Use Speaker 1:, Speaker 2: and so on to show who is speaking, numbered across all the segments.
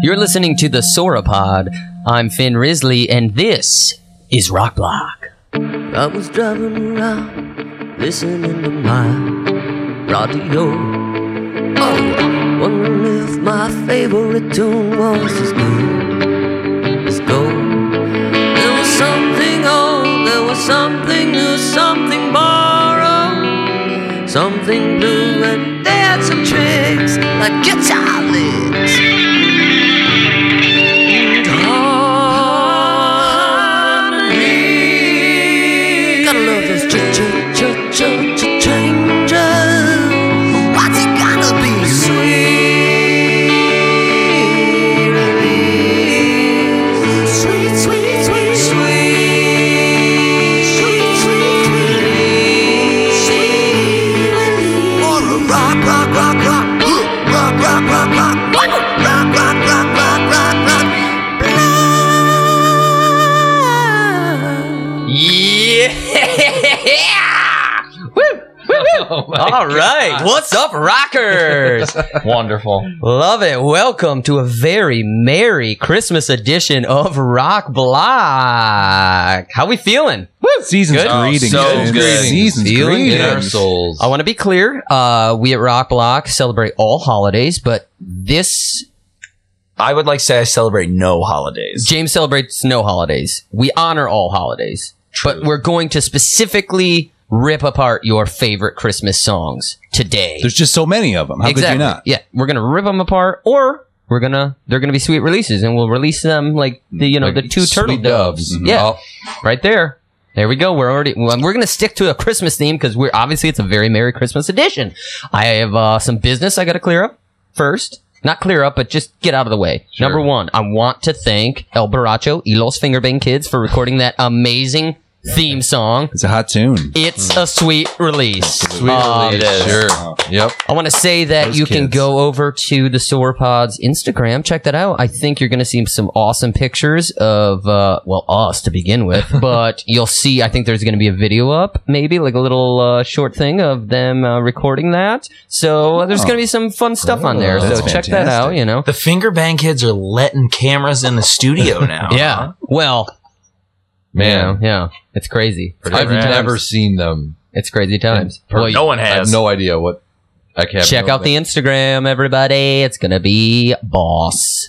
Speaker 1: You're listening to the Sauropod. I'm Finn Risley, and this is Rock Block.
Speaker 2: I was driving around, listening to my radio. Oh, wondering if my favorite tune was as good as gold. There was something old, there was something new, something borrowed, something blue, and they had some tricks like guitar licks. And harmony. Gotta love those ch- ch- ch- ch- ch- changes. What's it gotta be? Sweet release. Sweet, sweet, sweet, sweet. Sweet, sweet, sweet release. Sweet release. Or a rock, rock, rock, rock. Rock, rock, rock, rock. Rock, rock, rock, rock, rock, rock. Blind.
Speaker 1: Yeah! Woo! Woo! Woo! All right, what's up, rockers?
Speaker 3: Wonderful.
Speaker 1: Love it. Welcome to a very merry Christmas edition of Rock Block. How we feeling?
Speaker 4: Season's
Speaker 1: Good?
Speaker 4: greetings.
Speaker 3: so
Speaker 4: man.
Speaker 3: good.
Speaker 4: Season's
Speaker 1: Feeling
Speaker 4: greetings.
Speaker 3: In our souls.
Speaker 1: I want to be clear. Uh, we at Rock Block celebrate all holidays, but this
Speaker 3: I would like to say I celebrate no holidays.
Speaker 1: James celebrates no holidays. We honor all holidays, but we're going to specifically rip apart your favorite Christmas songs today.
Speaker 4: There's just so many of them. How could you not?
Speaker 1: Yeah, we're gonna rip them apart, or we're gonna they're gonna be sweet releases, and we'll release them like the you know
Speaker 3: Like
Speaker 1: the two
Speaker 3: sweet
Speaker 1: turtle doves.
Speaker 3: doves. Mhm.
Speaker 1: Yeah, right there. There we go. We're already well, we're gonna stick to a Christmas theme because we're obviously it's a very merry Christmas edition. I have uh, some business I gotta clear up first. Not clear up, but just get out of the way.
Speaker 3: Sure.
Speaker 1: Number one, I want to thank El Baracho, Elos Fingerbang Kids for recording that amazing theme song.
Speaker 4: It's a hot tune.
Speaker 1: It's a sweet release. Uh, Sweet
Speaker 3: It is. Sure. Yep.
Speaker 1: I want to say that
Speaker 4: Those
Speaker 1: you can
Speaker 4: kids.
Speaker 1: go over to the Sauropod's Instagram. Check that out. I think you're going to see some awesome pictures of, uh, well, us to begin with, but you'll see, I think there's going to be a video up, maybe like a little uh, short thing of them uh, recording that. So uh, there's going to be some fun stuff on there.
Speaker 4: Oh, That's
Speaker 1: so check that
Speaker 4: fantastic.
Speaker 1: out, you know.
Speaker 5: The finger bang kids are letting cameras in the studio now.
Speaker 1: Yeah. Well,
Speaker 3: Man,
Speaker 1: yeah, yeah. It's crazy.
Speaker 3: I've
Speaker 1: Crazy
Speaker 3: never
Speaker 1: times.
Speaker 3: seen them.
Speaker 1: It's crazy times. Well,
Speaker 5: no one
Speaker 3: I have
Speaker 5: has.
Speaker 3: no idea what I can't
Speaker 1: Check out the Instagram, everybody. It's gonna be boss.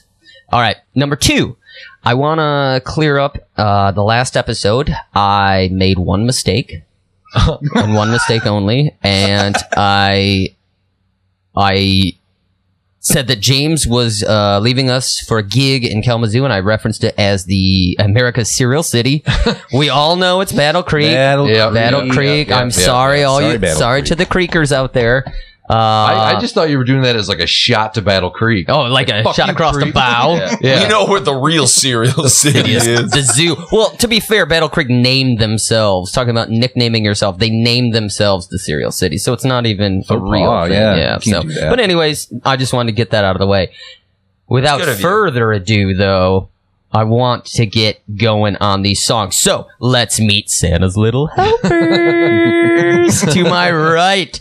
Speaker 1: All right, number two. I want to clear up uh, the last episode. I made one mistake, and one mistake only, and I, I said that James was uh, leaving us for a gig in Kalamazoo, and I referenced it as the America's Serial City. we all know it's Battle Creek.
Speaker 4: Battle
Speaker 3: Yeah,
Speaker 1: Battle Creek.
Speaker 3: yeah,
Speaker 1: I'm
Speaker 3: yeah,
Speaker 1: sorry, all
Speaker 4: Sorry,
Speaker 1: you.
Speaker 4: Battle
Speaker 1: sorry to the Creekers out there. Uh,
Speaker 3: I, I just thought you were doing that as like a shot to Battle Creek.
Speaker 1: oh, like a
Speaker 3: Fuck
Speaker 1: shot
Speaker 3: you,
Speaker 1: across the
Speaker 3: Creek.
Speaker 1: bow.
Speaker 3: Yeah. yeah.
Speaker 5: You know where the real serial city is.
Speaker 1: The zoo. Well, to be fair, Battle Creek named themselves. Talking about nicknaming yourself, they named themselves the Serial City, so it's not even a
Speaker 4: Oh,
Speaker 1: real
Speaker 4: wow,
Speaker 1: thing.
Speaker 4: yeah,
Speaker 1: yeah
Speaker 4: you
Speaker 1: so,
Speaker 4: can't do that.
Speaker 1: but anyways, I just wanted to get that out of the way. Without
Speaker 5: It's good of you.
Speaker 1: further ado, though, I want to get going on these songs. So let's meet Santa's little helpers. to my right,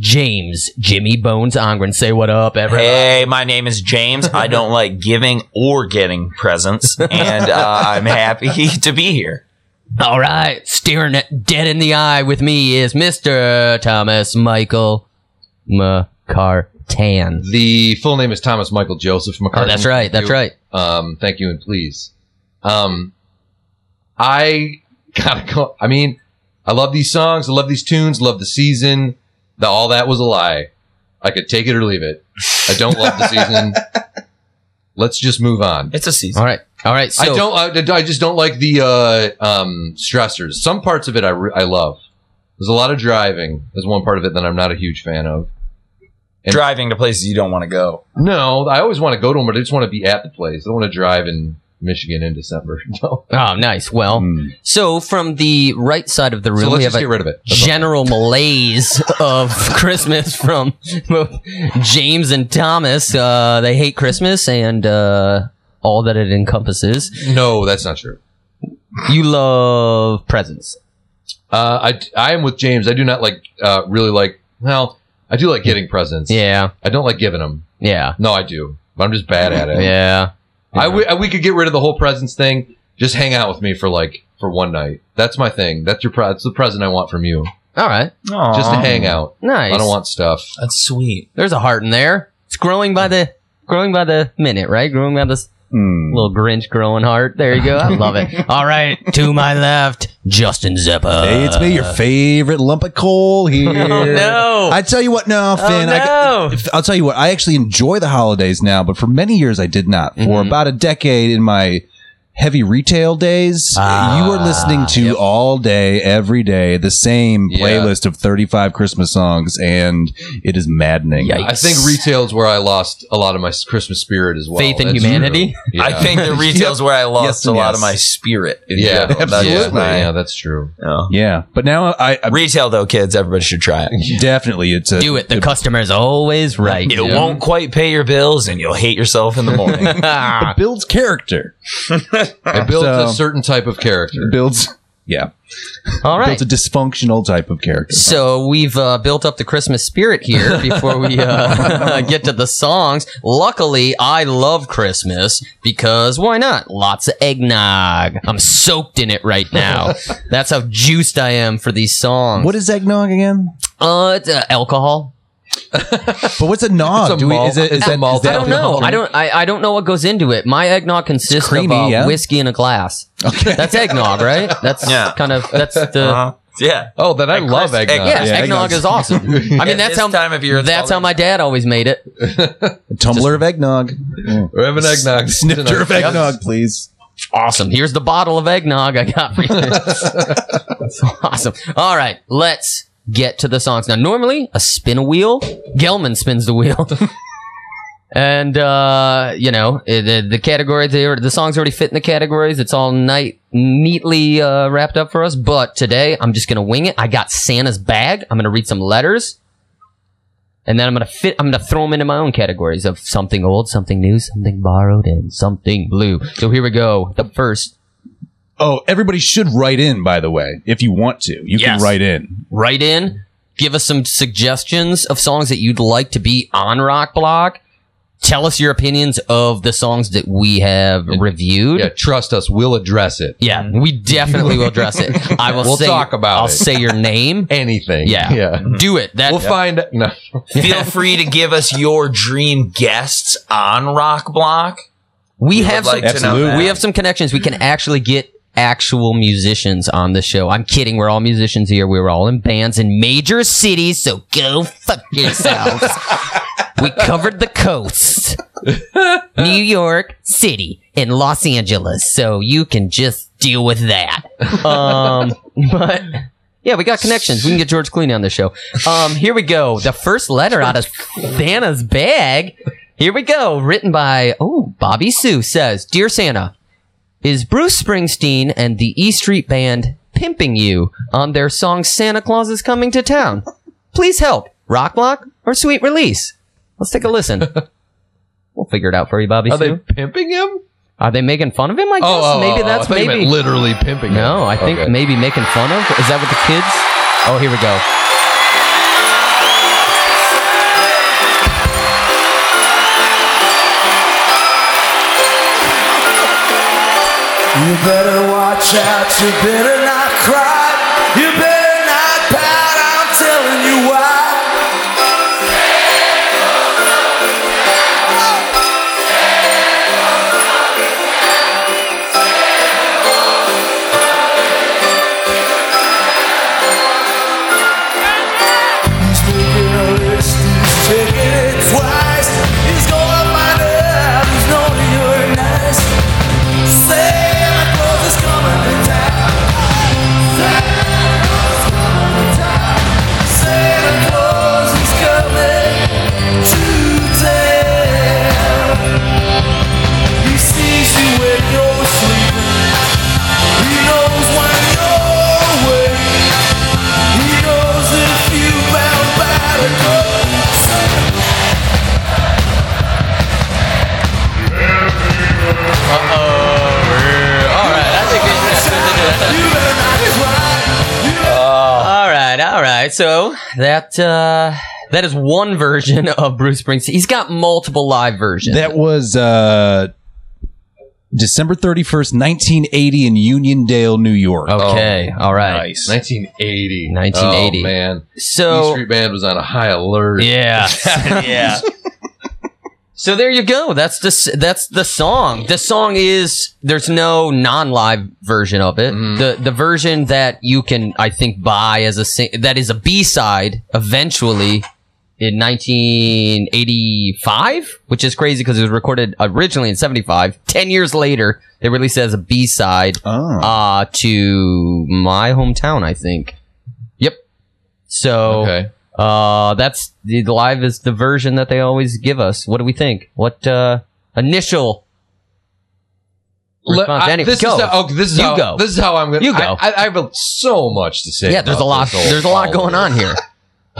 Speaker 1: James Jimmy Bones Ongren. Say what up, everyone.
Speaker 5: Hey, my name is James. I don't like giving or getting presents, and uh, I'm happy to be here.
Speaker 1: All right, staring it dead in the eye with me is Mr. Thomas Michael Oh, McCartan.
Speaker 3: The full name is Thomas Michael Joseph McCartney.
Speaker 1: Oh, that's right. That's
Speaker 3: You-
Speaker 1: right.
Speaker 3: Um, thank you and please. Um, I gotta go. I mean, I love these songs. I love these tunes. Love the season. The all that was a lie. I could take it or leave it. I don't love the season. Let's just move on.
Speaker 5: It's a season.
Speaker 1: All right. All right. So
Speaker 3: I don't. I, I just don't like the uh, um, stressors. Some parts of it I, re- I love. There's a lot of driving. There's one part of it that I'm not a huge fan of.
Speaker 5: Driving to places you don't want to go.
Speaker 3: No, I always want to go to them, but I just want to be at the place. I don't want to drive in Michigan in December. No.
Speaker 1: Oh, nice. Well,
Speaker 4: Mm.
Speaker 1: so from the right side of the room,
Speaker 3: Hmm. So
Speaker 1: we
Speaker 3: let's
Speaker 1: have
Speaker 3: just
Speaker 1: a
Speaker 3: get rid of it. That's all.
Speaker 1: general malaise of Christmas from both James and Thomas. Uh, they hate Christmas and uh, all that it encompasses.
Speaker 3: No, that's not true.
Speaker 1: You love presents.
Speaker 3: Uh, I I am with James. I do not like uh, really like. Well, I do like getting presents.
Speaker 1: Yeah.
Speaker 3: I don't like giving them.
Speaker 1: Yeah.
Speaker 3: No, I do. but I'm just bad at it.
Speaker 1: Yeah.
Speaker 3: I w- I- we could get rid of the whole presents thing. Just hang out with me for like for one night. That's my thing. That's your pre- that's the present I want from you.
Speaker 1: All right.
Speaker 3: Just to
Speaker 5: Aw.
Speaker 3: hang out.
Speaker 1: Nice.
Speaker 3: I don't want stuff.
Speaker 5: That's sweet.
Speaker 1: There's a heart in there. It's growing by the growing by the minute, right? Growing by this
Speaker 4: Hmm.
Speaker 1: little Grinch growing heart. There you go. I love it. All right. To my left, Justin Zeppa.
Speaker 4: Hey, it's me, your favorite lump of coal here.
Speaker 1: Uh. Oh, no. Oh,
Speaker 4: I tell you what, no, Finn.
Speaker 1: no.
Speaker 4: I, I'll tell you what. I actually enjoy the holidays now, but for many years I did not. For
Speaker 1: Mhm.
Speaker 4: about a decade in my heavy retail days,
Speaker 1: Ah,
Speaker 4: you were listening to all day, every day, the same
Speaker 3: Yeah.
Speaker 4: playlist of 35 Christmas songs, and it is maddening.
Speaker 1: Yikes.
Speaker 3: I think retail's where I lost a lot of my s- Christmas spirit as well.
Speaker 1: Faith in
Speaker 3: That's
Speaker 1: humanity?
Speaker 3: true. Yeah.
Speaker 5: I think the retail's where I lost
Speaker 4: Yes
Speaker 5: a
Speaker 4: and
Speaker 5: lot
Speaker 4: yes.
Speaker 5: of my spirit. in
Speaker 3: Yeah,
Speaker 5: general. That's
Speaker 3: yeah,
Speaker 5: my-
Speaker 3: yeah, that's true.
Speaker 5: yeah.
Speaker 4: Yeah, but now I, I
Speaker 5: Retail though, kids, everybody should try it.
Speaker 4: definitely it's a
Speaker 1: Do it. The customer's always right.
Speaker 5: It won't quite pay your bills, and you'll hate yourself in the morning.
Speaker 1: Ah.
Speaker 4: builds character.
Speaker 3: It builds a
Speaker 4: So-
Speaker 3: certain type of character.
Speaker 4: Builds yeah,
Speaker 1: All right.
Speaker 4: builds a dysfunctional type of character.
Speaker 1: So we've uh, built up the Christmas spirit here before we uh, get to the songs. Luckily, I love Christmas because why not? Lots of eggnog. I'm soaked in it right now. That's how juiced I am for these songs.
Speaker 4: What is eggnog again?
Speaker 1: Uh, it's, uh, alcohol.
Speaker 4: But what's a nog?
Speaker 3: It's a
Speaker 4: Do we,
Speaker 3: malt-
Speaker 4: is it, is
Speaker 3: it's a
Speaker 4: that,
Speaker 3: malt
Speaker 4: is that
Speaker 1: I don't know. I don't. I, I don't know what goes into it. My eggnog consists
Speaker 4: creamy,
Speaker 1: of uh,
Speaker 4: yeah.
Speaker 1: whiskey in a glass. Okay, that's eggnog, right? That's
Speaker 5: Yeah.
Speaker 1: kind of that's the.
Speaker 5: Uh-huh. Yeah.
Speaker 3: Oh, then I
Speaker 5: Like
Speaker 3: love
Speaker 5: Chris-
Speaker 3: eggnog.
Speaker 1: Yeah,
Speaker 4: yeah,
Speaker 1: eggnog
Speaker 4: eggnog's-
Speaker 1: is awesome. I mean,
Speaker 5: At
Speaker 1: that's
Speaker 5: this
Speaker 1: how
Speaker 5: time of year, it's
Speaker 1: that's how
Speaker 5: called-
Speaker 1: my dad always made it.
Speaker 4: A tumbler of eggnog.
Speaker 3: We're having eggnog.
Speaker 4: Snifter of
Speaker 3: tonight.
Speaker 4: eggnog, please.
Speaker 1: Awesome. Here's the bottle of eggnog I got for you. That's awesome. All right, let's get to the songs. Now, normally, a spin a wheel. Gelman spins the wheel. and, uh, you know, eh, the, the category, the, the songs already fit in the categories. It's all night, neatly uh, wrapped up for us. But today, I'm just going to wing it. I got Santa's bag. I'm going to read some letters. And then I'm gonna fit. I'm gonna throw them into my own categories of something old, something new, something borrowed, and something blue. So here we go. The first,
Speaker 4: Oh, everybody should write in, by the way, if you want to. You
Speaker 5: Yes.
Speaker 4: can write in.
Speaker 1: write in. Give us some suggestions of songs that you'd like to be on Rock Block. Tell us your opinions of the songs that we have reviewed.
Speaker 3: Yeah, trust us. We'll address it.
Speaker 1: Yeah, we definitely will address it. I will.
Speaker 3: We'll
Speaker 1: say,
Speaker 3: talk about
Speaker 1: I'll
Speaker 3: it.
Speaker 1: say your name.
Speaker 3: Anything.
Speaker 1: Yeah.
Speaker 3: Yeah.
Speaker 1: Do it. That
Speaker 3: We'll find. No.
Speaker 5: Feel free to give us your dream guests on Rock Block.
Speaker 1: we,
Speaker 5: would
Speaker 1: have some.
Speaker 5: like to know
Speaker 4: Absolutely.
Speaker 5: that.
Speaker 1: We have some connections. We can actually get actual musicians on the show. I'm kidding. We're all musicians here. We were all in bands in major cities, so go fuck yourselves. we covered the coast. New York City and Los Angeles, so you can just deal with that. Um, but yeah, we got connections. We can get George Clooney on the show. Um, here we go. The first letter out of Santa's bag. Here we go. Written by oh Bobby Sue says, "Dear Santa, is Bruce Springsteen and the E Street Band pimping you on their song Santa Claus is Coming to Town? Please help. Rock Block or Sweet Release? Let's take a listen. we'll figure it out for you, Bobby
Speaker 3: Are
Speaker 1: Sue.
Speaker 3: they pimping him?
Speaker 1: Are they making fun of him? I guess
Speaker 3: Oh, oh,
Speaker 1: maybe
Speaker 3: oh,
Speaker 1: that's
Speaker 3: I thought you meant
Speaker 1: maybe.
Speaker 3: literally pimping. him.
Speaker 1: No, I think
Speaker 3: Okay.
Speaker 1: maybe making fun of. Is that what the kids? Oh, here we go.
Speaker 6: You better watch out, you better not cry, you better not pout, I'm telling you why. He's making a list, he's checking it twice, he's gonna find out who's naughty or nice. Santa Claus is coming to town. Santa Claus is coming to town. He sees you when you're sleeping. He knows when you're awake. He knows if you bound by the ghost. You better not cry. You better
Speaker 1: All right, all right. So that uh, That is one version of Bruce Springsteen. He's got multiple live versions.
Speaker 4: That was uh, December 31st, 1980 in Uniondale, New York.
Speaker 3: Oh,
Speaker 1: okay, all right.
Speaker 5: Nice.
Speaker 3: 1980.
Speaker 1: 1980.
Speaker 3: Oh, man. E
Speaker 1: So
Speaker 3: Street Band was on a high alert.
Speaker 1: yeah,
Speaker 5: yeah.
Speaker 1: so there you go. That's the s- that's the song. The song is there's no non-live version of it. The the version that you can I think buy as a sing- that is a B-side eventually in 1985, which is crazy because it was recorded originally in 75. 10 years later, they released it as a B-side
Speaker 4: Oh.
Speaker 1: uh to my hometown, I think. Yep. So
Speaker 3: Okay.
Speaker 1: uh, that's the the live is the version that they always give us. What do we think? What uh, initial
Speaker 3: Let-
Speaker 1: response?
Speaker 3: I-
Speaker 1: Anyway,
Speaker 3: this
Speaker 1: go.
Speaker 3: is how, okay, this is
Speaker 1: You
Speaker 3: how,
Speaker 1: go.
Speaker 3: This is how I'm gonna.
Speaker 1: You
Speaker 3: I-
Speaker 1: go.
Speaker 3: I, I have so much to say.
Speaker 1: yeah, there's a
Speaker 3: about
Speaker 1: lot.
Speaker 3: this whole
Speaker 1: There's a lot going on here.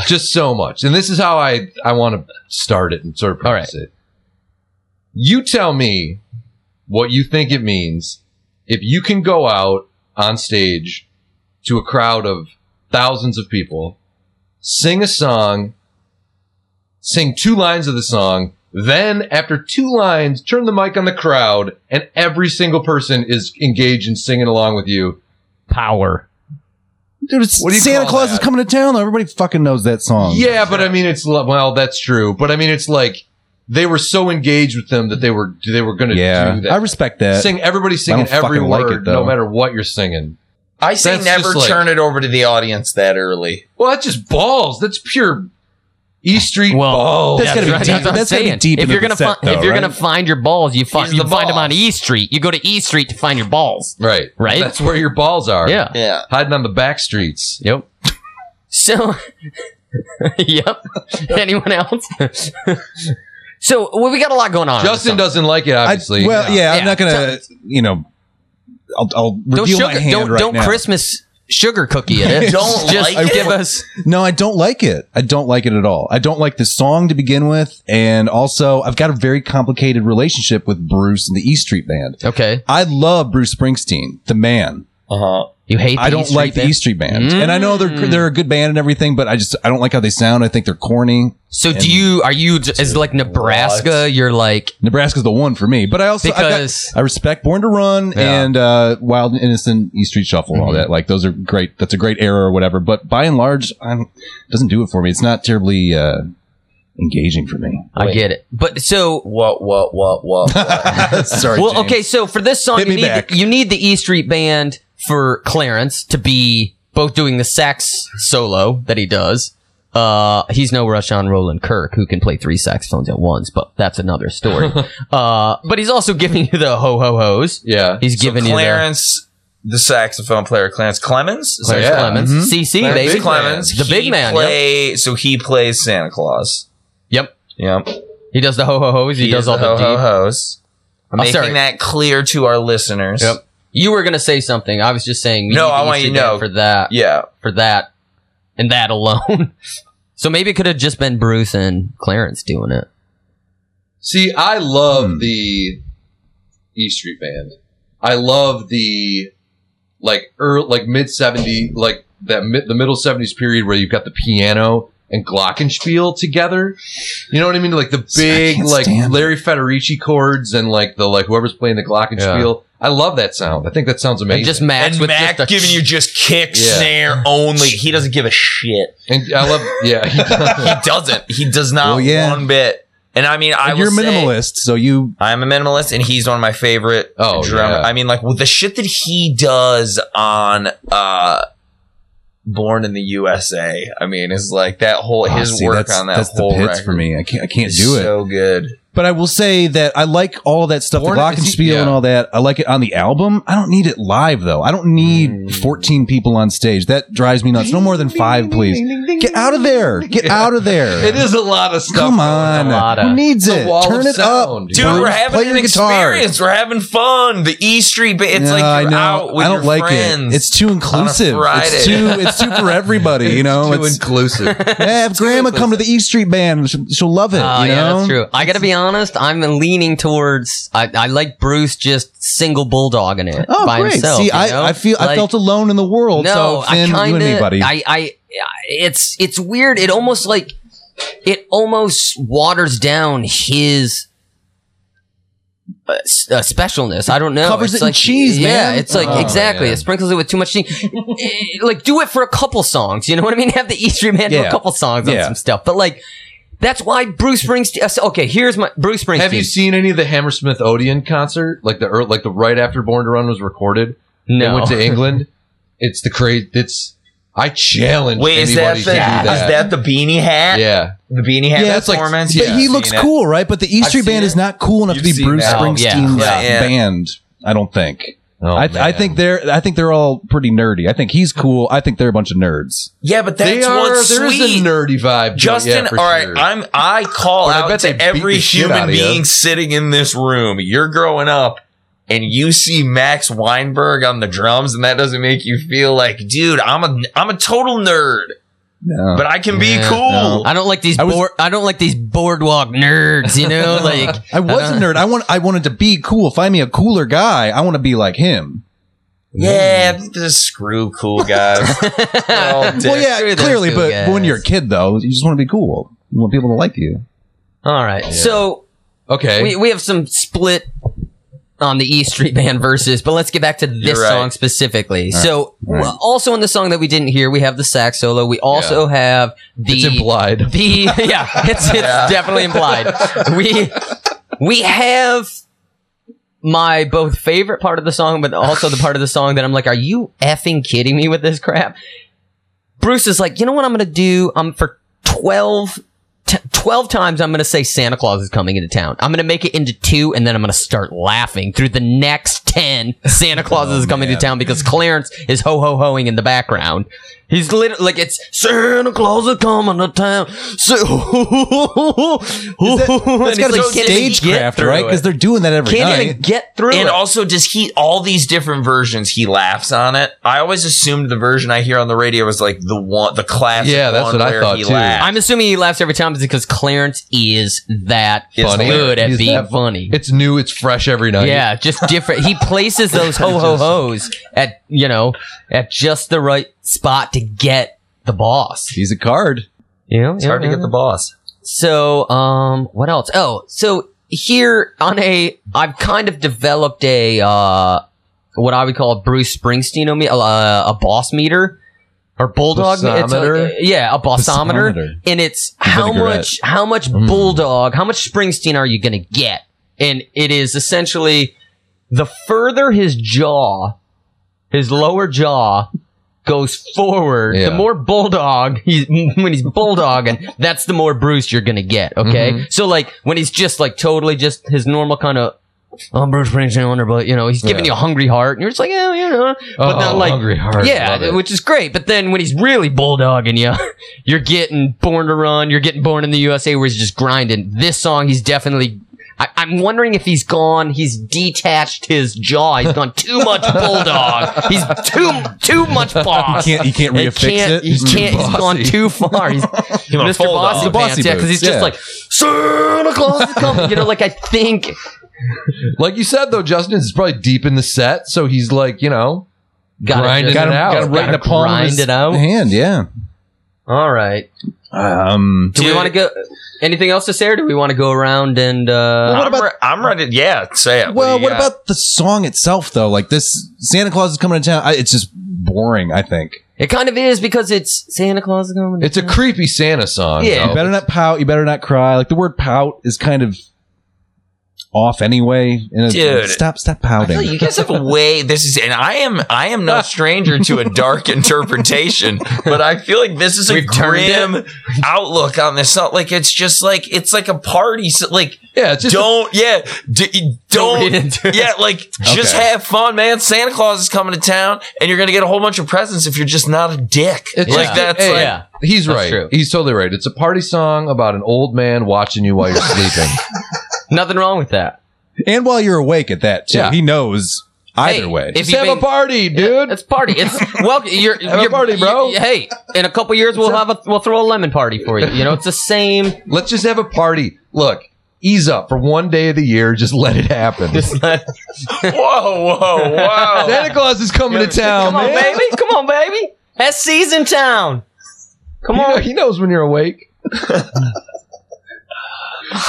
Speaker 3: just so much. And this is how I I want to start it and sort of preface it. You tell me what you think it means if you can go out on stage to a crowd of thousands of people, sing a song, sing two lines of the song, then after two lines, turn the mic on the crowd, and every single person is engaged in singing along with you.
Speaker 1: Power.
Speaker 4: Dude, it's
Speaker 3: What do you
Speaker 4: Santa
Speaker 3: call
Speaker 4: Claus is
Speaker 3: that?
Speaker 4: coming to town. Everybody fucking knows that song.
Speaker 3: Yeah, but I mean, it's li- well, that's true. But I mean, it's like they were so engaged with them that they were they were going to
Speaker 4: Yeah.
Speaker 3: do that.
Speaker 4: I respect that.
Speaker 3: Sing everybody singing
Speaker 4: fucking
Speaker 3: every
Speaker 4: like
Speaker 3: word,
Speaker 4: it, though.
Speaker 3: no matter what you're singing.
Speaker 5: I say
Speaker 3: That's
Speaker 5: never
Speaker 3: just like-
Speaker 5: turn it over to the audience that early.
Speaker 3: Well, that's just balls. That's pure E Street
Speaker 1: Well,
Speaker 3: balls.
Speaker 4: that's gotta be
Speaker 1: right.
Speaker 4: deep-
Speaker 1: what I'm
Speaker 4: that's gotta be
Speaker 1: saying.
Speaker 4: deep
Speaker 1: If
Speaker 4: into
Speaker 1: you're
Speaker 4: the
Speaker 1: gonna
Speaker 4: set,
Speaker 1: fi-
Speaker 4: though,
Speaker 1: if you're
Speaker 4: right?
Speaker 1: gonna find your balls, you find
Speaker 5: Here's
Speaker 1: you
Speaker 5: the
Speaker 1: find them
Speaker 5: balls.
Speaker 1: on E Street. You go to E Street to find your balls.
Speaker 3: right,
Speaker 1: Right?
Speaker 3: That's where your balls are.
Speaker 1: Yeah.
Speaker 5: Yeah.
Speaker 3: hiding on the back streets.
Speaker 1: Yep. So, yep. Anyone else? so well, we got a lot going on. in this
Speaker 3: Justin
Speaker 1: song.
Speaker 3: doesn't like it,
Speaker 4: I-
Speaker 3: obviously.
Speaker 4: well, yeah,
Speaker 1: Yeah.
Speaker 4: I'm not gonna. you know, I'll, I'll
Speaker 1: don't
Speaker 4: reveal
Speaker 1: sugar,
Speaker 4: my hand
Speaker 1: don't,
Speaker 4: right
Speaker 1: don't
Speaker 4: now.
Speaker 1: Christmas sugar cookie in it.
Speaker 5: Don't
Speaker 1: just
Speaker 5: like it?
Speaker 1: give us.
Speaker 4: No, I don't like it. I don't like it at all. I don't like the song to begin with, and also I've got a very complicated relationship with Bruce and the E Street Band.
Speaker 1: Okay,
Speaker 4: I love Bruce Springsteen, the man.
Speaker 5: Uh-huh.
Speaker 1: you hate. The
Speaker 4: I don't
Speaker 1: East
Speaker 4: like the E Street Band, and I know
Speaker 1: Mm.
Speaker 4: they're they're a good band and everything, but I just I don't like how they sound. I think they're corny.
Speaker 1: So do you? Are you? Is like Nebraska? You're like
Speaker 4: Nebraska's the one for me, but I also I've got-
Speaker 1: Because-
Speaker 4: I respect Born to Run
Speaker 1: Yeah.
Speaker 4: and uh, Wild and Innocent, E Street Shuffle, and all
Speaker 5: Mm-hmm.
Speaker 4: that. Like those are great. That's a great era or whatever. But by and large, I'm, it doesn't do it for me. It's not terribly uh, engaging for me.
Speaker 1: I get it, but so
Speaker 5: What, what, what, what?
Speaker 4: Sorry.
Speaker 1: well.
Speaker 4: James.
Speaker 1: Okay, so for this song,
Speaker 4: Hit
Speaker 1: you
Speaker 4: me
Speaker 1: need
Speaker 4: back.
Speaker 1: you need the E Street Band for Clarence to be both doing the sax solo that he does. Uh, he's no rush on Roland Kirk, who can play three saxophones at once, but that's another story. uh, but he's also giving you the ho ho hos.
Speaker 3: yeah.
Speaker 1: He's giving you the
Speaker 5: Clarence, the saxophone player, Clarence Clemens. Is that
Speaker 1: Sir
Speaker 5: his
Speaker 3: yeah.
Speaker 1: Clemens.
Speaker 4: Mm-hmm.
Speaker 1: CC,
Speaker 3: Clarence
Speaker 1: baby.
Speaker 5: Big
Speaker 3: Big man.
Speaker 5: Clemens.
Speaker 1: The big
Speaker 5: He
Speaker 1: man,
Speaker 5: Play, So he plays Santa Claus.
Speaker 1: Yep.
Speaker 5: Yep.
Speaker 1: He does the ho ho ho's. He, does all the,
Speaker 5: ho ho
Speaker 1: deep.
Speaker 5: ho's. I'm
Speaker 1: Oh,
Speaker 5: making
Speaker 1: sorry.
Speaker 5: that clear to our listeners.
Speaker 1: Yep. You were gonna say something. I was just saying. we
Speaker 5: No,
Speaker 1: need
Speaker 5: I
Speaker 1: to
Speaker 5: want
Speaker 1: each
Speaker 5: you to
Speaker 1: adapt
Speaker 5: know.
Speaker 1: for that,
Speaker 5: Yeah.
Speaker 1: for that, and that alone. so maybe it could have just been Bruce and Clarence doing it.
Speaker 3: See, I love
Speaker 4: Hmm.
Speaker 3: the E Street Band. I love the like early, like mid 70s, like that mid, the middle 70s period where you've got the piano and glockenspiel together. You know what I mean? Like the big
Speaker 4: can't
Speaker 3: like
Speaker 4: stand it.
Speaker 3: Larry Federici chords and like the like whoever's playing the glockenspiel. I love that sound. I think that sounds
Speaker 1: And
Speaker 3: amazing.
Speaker 1: just Max
Speaker 5: and
Speaker 1: with
Speaker 5: Mac
Speaker 1: just a
Speaker 5: giving you just kick,
Speaker 3: Yeah.
Speaker 5: snare only. He doesn't give a shit.
Speaker 3: and I love
Speaker 5: He
Speaker 3: yeah.
Speaker 5: doesn't. He does not
Speaker 4: Well, yeah.
Speaker 5: one bit. And I mean, I
Speaker 4: And you're a
Speaker 5: will say-
Speaker 4: minimalist, so you
Speaker 5: I'm a minimalist, and he's one of my favorite
Speaker 3: Oh,
Speaker 5: drummer.
Speaker 3: yeah.
Speaker 5: I mean, like with the shit that he does on uh Born in the USA. I mean, is like that whole
Speaker 4: Ah,
Speaker 5: his
Speaker 4: see,
Speaker 5: work
Speaker 4: that's,
Speaker 5: on that
Speaker 4: that's
Speaker 5: whole
Speaker 4: the pits
Speaker 5: record
Speaker 4: for me. I can't I can't
Speaker 5: is
Speaker 4: do it.
Speaker 5: So good.
Speaker 4: But I will say that I like all that stuff,
Speaker 3: Born-
Speaker 4: the glockenspiel
Speaker 3: yeah.
Speaker 4: and all that. I like it on the album. I don't need it live though. I don't need 14 people on stage. That drives me nuts. No more than five, please. Get out of there. Get out of there.
Speaker 3: it is a lot of stuff.
Speaker 4: Come
Speaker 3: going
Speaker 4: on.
Speaker 1: lot of-
Speaker 4: Who needs
Speaker 3: It's a
Speaker 4: it?
Speaker 3: wall
Speaker 4: Turn
Speaker 3: of
Speaker 4: it up.
Speaker 3: sound.
Speaker 5: Dude,
Speaker 4: Bruce,
Speaker 5: we're having an
Speaker 4: play your guitar.
Speaker 5: experience. We're having fun. The E Street, ba- it's
Speaker 4: Yeah,
Speaker 5: like you're
Speaker 4: I know.
Speaker 5: out with
Speaker 4: I don't
Speaker 5: your
Speaker 4: like
Speaker 5: friends.
Speaker 4: it. It's too inclusive.
Speaker 5: Friday.
Speaker 4: It's too. It's too for everybody. You know.
Speaker 3: Too
Speaker 4: Oh, It's,
Speaker 3: inclusive.
Speaker 4: yeah, have Grandma come to the E Street Band. She'll, she'll love it.
Speaker 1: Oh
Speaker 4: you know?
Speaker 1: yeah, that's true. I gotta be honest. I'm leaning towards. I, I like Bruce just single bulldogging it
Speaker 4: Oh,
Speaker 1: by
Speaker 4: great.
Speaker 1: himself.
Speaker 4: See,
Speaker 1: you
Speaker 4: I,
Speaker 1: know?
Speaker 4: I feel I
Speaker 1: Like-
Speaker 4: felt alone in the world. so Finn,
Speaker 1: I
Speaker 4: you and
Speaker 1: kinda-
Speaker 4: me, buddy.
Speaker 1: I, I, I- it's it's weird. It almost like it almost waters down his uh, s- uh, specialness. I don't know.
Speaker 4: Covers
Speaker 1: It's
Speaker 4: it in cheese,
Speaker 1: yeah,
Speaker 4: man.
Speaker 1: it's like
Speaker 3: Oh,
Speaker 1: exactly.
Speaker 3: yeah.
Speaker 1: It sprinkles it with too much cheese. Eh, like do it for a couple songs. You know what I mean? Have the E Street Man do a
Speaker 4: Yeah.
Speaker 1: couple songs on
Speaker 4: Yeah.
Speaker 1: some stuff. But like that's why Bruce Springsteen. uh, so- Okay, here's my Bruce Springsteen.
Speaker 3: Have you seen any of the Hammersmith Odeon concert? Like the ear- like the right after Born to Run was recorded. They
Speaker 1: no.
Speaker 3: went to England. It's the crazy. It's I challenge
Speaker 5: Wait, is that,
Speaker 3: anybody
Speaker 5: the, is
Speaker 3: to do that.
Speaker 5: that the beanie hat?
Speaker 3: yeah,
Speaker 5: The beanie hat
Speaker 4: Yeah, that's like-
Speaker 5: performance?
Speaker 4: But
Speaker 5: Yeah,
Speaker 4: he
Speaker 5: I've
Speaker 4: looks
Speaker 5: seen it.
Speaker 4: cool, right? But the E
Speaker 5: I've
Speaker 4: Street
Speaker 5: seen
Speaker 4: Band
Speaker 5: it.
Speaker 4: is not cool enough
Speaker 5: You've
Speaker 4: to be
Speaker 5: seen
Speaker 4: Bruce
Speaker 5: that.
Speaker 1: Oh, yeah.
Speaker 4: Springsteen's
Speaker 5: Yeah, yeah.
Speaker 4: band. I don't think.
Speaker 3: Oh,
Speaker 4: I, I
Speaker 3: man.
Speaker 4: think they're. I think they're all pretty nerdy. I think he's cool. I think they're a bunch of nerds.
Speaker 5: Yeah, but that's
Speaker 3: they are.
Speaker 5: what's
Speaker 3: There is
Speaker 5: sweet.
Speaker 3: a nerdy vibe. to it,
Speaker 5: Justin,
Speaker 3: yeah, for
Speaker 5: all right,
Speaker 3: sure.
Speaker 5: I'm I call
Speaker 3: But I
Speaker 5: out
Speaker 3: bet they beat
Speaker 5: to every
Speaker 3: the shit
Speaker 5: human
Speaker 3: out of you.
Speaker 5: being sitting in this room. You're growing up and you see Max Weinberg on the drums, and that doesn't make you feel like, dude, I'm a I'm a total nerd,
Speaker 4: No.
Speaker 5: but I can be
Speaker 1: Yeah,
Speaker 5: cool.
Speaker 4: no.
Speaker 1: I don't like these.
Speaker 4: I was-
Speaker 1: board, I don't like these boardwalk nerds. You know, like
Speaker 4: I was a
Speaker 1: don't-
Speaker 4: nerd. I want. I wanted to be cool. Find me a cooler guy. I want to be like him.
Speaker 5: Yeah, just screw cool guys. They're all dicks.
Speaker 4: Well, yeah,
Speaker 1: screw those
Speaker 4: clearly.
Speaker 1: cool
Speaker 4: But
Speaker 1: guys.
Speaker 4: when you're a kid, though, you just want to be cool. You want people to like you.
Speaker 1: all right. So
Speaker 3: okay.
Speaker 1: we, we have some split on the E Street Band verses, but let's get back to this
Speaker 5: You're right.
Speaker 1: song specifically. So,
Speaker 4: All right.
Speaker 1: uh, also in the song that we didn't hear, we have the sax solo. We also have the
Speaker 3: it's implied.
Speaker 1: the yeah, it's it's definitely implied. We we have my both favorite part of the song, but also the part of the song that I'm like, are you effing kidding me with this crap? Bruce is like, you know what I'm gonna do? I'm for 12, t- 12 times I'm gonna say Santa Claus is coming into town. I'm gonna make it into two, and then I'm gonna start laughing through the next ten Santa Claus
Speaker 4: Oh,
Speaker 1: is coming to town because Clarence is ho ho hoing in the background. He's literally like it's Santa Claus is coming to town. So,
Speaker 4: That's got to be stagecraft, right? Because they're doing that every
Speaker 1: can't
Speaker 4: night.
Speaker 1: even get through
Speaker 5: And
Speaker 1: it.
Speaker 5: also, does he all these different versions? He laughs on it. I always assumed the version I hear on the radio was like the one, the classic.
Speaker 3: Yeah, that's
Speaker 5: one
Speaker 3: what I
Speaker 5: where
Speaker 3: thought,
Speaker 5: he
Speaker 3: too.
Speaker 5: laughs.
Speaker 1: I'm assuming he laughs every time because Clarence is that
Speaker 5: Is
Speaker 1: funny. good at
Speaker 3: He's
Speaker 1: being
Speaker 3: that-
Speaker 1: funny.
Speaker 3: It's new. It's fresh every night.
Speaker 1: Yeah, just different. He places those ho ho ho's at you know at just the right spot to get the boss.
Speaker 4: He's a card.
Speaker 1: Yeah,
Speaker 5: it's hard to get the boss.
Speaker 1: So, um, what else? Oh, so here on a, I've kind of developed a, uh, what I would call a Bruce Springsteen on me, uh, a boss meter or bulldog. me- it's
Speaker 3: Bossometer?
Speaker 1: a- yeah, a bossometer.
Speaker 4: Bossometer.
Speaker 1: And it's how
Speaker 4: vinaigrette.
Speaker 1: much, how much
Speaker 3: Mm.
Speaker 1: bulldog, how much Springsteen are you going to get? And it is essentially the further his jaw, his lower jaw goes forward,
Speaker 3: Yeah.
Speaker 1: the more bulldog he's when he's bulldogging, that's the more Bruce you're gonna get. Okay,
Speaker 3: Mm-hmm.
Speaker 1: so like when he's just like totally just his normal kind of. I'm Bruce Springsteen, owner, but you know he's giving
Speaker 3: Yeah.
Speaker 1: you a hungry heart, and you're just like, oh, you know, but
Speaker 3: Oh,
Speaker 1: then like,
Speaker 3: Hungry Heart, love
Speaker 1: yeah,
Speaker 3: it.
Speaker 1: which is great. But then when he's really bulldogging you, you're getting Born to Run, you're getting Born in the USA, where he's just grinding. This song, he's definitely. I, I'm wondering if he's gone. He's detached his jaw. He's gone too much bulldog. He's too too much boss.
Speaker 4: Can't, you can't
Speaker 1: He
Speaker 4: reaffix
Speaker 1: can't.
Speaker 4: it.
Speaker 1: He can't. He's gone too far. He's Mr.
Speaker 5: fold up.
Speaker 1: Bossy
Speaker 4: The bossy
Speaker 1: Pants. Yeah, because he's
Speaker 4: boots,
Speaker 1: just
Speaker 4: yeah.
Speaker 1: like Santa Claus is coming. You know, like I think
Speaker 3: Like you said though, Justin is probably deep in the set, so he's like you know
Speaker 1: gotta
Speaker 3: grinding
Speaker 1: just-
Speaker 3: it out.
Speaker 1: gotta
Speaker 3: right in the palm. of
Speaker 1: grind
Speaker 3: his-
Speaker 1: it out.
Speaker 4: Hand, yeah.
Speaker 1: All right.
Speaker 4: Um,
Speaker 1: Do we
Speaker 5: Dude.
Speaker 1: want to go? Anything else to say, or do we want to go around and? uh
Speaker 5: I'm, re- I'm ready. Yeah, say it.
Speaker 4: Well,
Speaker 5: do you
Speaker 4: what
Speaker 5: got?
Speaker 4: about the song itself, though? Like this, Santa Claus is coming to town. I, it's just boring. I think
Speaker 1: It kind of is because it's Santa Claus is coming.
Speaker 5: Mm-hmm.
Speaker 3: It's a creepy Santa song.
Speaker 1: Yeah.
Speaker 3: Yeah,
Speaker 4: you better not pout. You better not cry. Like the word pout is kind of off anyway. And it's-
Speaker 5: Dude.
Speaker 4: stop, stop
Speaker 5: No,
Speaker 4: pouting.
Speaker 5: you guys have a way. This is, and I am, I am no stranger to a dark interpretation, but I feel like this is a grim outlook on this. Not like it's just like it's like a party. So like,
Speaker 3: yeah. It's just
Speaker 5: don't, yeah, d- don't,
Speaker 1: read into it.
Speaker 5: yeah, like just
Speaker 4: Okay.
Speaker 5: have fun, man. Santa Claus is coming to town, and you're gonna get a whole bunch of presents if you're just not a dick.
Speaker 3: It's
Speaker 5: like
Speaker 3: just-
Speaker 5: that's
Speaker 3: hey,
Speaker 5: like,
Speaker 1: yeah.
Speaker 3: He's
Speaker 1: That's
Speaker 3: right.
Speaker 1: true.
Speaker 3: He's totally right. It's a party song about an old man watching you while you're sleeping.
Speaker 1: nothing wrong with that.
Speaker 4: and while you're awake at that, too,
Speaker 3: Yeah.
Speaker 4: he knows
Speaker 1: Hey,
Speaker 4: either way.
Speaker 1: if
Speaker 3: Just have
Speaker 1: you've
Speaker 3: a
Speaker 1: been-
Speaker 3: party, dude.
Speaker 1: It's party. It's welcome. You're,
Speaker 3: a
Speaker 1: you're-
Speaker 3: party, bro.
Speaker 1: you- hey, in a couple years we'll have a we'll throw a lemon party for you. You know, it's the same.
Speaker 3: Let's just have a party. Look, ease up for one day of the year. Just let it happen.
Speaker 5: whoa, whoa, oh, wow.
Speaker 3: Santa Claus is coming to town,
Speaker 1: Come on,
Speaker 3: man.
Speaker 1: baby. Come on, baby. That's season town. Come
Speaker 3: You know,
Speaker 1: on.
Speaker 3: he knows when you're awake.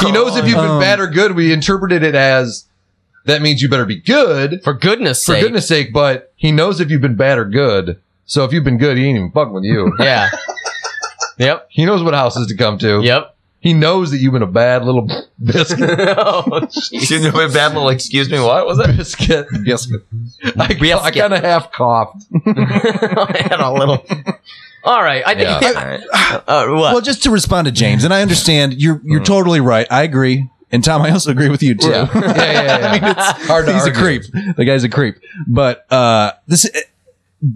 Speaker 3: He knows if you've been bad or good. We interpreted it as that means you better be good.
Speaker 1: For goodness
Speaker 3: For
Speaker 1: sake.
Speaker 3: goodness sake, but he knows if you've been bad or good. So if you've been good, he ain't even fucking with you.
Speaker 1: Yeah. yep.
Speaker 3: he knows what houses to come to.
Speaker 1: Yep.
Speaker 3: He knows that you've been a bad little biscuit.
Speaker 1: oh,
Speaker 5: Excuse me, bad little. Excuse me, what was that?
Speaker 3: biscuit.
Speaker 4: Yes.
Speaker 3: I, I kind of half coughed.
Speaker 1: I had a little. All right. I think.
Speaker 5: Yeah, all right.
Speaker 1: Uh, what?
Speaker 4: Well, just to respond to James, and I understand you're you're totally right. I agree, and Tom, I also agree with you too.
Speaker 3: Yeah. Yeah, yeah, yeah.
Speaker 4: I mean, it's,
Speaker 3: Hard to
Speaker 4: he's
Speaker 3: argue.
Speaker 4: a creep. The guy's a creep. But uh, this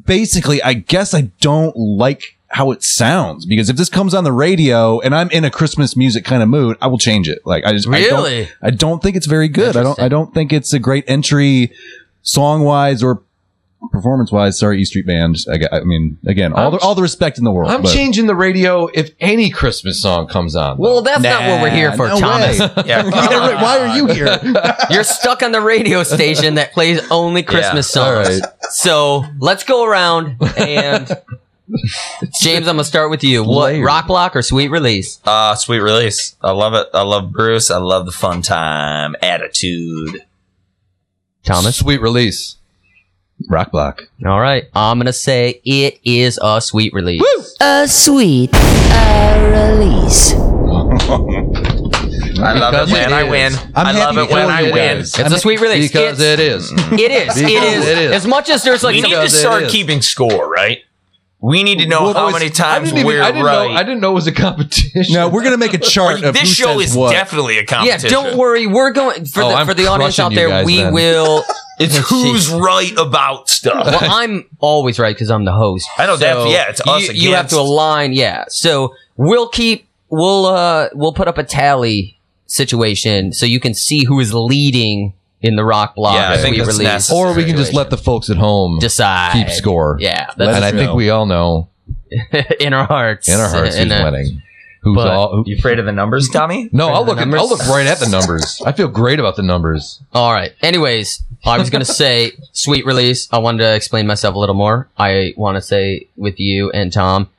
Speaker 4: basically, I guess I don't like how it sounds because if this comes on the radio and I'm in a Christmas music kind of mood, I will change it. Like I just I don't-
Speaker 1: Really?
Speaker 4: I don't think it's very good. I don't. I
Speaker 1: Interesting.
Speaker 4: don't think it's a great entry, song wise or performance wise. Sorry, E Street Band. I, got- I mean, again, all
Speaker 3: I'm
Speaker 4: the all the respect in the world.
Speaker 3: I'm
Speaker 4: but-
Speaker 3: changing the radio if any Christmas song comes on. though.
Speaker 1: Well, that's not what we're here
Speaker 4: Nah,
Speaker 1: for,
Speaker 4: no
Speaker 1: Thomas.
Speaker 4: way.
Speaker 5: Yeah,
Speaker 4: Yeah, right. Why are you here?
Speaker 1: You're stuck on the radio station that plays only Christmas
Speaker 3: all
Speaker 1: songs. So let's go around and James, I'm gonna start with you. What
Speaker 3: Layered.
Speaker 1: rock block or sweet release?
Speaker 5: Ah, sweet release. I love it. I love Bruce. I love the fun time attitude.
Speaker 1: Thomas.
Speaker 3: Sweet release.
Speaker 4: Rock block.
Speaker 1: All right. I'm gonna say it is a sweet release.
Speaker 7: A sweet uh, release.
Speaker 5: I love
Speaker 3: Because
Speaker 5: it when
Speaker 3: it
Speaker 5: I
Speaker 3: is.
Speaker 5: win.
Speaker 4: I'm
Speaker 5: I love it
Speaker 4: happy
Speaker 5: when
Speaker 4: for
Speaker 5: I
Speaker 4: you
Speaker 5: win.
Speaker 4: guys.
Speaker 1: It's a sweet release.
Speaker 3: Because
Speaker 1: it's,
Speaker 3: it is.
Speaker 1: it is. It
Speaker 3: Because
Speaker 1: is.
Speaker 3: it is.
Speaker 1: As much as there's like
Speaker 5: We
Speaker 1: some,
Speaker 5: need to
Speaker 3: Because it
Speaker 5: start
Speaker 3: is.
Speaker 5: keeping score, right? We need to know
Speaker 3: Well,
Speaker 5: how
Speaker 3: it's-
Speaker 5: many
Speaker 3: I
Speaker 5: times
Speaker 3: didn't even-
Speaker 5: we're
Speaker 3: I didn't
Speaker 5: right.
Speaker 3: Know, I didn't know it was a competition.
Speaker 4: No, we're gonna make a chart
Speaker 5: Like,
Speaker 4: of
Speaker 5: this
Speaker 4: who
Speaker 5: show
Speaker 4: says
Speaker 5: is
Speaker 4: what.
Speaker 5: definitely a
Speaker 1: yeah.
Speaker 5: competition.
Speaker 1: Don't worry. We're going for
Speaker 3: Oh,
Speaker 1: the
Speaker 3: I'm
Speaker 1: for the audience
Speaker 3: crushing
Speaker 1: out
Speaker 3: you
Speaker 1: there.
Speaker 3: guys
Speaker 1: We
Speaker 3: then.
Speaker 1: will.
Speaker 5: It's who's
Speaker 1: Jeez.
Speaker 5: right about stuff.
Speaker 1: Well, I'm always right because I'm the host.
Speaker 5: I know, that's- yeah, it's us
Speaker 1: You, you have
Speaker 5: against-
Speaker 1: to align. Yeah. So we'll keep. We'll uh we'll put up a tally situation so you can see who is leading in the rock block.
Speaker 5: Yeah, I
Speaker 1: as
Speaker 5: think
Speaker 1: we
Speaker 5: that's
Speaker 1: release
Speaker 5: necessary.
Speaker 3: or we can just
Speaker 1: situation.
Speaker 3: let the folks at home
Speaker 1: decide.
Speaker 3: keep score.
Speaker 1: Yeah,
Speaker 4: Let
Speaker 3: and
Speaker 1: that's
Speaker 3: I think
Speaker 4: know.
Speaker 3: we all know
Speaker 1: in our hearts.
Speaker 3: in our hearts who's
Speaker 1: In a-
Speaker 3: winning. Who's
Speaker 1: but-
Speaker 3: all? Who,
Speaker 5: You afraid of the numbers, Tommy?
Speaker 3: no, I'll
Speaker 1: the
Speaker 3: look. At,
Speaker 1: numbers?
Speaker 3: I'll look right at the numbers. I feel great about the numbers.
Speaker 1: All right. Anyways, I was going to say sweet release. I wanted to explain myself a little more. I want to say with you and Tom.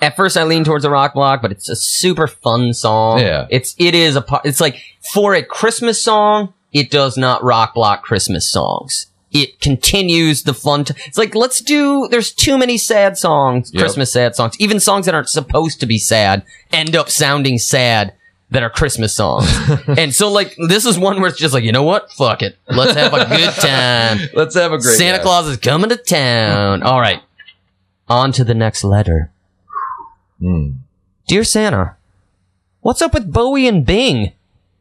Speaker 1: At first, I lean towards a rock block, but it's a super fun song.
Speaker 3: Yeah.
Speaker 1: It's it is a par- it's like for a Christmas song. It does not rock block Christmas songs. It continues the fun. T- it's like let's do. There's too many sad songs,
Speaker 3: Yep.
Speaker 1: Christmas sad songs. Even songs that aren't supposed to be sad end up sounding sad that are Christmas songs. and so like this is one where it's just like, you know what? Fuck it. Let's have a good time.
Speaker 3: Let's have a great
Speaker 1: Santa
Speaker 3: night.
Speaker 1: Claus is coming to town. All right. On to the next letter.
Speaker 3: Hmm.
Speaker 1: Dear Santa, what's up with Bowie and Bing?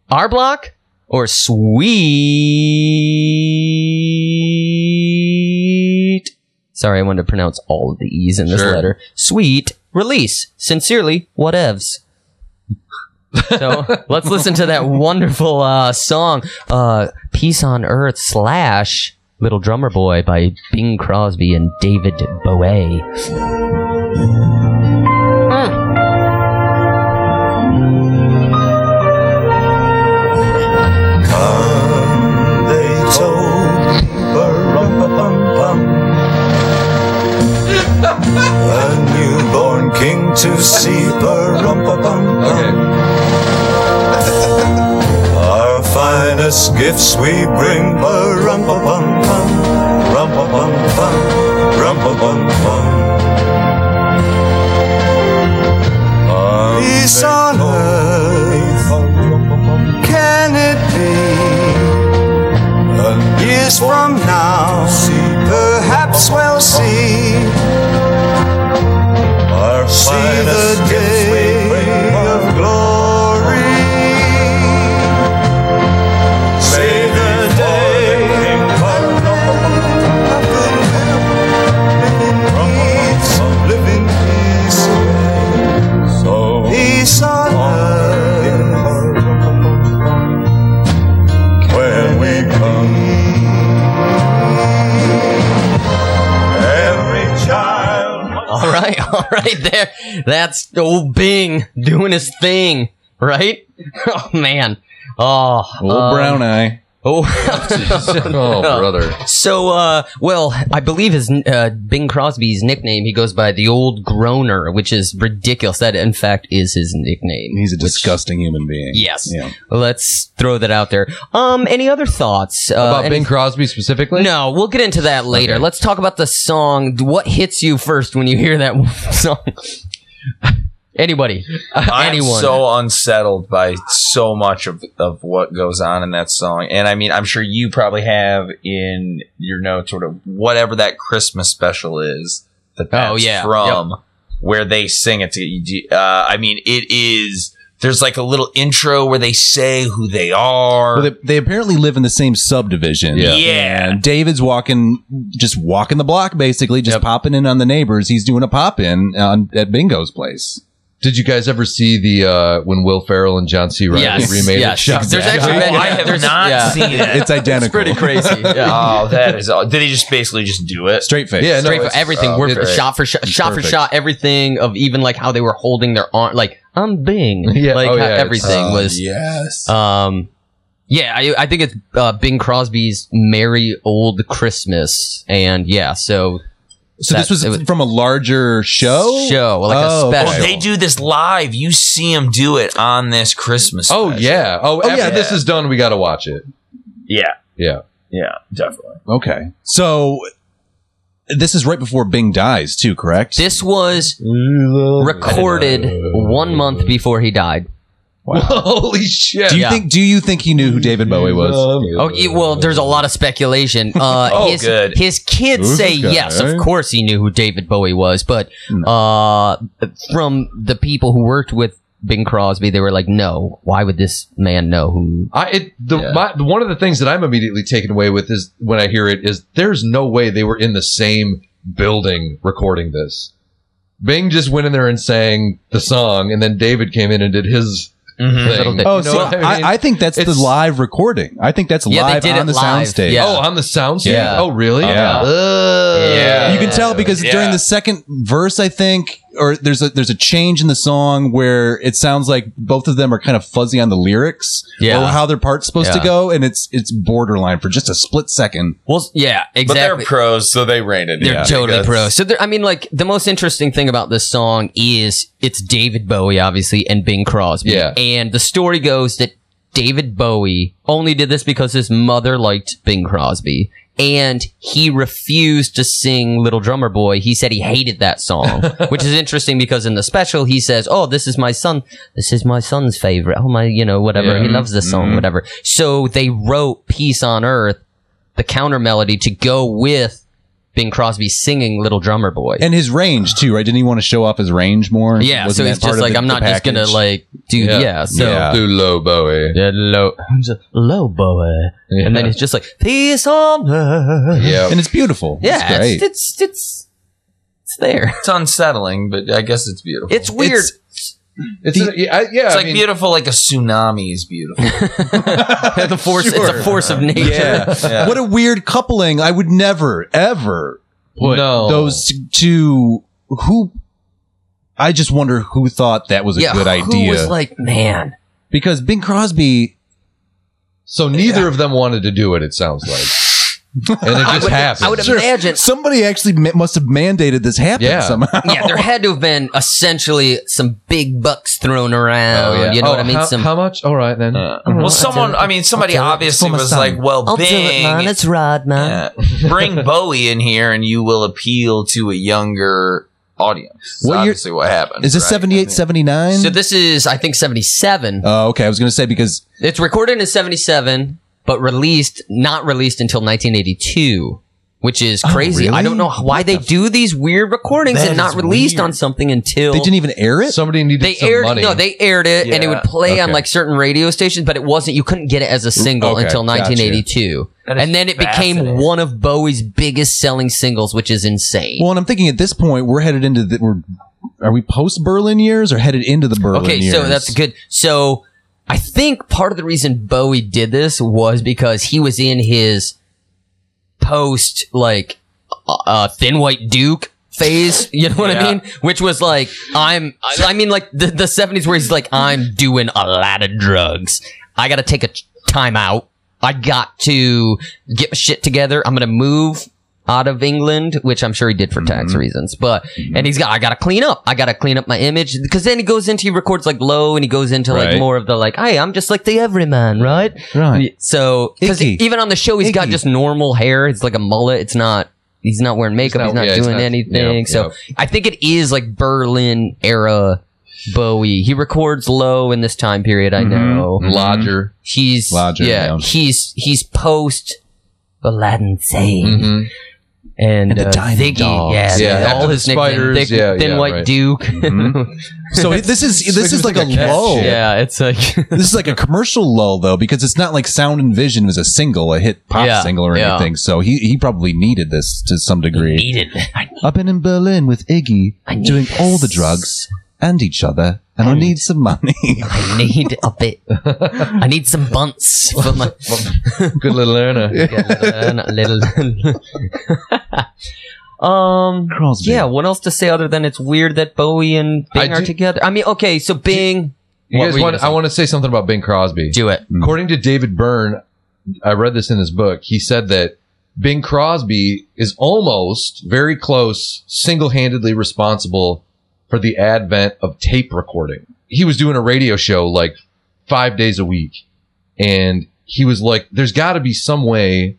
Speaker 1: R block or sweet? Sorry, I wanted to pronounce all of the E's in this
Speaker 3: Sure.
Speaker 1: letter. Sweet release. Sincerely, whatevs. so let's listen to that wonderful uh, song, uh, Peace on Earth slash Little Drummer Boy by Bing Crosby and David Bowie.
Speaker 6: Come, they told Ba-rum-ba-bum-bum. A newborn king to see Ba-rum-ba-bum-bum.
Speaker 3: Okay.
Speaker 6: Our finest gifts we bring Ba-rum-ba-bum-bum. Rum-ba-bum-bum. Rum-ba-bum-bum. Peace on earth can it be? Years from now, perhaps we'll see. Our see the day of glory. See the day of goodwill, of living peace. Peace on earth when we come. Every child.
Speaker 1: All right, all right, there. That's old Bing doing his thing, right? Oh man. Oh,
Speaker 4: Old
Speaker 1: um,
Speaker 4: brown eye.
Speaker 1: Oh,
Speaker 3: oh, brother.
Speaker 1: So, uh, well, I believe his uh, Bing Crosby's nickname. He goes by the old groaner, which is ridiculous. That, in fact, is his nickname.
Speaker 4: He's a disgusting human being.
Speaker 1: Yes.
Speaker 4: Yeah.
Speaker 1: Let's throw that out there. Um, any other thoughts uh,
Speaker 3: About
Speaker 1: any-
Speaker 3: Bing Crosby specifically?
Speaker 1: No, we'll get into that later. Let's talk about the song. What hits you first when you hear that song? Anybody? Uh,
Speaker 5: I'm
Speaker 1: Anyone?
Speaker 5: so unsettled by so much of, of what goes on in that song. And I mean, I'm sure you probably have in your notes sort of whatever that Christmas special is that that's
Speaker 1: Oh, yeah.
Speaker 5: from where they sing it to you. do- Uh, I mean, it is, there's like a little intro where they say who they are.
Speaker 4: Well, they, they apparently live in the same subdivision.
Speaker 5: Yeah. Yeah.
Speaker 4: And David's walking, just walking the block, basically, just popping in on the neighbors. He's doing a pop in on at Bingo's place.
Speaker 3: Did you guys ever see the uh, when Will Ferrell and John C. Riley
Speaker 1: Yes,
Speaker 3: remade
Speaker 1: yes.
Speaker 3: it? Shock
Speaker 1: There's
Speaker 3: Jack.
Speaker 1: actually
Speaker 5: Oh,
Speaker 1: been-
Speaker 5: I have
Speaker 1: there's-
Speaker 5: not
Speaker 1: yeah.
Speaker 5: seen it.
Speaker 4: It's identical.
Speaker 1: Pretty crazy. Yeah.
Speaker 5: oh, that is, all. did he just basically just do it?
Speaker 4: Straight face.
Speaker 3: Yeah, no,
Speaker 1: Straight for
Speaker 3: it's-
Speaker 1: everything,
Speaker 3: oh,
Speaker 1: word
Speaker 3: okay.
Speaker 1: for shot for shot, shot for
Speaker 3: Perfect.
Speaker 1: shot, everything of even like how they were holding their arm, like I'm Bing,
Speaker 3: Yeah,
Speaker 1: like how
Speaker 3: oh, yeah, it's-
Speaker 4: uh,
Speaker 1: everything was.
Speaker 5: Yes.
Speaker 1: Um, yeah, I, I think it's uh, Bing Crosby's "Merry Old Christmas," and yeah, so
Speaker 4: So
Speaker 1: That-
Speaker 4: this was,
Speaker 1: it was-
Speaker 4: from a larger show?
Speaker 1: show like
Speaker 4: Oh,
Speaker 1: a
Speaker 4: okay.
Speaker 1: special.
Speaker 5: Oh, they do this live. You see them do it on this Christmas.
Speaker 3: Oh
Speaker 5: special.
Speaker 3: yeah. Oh, after
Speaker 4: yeah.
Speaker 3: this is done, we got to watch it.
Speaker 5: yeah,
Speaker 3: Yeah.
Speaker 5: yeah, definitely.
Speaker 4: Okay. So this is right before Bing dies, too, correct?
Speaker 1: This was recorded one month before he died.
Speaker 3: Holy shit.
Speaker 4: do you
Speaker 1: yeah.
Speaker 4: think? Do you think he knew who David Bowie was?
Speaker 1: Oh, y- well, there's a lot of speculation. Uh,
Speaker 5: Oh,
Speaker 1: his,
Speaker 5: good.
Speaker 1: His kids
Speaker 4: Who's
Speaker 1: say
Speaker 4: this guy, Hmm.
Speaker 1: yes,
Speaker 4: eh?
Speaker 1: of course he knew who David Bowie was, but uh, from the people who worked with Bing Crosby, they were like, no, why would this man know who?
Speaker 3: I it, the
Speaker 4: Yeah.
Speaker 3: my, one of the things that I'm immediately taken away with is when I hear it is there's no way they were in the same building recording this. Bing just went in there and sang the song, and then David came in and did his
Speaker 1: little
Speaker 3: thing.
Speaker 1: bit.
Speaker 4: Oh,
Speaker 3: You know
Speaker 4: so
Speaker 3: what
Speaker 4: I,
Speaker 3: mean?
Speaker 4: I think that's the
Speaker 3: It's-
Speaker 4: live recording. I think that's
Speaker 1: Yeah, they
Speaker 4: live
Speaker 1: did
Speaker 4: on
Speaker 1: it
Speaker 4: the
Speaker 1: live.
Speaker 4: soundstage.
Speaker 1: Yeah.
Speaker 3: oh on the sound. stage?
Speaker 1: Yeah.
Speaker 3: Oh really?
Speaker 4: Yeah.
Speaker 3: Ugh.
Speaker 5: Yeah.
Speaker 4: You can tell because
Speaker 5: Yeah.
Speaker 4: during the second verse, I think, or there's a there's a change in the song where it sounds like both of them are kind of fuzzy on the lyrics
Speaker 1: Yeah.
Speaker 4: or how their part's supposed to
Speaker 1: Yeah.
Speaker 4: go, and it's it's borderline for just a split second.
Speaker 1: Well, yeah,
Speaker 5: But
Speaker 1: exactly.
Speaker 5: they're pros, so they ran it.
Speaker 1: They're
Speaker 5: in.
Speaker 1: totally
Speaker 5: Because-
Speaker 1: pro. So, there- I mean, like the most interesting thing about this song is it's David Bowie, obviously, and Bing Crosby.
Speaker 3: Yeah.
Speaker 1: And the story goes that David Bowie only did this because his mother liked Bing Crosby, and he refused to sing "Little Drummer Boy." He said he hated that song, which is interesting because in the special he says, "Oh, this is my son. This is my son's favorite. Oh my, you know, whatever.
Speaker 3: Yeah. Mm-hmm.
Speaker 1: He loves this song, whatever." So they wrote "Peace on Earth." The counter melody to go with Bing Crosby singing "Little Drummer Boy."
Speaker 4: And his range too, right? Didn't he want to show off his range more?
Speaker 1: yeah,
Speaker 4: Wasn't
Speaker 1: so
Speaker 4: that
Speaker 1: it's
Speaker 4: part
Speaker 1: just
Speaker 4: of
Speaker 1: like
Speaker 4: the-
Speaker 1: I'm
Speaker 4: the
Speaker 1: not just gonna
Speaker 4: package?
Speaker 1: like, dude,
Speaker 3: Yeah.
Speaker 1: yeah. so
Speaker 4: Yeah.
Speaker 3: Do low Bowie.
Speaker 1: yeah, low, low boy,
Speaker 3: Yeah.
Speaker 1: and then it's just like peace on earth.
Speaker 3: Yeah.
Speaker 4: and it's beautiful.
Speaker 1: Yeah,
Speaker 4: it's great.
Speaker 1: it's, it's it's it's there.
Speaker 5: It's unsettling, but I guess it's beautiful.
Speaker 1: It's weird.
Speaker 3: It's, a- yeah, I- yeah,
Speaker 5: It's
Speaker 3: I
Speaker 5: like
Speaker 3: mean,
Speaker 5: beautiful, like a tsunami is beautiful.
Speaker 1: the force. It's a force of nature.
Speaker 4: yeah.
Speaker 5: Yeah.
Speaker 4: What a weird coupling. I would never, ever put
Speaker 3: No.
Speaker 4: those t- two. Who? I just wonder who thought that was a
Speaker 1: Yeah,
Speaker 4: good idea.
Speaker 1: Who was like, man?
Speaker 4: because Bing Crosby.
Speaker 3: So neither of them wanted to do it. It sounds like, and it just happened.
Speaker 1: I would imagine.
Speaker 4: Somebody actually ma- must have mandated this happen
Speaker 3: Yeah.
Speaker 4: somehow.
Speaker 1: Yeah, there had to have been essentially some big bucks thrown around. You know
Speaker 3: Oh,
Speaker 1: what I mean?
Speaker 3: How,
Speaker 1: some. Uh,
Speaker 3: how much? All right then.
Speaker 5: well, someone, I mean, somebody obviously
Speaker 4: for my
Speaker 5: was
Speaker 4: son.
Speaker 5: like, "Well,
Speaker 7: I'll do it, man.
Speaker 5: Bing,
Speaker 7: It's Rod, man.
Speaker 5: yeah, bring Bowie in here, and you will appeal to a younger audience."
Speaker 4: What
Speaker 5: What
Speaker 4: year-
Speaker 5: obviously, what happened?
Speaker 4: Is this
Speaker 5: right? I
Speaker 4: 78,
Speaker 5: mean-
Speaker 4: 79?
Speaker 1: so this is, I think, seventy-seven.
Speaker 4: oh, okay. I was going to say because
Speaker 1: It's recorded in 77, but released, not released until 1982, which is crazy.
Speaker 4: Oh, really?
Speaker 1: I don't know why they do these weird recordings
Speaker 5: That
Speaker 1: and not
Speaker 5: is
Speaker 1: released
Speaker 5: weird.
Speaker 1: on something until
Speaker 4: they didn't even air it.
Speaker 3: Somebody needed
Speaker 1: they
Speaker 3: some
Speaker 1: aired
Speaker 3: money.
Speaker 1: no they aired it and it
Speaker 5: Yeah.
Speaker 1: would play on
Speaker 4: Okay.
Speaker 1: like certain radio stations but it wasn't you couldn't get it as a single
Speaker 4: okay,
Speaker 1: until
Speaker 4: gotcha.
Speaker 1: 1982
Speaker 5: That is
Speaker 1: and then it
Speaker 5: fascinating.
Speaker 1: became one of Bowie's biggest selling singles which is insane
Speaker 4: Well, and I'm thinking at this point we're headed into the we're are we post Berlin years or headed into the Berlin
Speaker 1: Okay,
Speaker 4: years?
Speaker 1: so that's good. So I think part of the reason Bowie did this was because he was in his post like uh, uh, thin white Duke phase. You know what
Speaker 5: Yeah.
Speaker 1: I mean? Which was like I'm. I, I mean, like the the seventies where he's like I'm doing a lot of drugs. I got to take a ch- time out. I got to get my shit together. I'm gonna move out of England, which I'm sure he did for tax reasons. But and he's got I gotta clean up. I gotta clean up my image because then he goes into he records like low and he goes into like
Speaker 4: Right.
Speaker 1: more of the like hey I'm just like the everyman right
Speaker 4: Right.
Speaker 1: so because
Speaker 4: Icky.
Speaker 1: even on the show he's got
Speaker 4: Icky.
Speaker 1: just normal hair. It's like a mullet. It's not. He's not wearing makeup. He's
Speaker 3: not-
Speaker 1: not
Speaker 3: yeah, it's
Speaker 1: doing
Speaker 3: not-
Speaker 1: anything.
Speaker 3: yeah,
Speaker 1: so I think it is like Berlin era Bowie. He records low in this time period.
Speaker 4: Mm-hmm.
Speaker 1: I know.
Speaker 3: Mm-hmm. Lodger.
Speaker 1: He's
Speaker 4: Lodger,
Speaker 1: yeah,
Speaker 4: yeah.
Speaker 1: He's he's post Aladdin Sane
Speaker 3: Mm-hmm.
Speaker 1: and,
Speaker 4: And the
Speaker 1: uh,
Speaker 4: Diamond
Speaker 1: Ziggy.
Speaker 4: Dogs.
Speaker 1: Yeah,
Speaker 3: Yeah,
Speaker 1: yeah,
Speaker 3: after
Speaker 1: all
Speaker 3: the
Speaker 1: his nicknames.
Speaker 3: Spiders,
Speaker 1: Thick-
Speaker 3: yeah,
Speaker 1: Thin
Speaker 3: yeah,
Speaker 1: White
Speaker 3: right.
Speaker 1: Duke.
Speaker 4: So it- this is
Speaker 3: Like
Speaker 4: this
Speaker 3: it
Speaker 4: is
Speaker 3: was
Speaker 4: like a
Speaker 3: like a cat
Speaker 4: lull.
Speaker 3: shit.
Speaker 1: yeah, it's like
Speaker 4: This is like a commercial lull though, because it's not like Sound and Vision was a single, a hit pop
Speaker 1: Yeah,
Speaker 4: single or
Speaker 1: yeah.
Speaker 4: anything. So he he probably needed this to some degree.
Speaker 1: needed.
Speaker 4: I've been in Berlin with Iggy,
Speaker 1: need
Speaker 4: doing all the
Speaker 1: this.
Speaker 4: drugs and each other, and I need some money.
Speaker 1: I need a bit. I need some bunts for my
Speaker 3: Good little learner.
Speaker 1: little. um.
Speaker 4: Crosby.
Speaker 1: Yeah. What else to say other than it's weird that Bowie and
Speaker 3: I
Speaker 1: Bing are
Speaker 3: do-
Speaker 1: together? I mean, okay, so Bing.
Speaker 3: You
Speaker 1: What
Speaker 3: guys
Speaker 1: were you
Speaker 3: want-
Speaker 1: gonna
Speaker 3: I
Speaker 1: say?
Speaker 3: want to say something about Bing Crosby.
Speaker 1: Do it.
Speaker 3: According to David Byrne, I read this in his book. He said that Bing Crosby is almost very close, single handedly responsible for the advent of tape recording. He was doing a radio show like five days a week. And he was like, there's got to be some way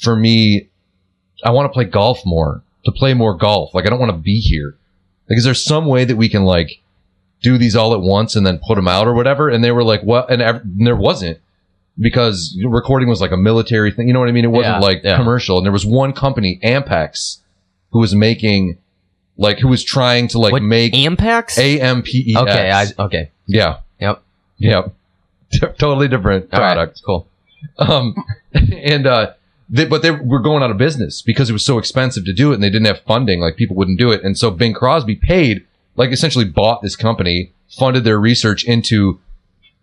Speaker 3: for me. I want to play golf more, to play more golf. Like, I don't want to be here. Like, is there some way that we can, like, do these all at once and then put them out or whatever. And they were like, well, and, ev- and there wasn't because recording was like a military thing. You know what I mean? It wasn't
Speaker 1: Yeah,
Speaker 3: like
Speaker 1: yeah.
Speaker 3: commercial. And there was one company, Ampex, who was making like, who was trying to like
Speaker 1: What
Speaker 3: make
Speaker 1: Ampex.
Speaker 3: A M P E X.
Speaker 1: okay. I, okay.
Speaker 3: yeah.
Speaker 1: Yep.
Speaker 3: Yep. totally different
Speaker 1: All right,
Speaker 3: product. Cool. Um, and, uh, they, but they were going out of business because it was so expensive to do it and they didn't have funding. Like people wouldn't do it. And so Bing Crosby paid, like essentially bought this company, funded their research into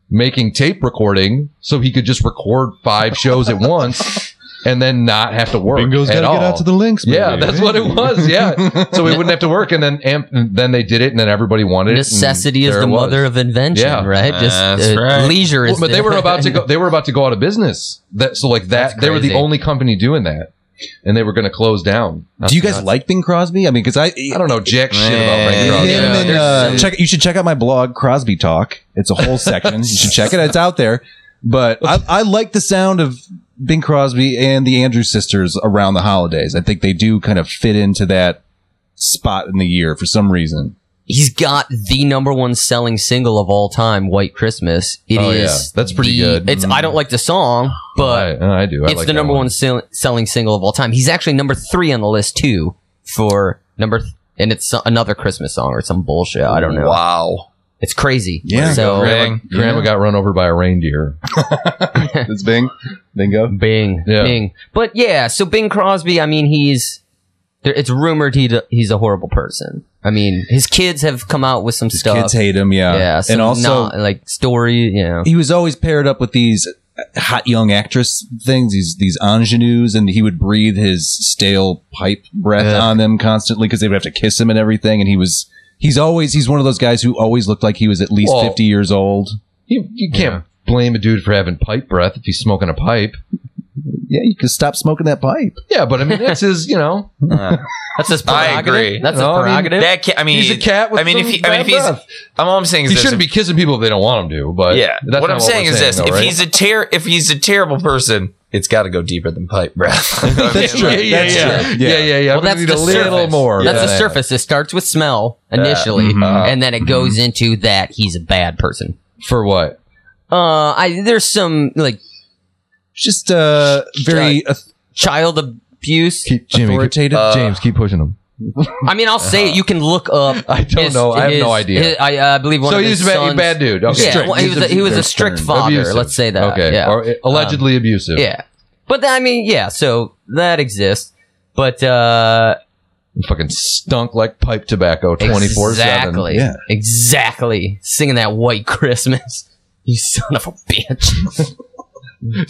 Speaker 3: making tape recording so he could just record five shows at once and then not have to work. at all.
Speaker 4: links.
Speaker 3: Yeah, that's what it was. Yeah, so we wouldn't have to work, and then amp, and then they did it, and then everybody wanted it. and
Speaker 1: Necessity is
Speaker 3: there
Speaker 1: the
Speaker 3: it was.
Speaker 1: mother of invention,
Speaker 3: Yeah.
Speaker 1: right? Just
Speaker 5: That's
Speaker 1: uh,
Speaker 5: right.
Speaker 1: leisure is.
Speaker 3: Well, but
Speaker 1: the-
Speaker 3: they were about to go. They were about to go out of business. That so like that.
Speaker 1: That's
Speaker 3: They were the
Speaker 1: crazy.
Speaker 3: only company doing that, and they were going to close down.
Speaker 4: Do you guys like Bing Crosby? I mean, because I,
Speaker 3: I don't know jack shit about Bing
Speaker 5: Man.
Speaker 3: Crosby.
Speaker 5: Yeah,
Speaker 4: Him and,
Speaker 5: there's
Speaker 4: uh,
Speaker 5: some-
Speaker 4: check, you should check out my blog, Crosby Talk. It's a whole section. you should check it. It's out there. But I, I like the sound of Bing Crosby and the Andrews sisters around the holidays. I think they do kind of fit into that spot in the year for some reason.
Speaker 1: he's got the number one selling single of all time, White Christmas. It is
Speaker 3: Oh, yeah. That's pretty
Speaker 1: E. the-
Speaker 3: good.
Speaker 1: It's I don't like the song, but
Speaker 3: I, I do. I
Speaker 1: it's
Speaker 3: like
Speaker 1: the
Speaker 3: that
Speaker 1: number one, sell- selling single of all time. He's actually number three on the list too for number, th- and it's so- another Christmas song or some bullshit. I don't know.
Speaker 5: Wow.
Speaker 1: It's crazy.
Speaker 4: Yeah.
Speaker 1: So
Speaker 5: Ring.
Speaker 3: Grandma got run over by a reindeer.
Speaker 4: It's Bing. Bingo.
Speaker 1: Bing,
Speaker 3: Yeah.
Speaker 1: Bing. But yeah, so Bing Crosby. I mean, he's. there- It's rumored he d- he's a horrible person. I mean, his kids have come out with some stuff.
Speaker 4: Kids hate him. Yeah.
Speaker 1: yeah, some
Speaker 4: and also,
Speaker 1: not, like story. You know,
Speaker 4: he was always paired up with these hot young actress things, these these ingenues, and he would breathe his stale pipe breath on them constantly because they would have to kiss him and everything. And he was he's always he's one of those guys who always looked like he was at least
Speaker 3: Well-
Speaker 4: fifty years old.
Speaker 3: You, you can't blame a dude for having pipe breath if he's smoking a pipe.
Speaker 4: Yeah, you could stop smoking that pipe.
Speaker 3: Yeah, but I mean that's his. You know,
Speaker 1: that's his
Speaker 5: I
Speaker 1: prerogative.
Speaker 5: agree.
Speaker 1: That's his
Speaker 3: No, I mean,
Speaker 1: prerogative.
Speaker 5: That cat. I mean,
Speaker 3: he's a cat. With
Speaker 5: I mean, if
Speaker 3: some
Speaker 5: he, I mean,
Speaker 3: bad
Speaker 5: if he's,
Speaker 3: breath.
Speaker 5: I'm all I'm saying is
Speaker 3: he
Speaker 5: this,
Speaker 3: shouldn't be kissing people if they don't want him to. But
Speaker 5: Yeah.
Speaker 3: that's
Speaker 5: what
Speaker 3: not
Speaker 5: I'm saying
Speaker 3: we're
Speaker 5: is this:
Speaker 3: though,
Speaker 5: if
Speaker 3: right?
Speaker 5: he's a ter- if he's a terrible person, it's got to go deeper than pipe breath. I mean,
Speaker 4: That's true.
Speaker 5: like,
Speaker 3: yeah,
Speaker 4: That's
Speaker 3: yeah,
Speaker 4: true.
Speaker 3: yeah, yeah, yeah, yeah.
Speaker 1: Well,
Speaker 3: We
Speaker 1: that's
Speaker 3: need
Speaker 1: the
Speaker 3: a little
Speaker 1: surface.
Speaker 3: more.
Speaker 1: That's the
Speaker 3: Yeah.
Speaker 1: surface. It starts with smell initially,
Speaker 3: Mm-hmm.
Speaker 1: and then it goes into that he's a bad person.
Speaker 3: for what?
Speaker 1: Uh, I there's some like
Speaker 4: Just uh, very uh,
Speaker 1: child abuse.
Speaker 3: Keep, Jimmy, uh,
Speaker 4: authoritative.
Speaker 3: James, keep pushing him.
Speaker 1: I mean, I'll say it. You can look up.
Speaker 3: Uh-huh. I don't know. I have no idea.
Speaker 1: his- I, uh, I believe one
Speaker 3: So
Speaker 1: of
Speaker 3: he's
Speaker 1: his
Speaker 3: a bad,
Speaker 1: sons.
Speaker 3: bad dude. Okay.
Speaker 1: Yeah,
Speaker 4: Strict.
Speaker 1: well, he
Speaker 4: He's
Speaker 1: was a,
Speaker 4: a-
Speaker 1: he was a
Speaker 4: very
Speaker 1: strict
Speaker 4: stern.
Speaker 1: father.
Speaker 3: Abusive.
Speaker 1: Let's say that.
Speaker 3: Okay.
Speaker 1: Yeah. Um,
Speaker 3: Or uh, allegedly abusive.
Speaker 1: yeah. But I mean, yeah. So that exists. But uh,
Speaker 3: Fucking stunk like pipe tobacco 24
Speaker 1: Exactly.
Speaker 3: 7.
Speaker 4: Yeah.
Speaker 1: Exactly. Singing that white Christmas. You son of a bitch.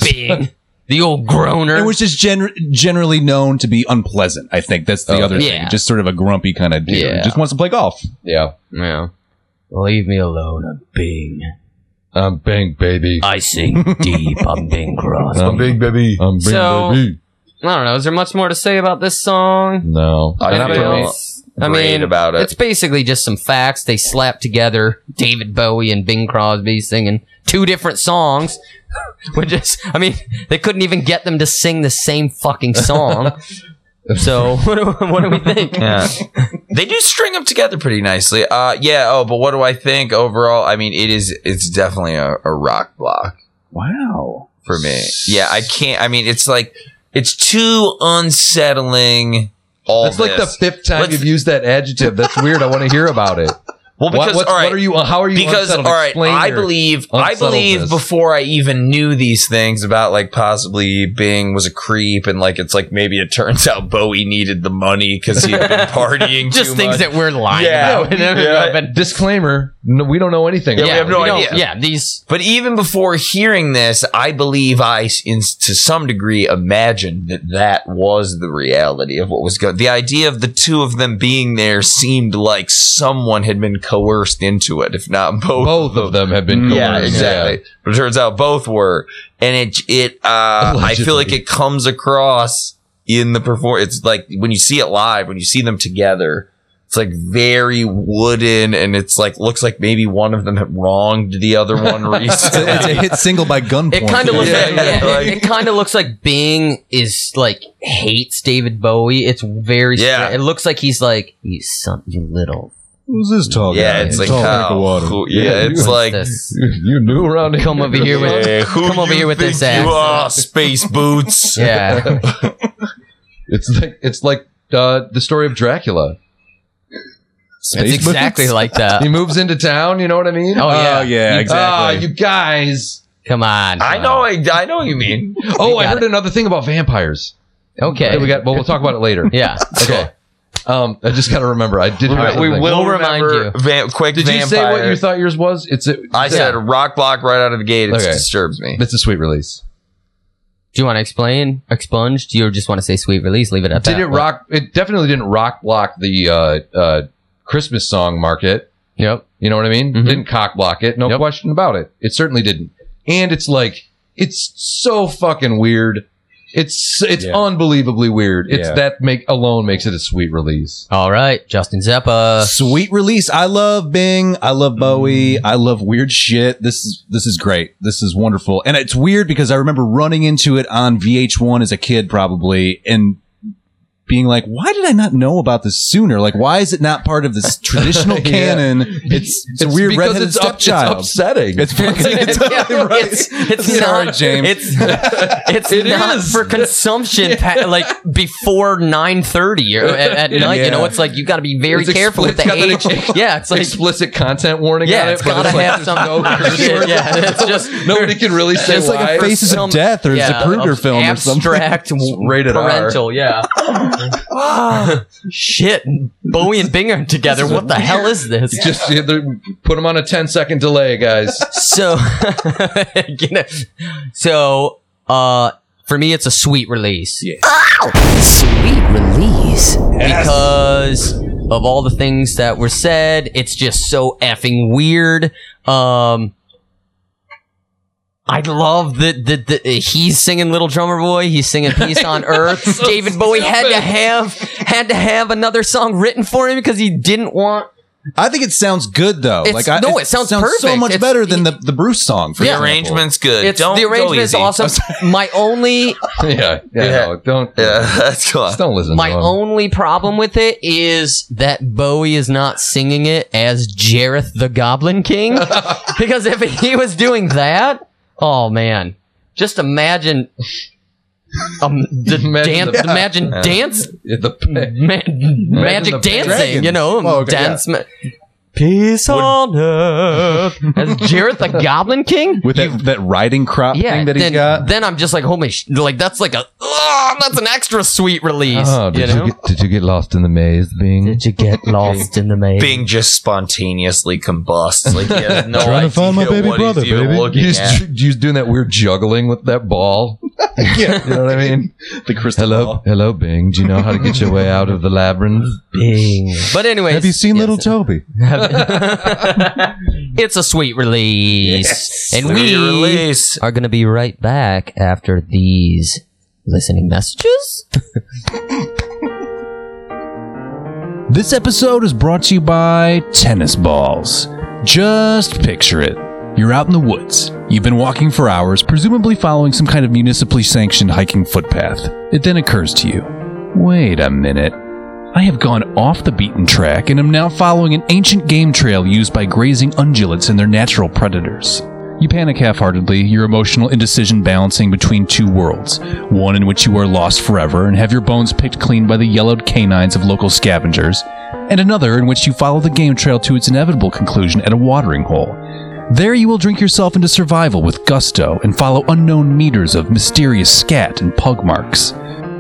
Speaker 1: Bing. The old groaner.
Speaker 4: It was just gen- generally known to be unpleasant. I think that's the
Speaker 3: Oh,
Speaker 4: other
Speaker 1: yeah.
Speaker 4: thing. Just sort of a grumpy kind of dude.
Speaker 1: Yeah.
Speaker 4: Just wants to play golf.
Speaker 3: Yeah.
Speaker 1: yeah. Leave me alone, I'm Bing.
Speaker 3: I'm big baby.
Speaker 1: I sing deep. I'm being crossed.
Speaker 3: I'm big baby. I'm big
Speaker 1: So-
Speaker 3: baby.
Speaker 1: I don't know. Is there much more to say about this song?
Speaker 3: No,
Speaker 5: I
Speaker 3: Not
Speaker 5: feel-
Speaker 3: for me.
Speaker 1: It's- I
Speaker 5: great
Speaker 1: mean,
Speaker 5: about it.
Speaker 1: It's basically just some facts they slapped together. David Bowie and Bing Crosby singing two different songs. Which is, I mean, they couldn't even get them to sing the same fucking song. so what do, what do we think?
Speaker 5: Yeah. they do string them together pretty nicely. Uh, yeah. Oh, but what do I think overall? I mean, it is. It's definitely a, a rock block
Speaker 4: Wow.
Speaker 5: for me. Yeah, I can't. I mean, it's like it's too unsettling. All
Speaker 3: That's like the
Speaker 5: this.
Speaker 3: fifth time
Speaker 5: Let's-
Speaker 3: you've used that adjective. That's weird. I want to hear about it.
Speaker 5: well
Speaker 3: What, what's, what are you? How are you?
Speaker 5: because all
Speaker 3: unsettled?
Speaker 5: right,
Speaker 3: Explain
Speaker 5: I
Speaker 3: your-
Speaker 5: believe I believe
Speaker 3: unsettledness.
Speaker 5: before I even knew these things about like possibly Bing was a creep and like it's like maybe it turns out Bowie needed the money because he had been partying
Speaker 1: Just
Speaker 5: too
Speaker 1: things
Speaker 5: much.
Speaker 1: that we're lying
Speaker 5: Yeah,
Speaker 1: about.
Speaker 5: yeah.
Speaker 1: But-
Speaker 3: Disclaimer: no, We don't know anything.
Speaker 5: we
Speaker 3: about
Speaker 5: have
Speaker 3: it.
Speaker 5: no
Speaker 1: we don't-
Speaker 5: idea.
Speaker 1: Yeah, these
Speaker 5: But even before hearing this, I believe I, s- in, to some degree, imagined that that was the reality of what was going. The idea of the two of them being there seemed like someone had been coerced into it, if not both.
Speaker 3: Both of them have been.
Speaker 5: Yeah,
Speaker 3: coerced.
Speaker 5: exactly. But it turns out both were, and it it uh, I feel like
Speaker 3: Allegedly.
Speaker 5: it comes across in the perform. It's like when you see it live, when you see them together, it's like very wooden, and it's like looks like maybe one of them had wronged the other one
Speaker 4: It's a, it's a
Speaker 5: recently.
Speaker 4: hit single by Gunpoint.
Speaker 1: It kind of looks
Speaker 5: Yeah,
Speaker 1: like,
Speaker 5: yeah,
Speaker 1: it-
Speaker 5: like-
Speaker 1: it kind of looks like Bing is like hates David Bowie. It's very
Speaker 5: Yeah.
Speaker 1: strange. It looks like he's like you son, you little
Speaker 4: Who's this tall guy?
Speaker 5: yeah, it's like
Speaker 4: Tall
Speaker 1: oh,
Speaker 4: drink
Speaker 5: how,
Speaker 4: of water.
Speaker 5: who- yeah,
Speaker 3: you-
Speaker 5: it's like.
Speaker 1: this.
Speaker 3: You knew around here.
Speaker 1: Come over here with
Speaker 5: Yeah, who
Speaker 1: come over
Speaker 5: you
Speaker 1: here with this
Speaker 5: think You
Speaker 1: accent.
Speaker 5: are, space boots.
Speaker 1: Yeah,
Speaker 3: It's like it's like uh, the story of Dracula.
Speaker 1: it's exactly like that.
Speaker 3: He moves into town. You know what I mean?
Speaker 1: Oh yeah,
Speaker 4: Oh, yeah,
Speaker 3: Ah,
Speaker 4: exactly.
Speaker 3: you guys.
Speaker 1: come on.
Speaker 5: I know. I, I know what you mean.
Speaker 3: Oh, I
Speaker 1: got
Speaker 3: heard another thing about vampires.
Speaker 1: Okay,
Speaker 3: That We got. Well, we'll talk about it later.
Speaker 1: yeah.
Speaker 3: Okay. Um, I just got to remember. I did. hear
Speaker 5: we
Speaker 3: something.
Speaker 5: will
Speaker 1: We'll remind
Speaker 5: remember va- quick
Speaker 3: Did you say what
Speaker 5: vampire.
Speaker 3: you thought yours was? It's a,
Speaker 5: I said rock block right out of the gate. It
Speaker 3: Okay.
Speaker 5: disturbs me.
Speaker 3: it's a sweet release.
Speaker 1: Do you want to explain expunge? Do you just want to say sweet release? Leave it at that.
Speaker 3: Did it rock? It definitely didn't rock block the uh, uh, Christmas song market.
Speaker 1: Yep.
Speaker 3: You know what I mean?
Speaker 1: Mhm.
Speaker 3: Didn't cock block it. No
Speaker 1: Yep.
Speaker 3: question about it. It certainly didn't. And it's like it's so fucking weird. It's it's
Speaker 4: Yeah.
Speaker 3: unbelievably weird. It's
Speaker 4: Yeah.
Speaker 3: that make alone makes it a sweet release.
Speaker 1: All right, Justin Zeppa.
Speaker 4: Sweet release. I love Bing. I love
Speaker 1: Mm.
Speaker 4: Bowie. I love weird shit. This is this is great. This is wonderful. And it's weird because I remember running into it on VH1 as a kid, probably, and being like, "Why did I not know about this sooner? Like, why is it not part of this traditional
Speaker 3: Yeah.
Speaker 4: canon? It's it's, a weird
Speaker 3: because
Speaker 4: redheaded
Speaker 3: it's, up- it's
Speaker 4: stepchild.
Speaker 3: upsetting.
Speaker 4: It's fucking it's, right.
Speaker 1: It's, it's
Speaker 4: Sorry,
Speaker 1: not
Speaker 4: James.
Speaker 1: It's it's not for consumption pa- like before nine thirty or at, at night. You know,
Speaker 4: Yeah.
Speaker 1: it's like you got to be very
Speaker 3: It's
Speaker 1: careful
Speaker 3: expli-
Speaker 1: with the
Speaker 3: it's
Speaker 1: age.
Speaker 3: got that ex-
Speaker 1: yeah, it's like
Speaker 3: explicit content warning.
Speaker 1: yeah,
Speaker 3: on it,
Speaker 1: it's
Speaker 3: but
Speaker 1: got to
Speaker 3: like,
Speaker 1: have
Speaker 3: there's
Speaker 1: some
Speaker 3: no curse
Speaker 1: shit.
Speaker 3: words.
Speaker 1: Yeah, it's just
Speaker 3: Nobody can really say
Speaker 1: It's
Speaker 3: why.
Speaker 4: like a faces
Speaker 1: Some-
Speaker 4: of death or
Speaker 1: yeah,
Speaker 4: Zapruder
Speaker 1: ab-
Speaker 4: film or something.
Speaker 1: abstract, w-
Speaker 3: rated R.
Speaker 1: parental. Yeah. Ah, shit, Bowie and Bing are together. What the hell is this?
Speaker 3: Just yeah, they're- put them on a 10 second delay, guys.
Speaker 1: so you know, so uh for me it's a sweet release
Speaker 7: Sweet release.
Speaker 1: because of all the things that were said it's just so effing weird um I love that the, the, he's singing Little Drummer Boy. He's singing Peace on Earth. David Bowie had to have had to have another song written for him because he didn't want.
Speaker 4: I think it sounds good though.
Speaker 1: It's-
Speaker 4: like I,
Speaker 1: no, it sounds
Speaker 4: so
Speaker 1: perfect.
Speaker 4: much
Speaker 1: It's-
Speaker 4: better than the, the Bruce song. For
Speaker 5: The
Speaker 4: example.
Speaker 5: arrangement's good.
Speaker 1: It's
Speaker 5: Don't
Speaker 1: the arrangement
Speaker 5: go
Speaker 1: is
Speaker 5: easy.
Speaker 1: awesome. My only
Speaker 3: yeah, yeah,
Speaker 5: Yeah.
Speaker 3: no, don't.
Speaker 5: Yeah, that's cool.
Speaker 3: Just don't listen
Speaker 1: My
Speaker 3: to 'em.
Speaker 1: only problem with it is that Bowie is not singing it as Jareth the Goblin King. because if he was doing that, oh man. Just imagine um, the
Speaker 3: Imagine
Speaker 1: dance,
Speaker 3: the-
Speaker 1: imagine dance,
Speaker 3: Yeah, the-
Speaker 1: ma- magic
Speaker 3: the
Speaker 1: dancing,
Speaker 4: dragons.
Speaker 1: you know,
Speaker 4: Oh, okay,
Speaker 1: dance. ma- Peace on earth. As Jareth the Goblin King?
Speaker 4: with that, that riding crop
Speaker 1: Yeah,
Speaker 4: thing that
Speaker 1: then,
Speaker 4: he's got.
Speaker 1: then I'm just like, holy, sh- like that's like a, oh, that's an extra sweet release.
Speaker 3: Oh,
Speaker 1: you
Speaker 3: did, you
Speaker 1: know?
Speaker 3: get, did you get lost in the maze, Bing?
Speaker 1: Did you get lost in the maze?
Speaker 5: Bing just spontaneously combusts. Like he has no
Speaker 4: Trying to
Speaker 5: idea
Speaker 4: find my baby
Speaker 5: what
Speaker 4: brother,
Speaker 5: he's even
Speaker 4: baby.
Speaker 5: looking
Speaker 3: You just,
Speaker 5: at.
Speaker 3: you just doing that weird juggling with that ball.
Speaker 4: Yeah.
Speaker 3: You know what I mean?
Speaker 4: the crystal
Speaker 3: Hello,
Speaker 4: ball.
Speaker 3: hello, Bing. Do you know how to get your way out of the labyrinth?
Speaker 1: Bing. But anyways,
Speaker 4: Have you seen
Speaker 1: yes.
Speaker 4: Little Toby?
Speaker 1: Have it's a sweet release. And we
Speaker 5: release.
Speaker 1: are going to be right back after these listening messages.
Speaker 4: This episode is brought to you by tennis balls. Just picture it. You're out in the woods. You've been walking for hours, presumably following some kind of municipally sanctioned hiking footpath. It then occurs to you wait a minute. I have gone off the beaten track and am now following an ancient game trail used by grazing ungulates and their natural predators. You panic half heartedly, your emotional indecision balancing between two worlds one in which you are lost forever and have your bones picked clean by the yellowed canines of local scavengers, and another in which you follow the game trail to its inevitable conclusion at a watering hole. There you will drink yourself into survival with gusto and follow unknown meters of mysterious scat and pug marks.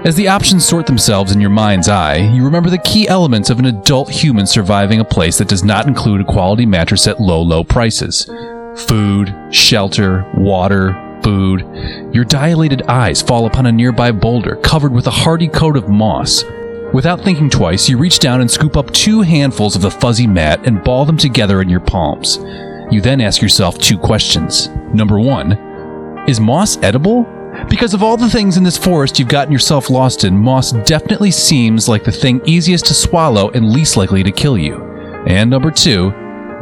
Speaker 4: As the options sort themselves in your mind's eye, you remember the key elements of an adult human surviving a place that does not include a quality mattress at low, low prices food, shelter, water, food. Your dilated eyes fall upon a nearby boulder covered with a hardy coat of moss. Without thinking twice, you reach down and scoop up two handfuls of the fuzzy mat and ball them together in your palms. You then ask yourself two questions. Number one, is moss edible? Because of all the things in this forest you've gotten yourself lost in, moss definitely seems like the thing easiest to swallow and least likely to kill you. And number two,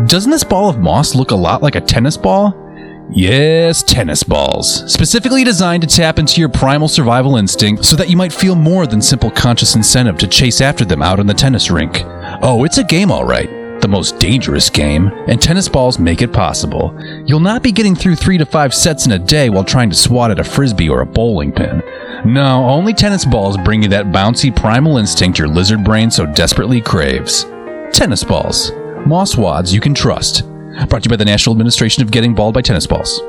Speaker 4: doesn't this ball of moss look a lot like a tennis ball? Yes, tennis balls. Specifically designed to tap into your primal survival instinct so that you might feel more than simple conscious incentive to chase after them out on the tennis rink. Oh, it's a game, alright. The most dangerous game, and tennis balls make it possible. You'll not be getting through three to five sets in a day while trying to swat at a frisbee or a bowling pin. No, only tennis balls bring you that bouncy primal instinct your lizard brain so desperately craves. Tennis balls. Moss wads you can trust. Brought to you by the National Administration of Getting Balled by Tennis Balls.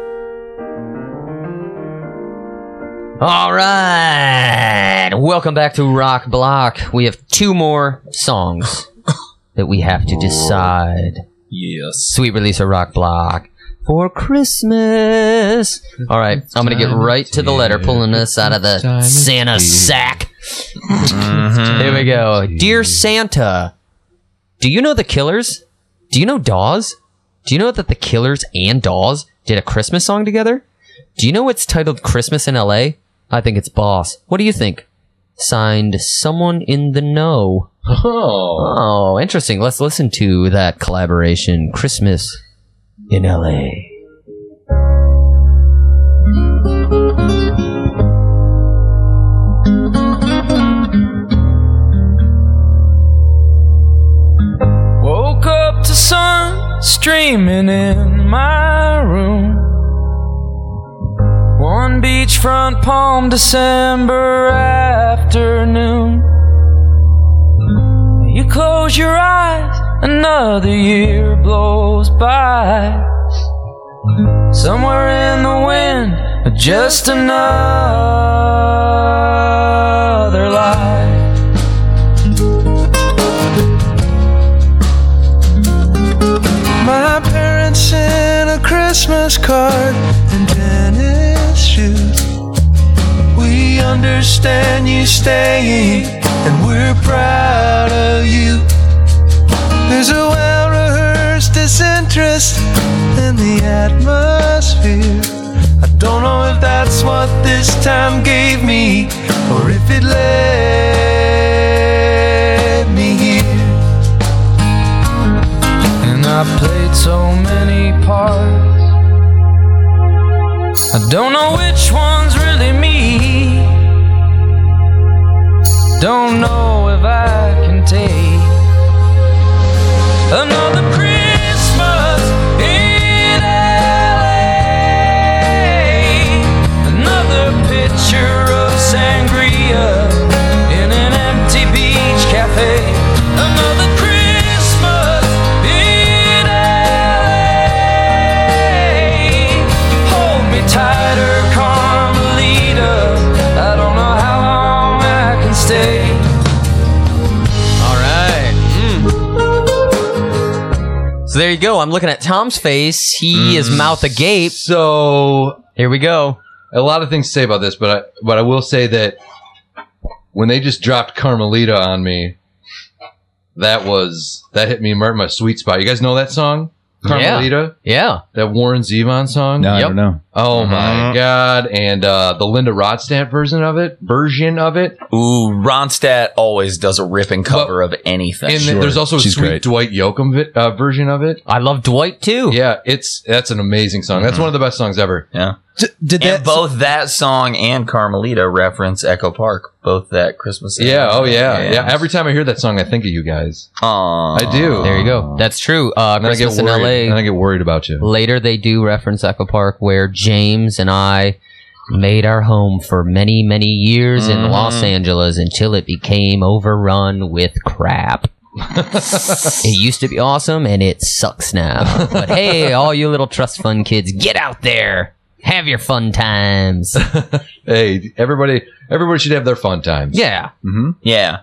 Speaker 1: All right. Welcome back to Rock Block. We have two more songs that we have to decide.
Speaker 4: Yes.
Speaker 1: Sweet release of Rock Block for Christmas. All right. I'm going to get right to the letter, pulling us out of the Santa sack. Here we go. Dear Santa, do you know the killers? Do you know Dawes? Do you know that the killers and Dawes did a Christmas song together? Do you know it's titled Christmas in LA? I think it's Boss. What do you think? Signed someone in the know.
Speaker 3: Oh.
Speaker 1: Oh, interesting. Let's listen to that collaboration, Christmas in LA.
Speaker 6: Woke up to sun streaming in my room. One beachfront palm December afternoon. You close your eyes, another year blows by. Somewhere in the wind, just another life. My parents sent a Christmas card and tennis shoes. We understand you staying, and we're proud of you. There's a well rehearsed disinterest in the atmosphere. I don't know if that's what this time gave me, or if it led me here. And I played so many parts. I don't know which one's really me. Don't know if I can take another Christmas in LA. Another picture of sangria in an empty beach cafe. Another Christmas in LA. Hold me tighter, Carmelita. I don't know how long I can stay.
Speaker 1: All right. So there you go. I'm looking at Tom's face. He is mouth agape.
Speaker 3: So
Speaker 1: Here we go.
Speaker 3: a lot of things to say about this, but I, but I will say that when they just dropped Carmelita on me, that was that hit me right in my sweet spot. You guys know that song, Carmelita,
Speaker 1: Yeah.
Speaker 3: that Warren Zevon song.
Speaker 4: No, I
Speaker 1: Yep.
Speaker 4: don't know.
Speaker 3: Oh
Speaker 4: Mm-hmm.
Speaker 3: my god! And uh, the Linda Rodstadt version of it, version of it.
Speaker 5: Ooh, Ronstadt always does a ripping cover of anything.
Speaker 3: and then there's also a
Speaker 4: She's
Speaker 3: sweet
Speaker 4: great.
Speaker 3: Dwight Yoakam vi- uh, version of it.
Speaker 1: I love Dwight too.
Speaker 3: Yeah, it's that's an amazing song.
Speaker 4: Mm-hmm.
Speaker 3: That's one of the best songs ever.
Speaker 5: yeah.
Speaker 4: D- did
Speaker 5: And
Speaker 4: that?
Speaker 5: both that song and Carmelita reference Echo Park, both that Christmas.
Speaker 3: Yeah. Oh yeah. Yeah. Every time I hear that song, I think of you guys.
Speaker 5: Aww.
Speaker 3: I do.
Speaker 1: There you go. That's true. Uh,
Speaker 3: And then I get
Speaker 1: Christmas in
Speaker 3: worried.
Speaker 1: LA.
Speaker 3: And I get worried about you.
Speaker 1: Later, they do reference Echo Park, where James and I made our home for many, many years
Speaker 5: Mm-hmm.
Speaker 1: in Los Angeles until it became overrun with crap. it used to be awesome and it sucks now. But hey, all you little trust fund kids, get out there. Have your fun times.
Speaker 3: Hey, everybody! Everybody should have their fun times.
Speaker 1: Yeah.
Speaker 5: Yeah.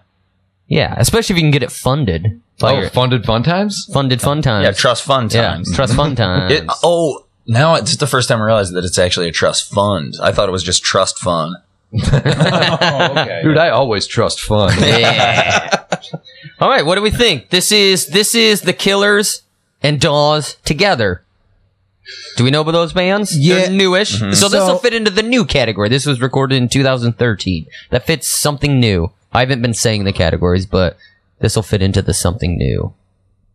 Speaker 1: Yeah. Especially if you can get it funded. By
Speaker 3: Oh,
Speaker 1: your-
Speaker 3: funded fun times.
Speaker 1: funded fun times.
Speaker 5: Oh. Yeah. Trust fund
Speaker 1: Yeah,
Speaker 5: times.
Speaker 1: Trust fun times.
Speaker 5: It, oh, now it's the first time I realized that it's actually a trust fund. I thought it was just trust fund.
Speaker 3: Dude, I always trust fun.
Speaker 1: Yeah. All right, what do we think? This is this is the Killers and Dawes together. Do we know about those bands?
Speaker 4: Yeah. Mm-hmm.
Speaker 1: They're newish. So, this will
Speaker 4: So-
Speaker 1: fit into the new category. This was recorded in 2013. That fits something new. I haven't been saying the categories, but this will fit into the something new.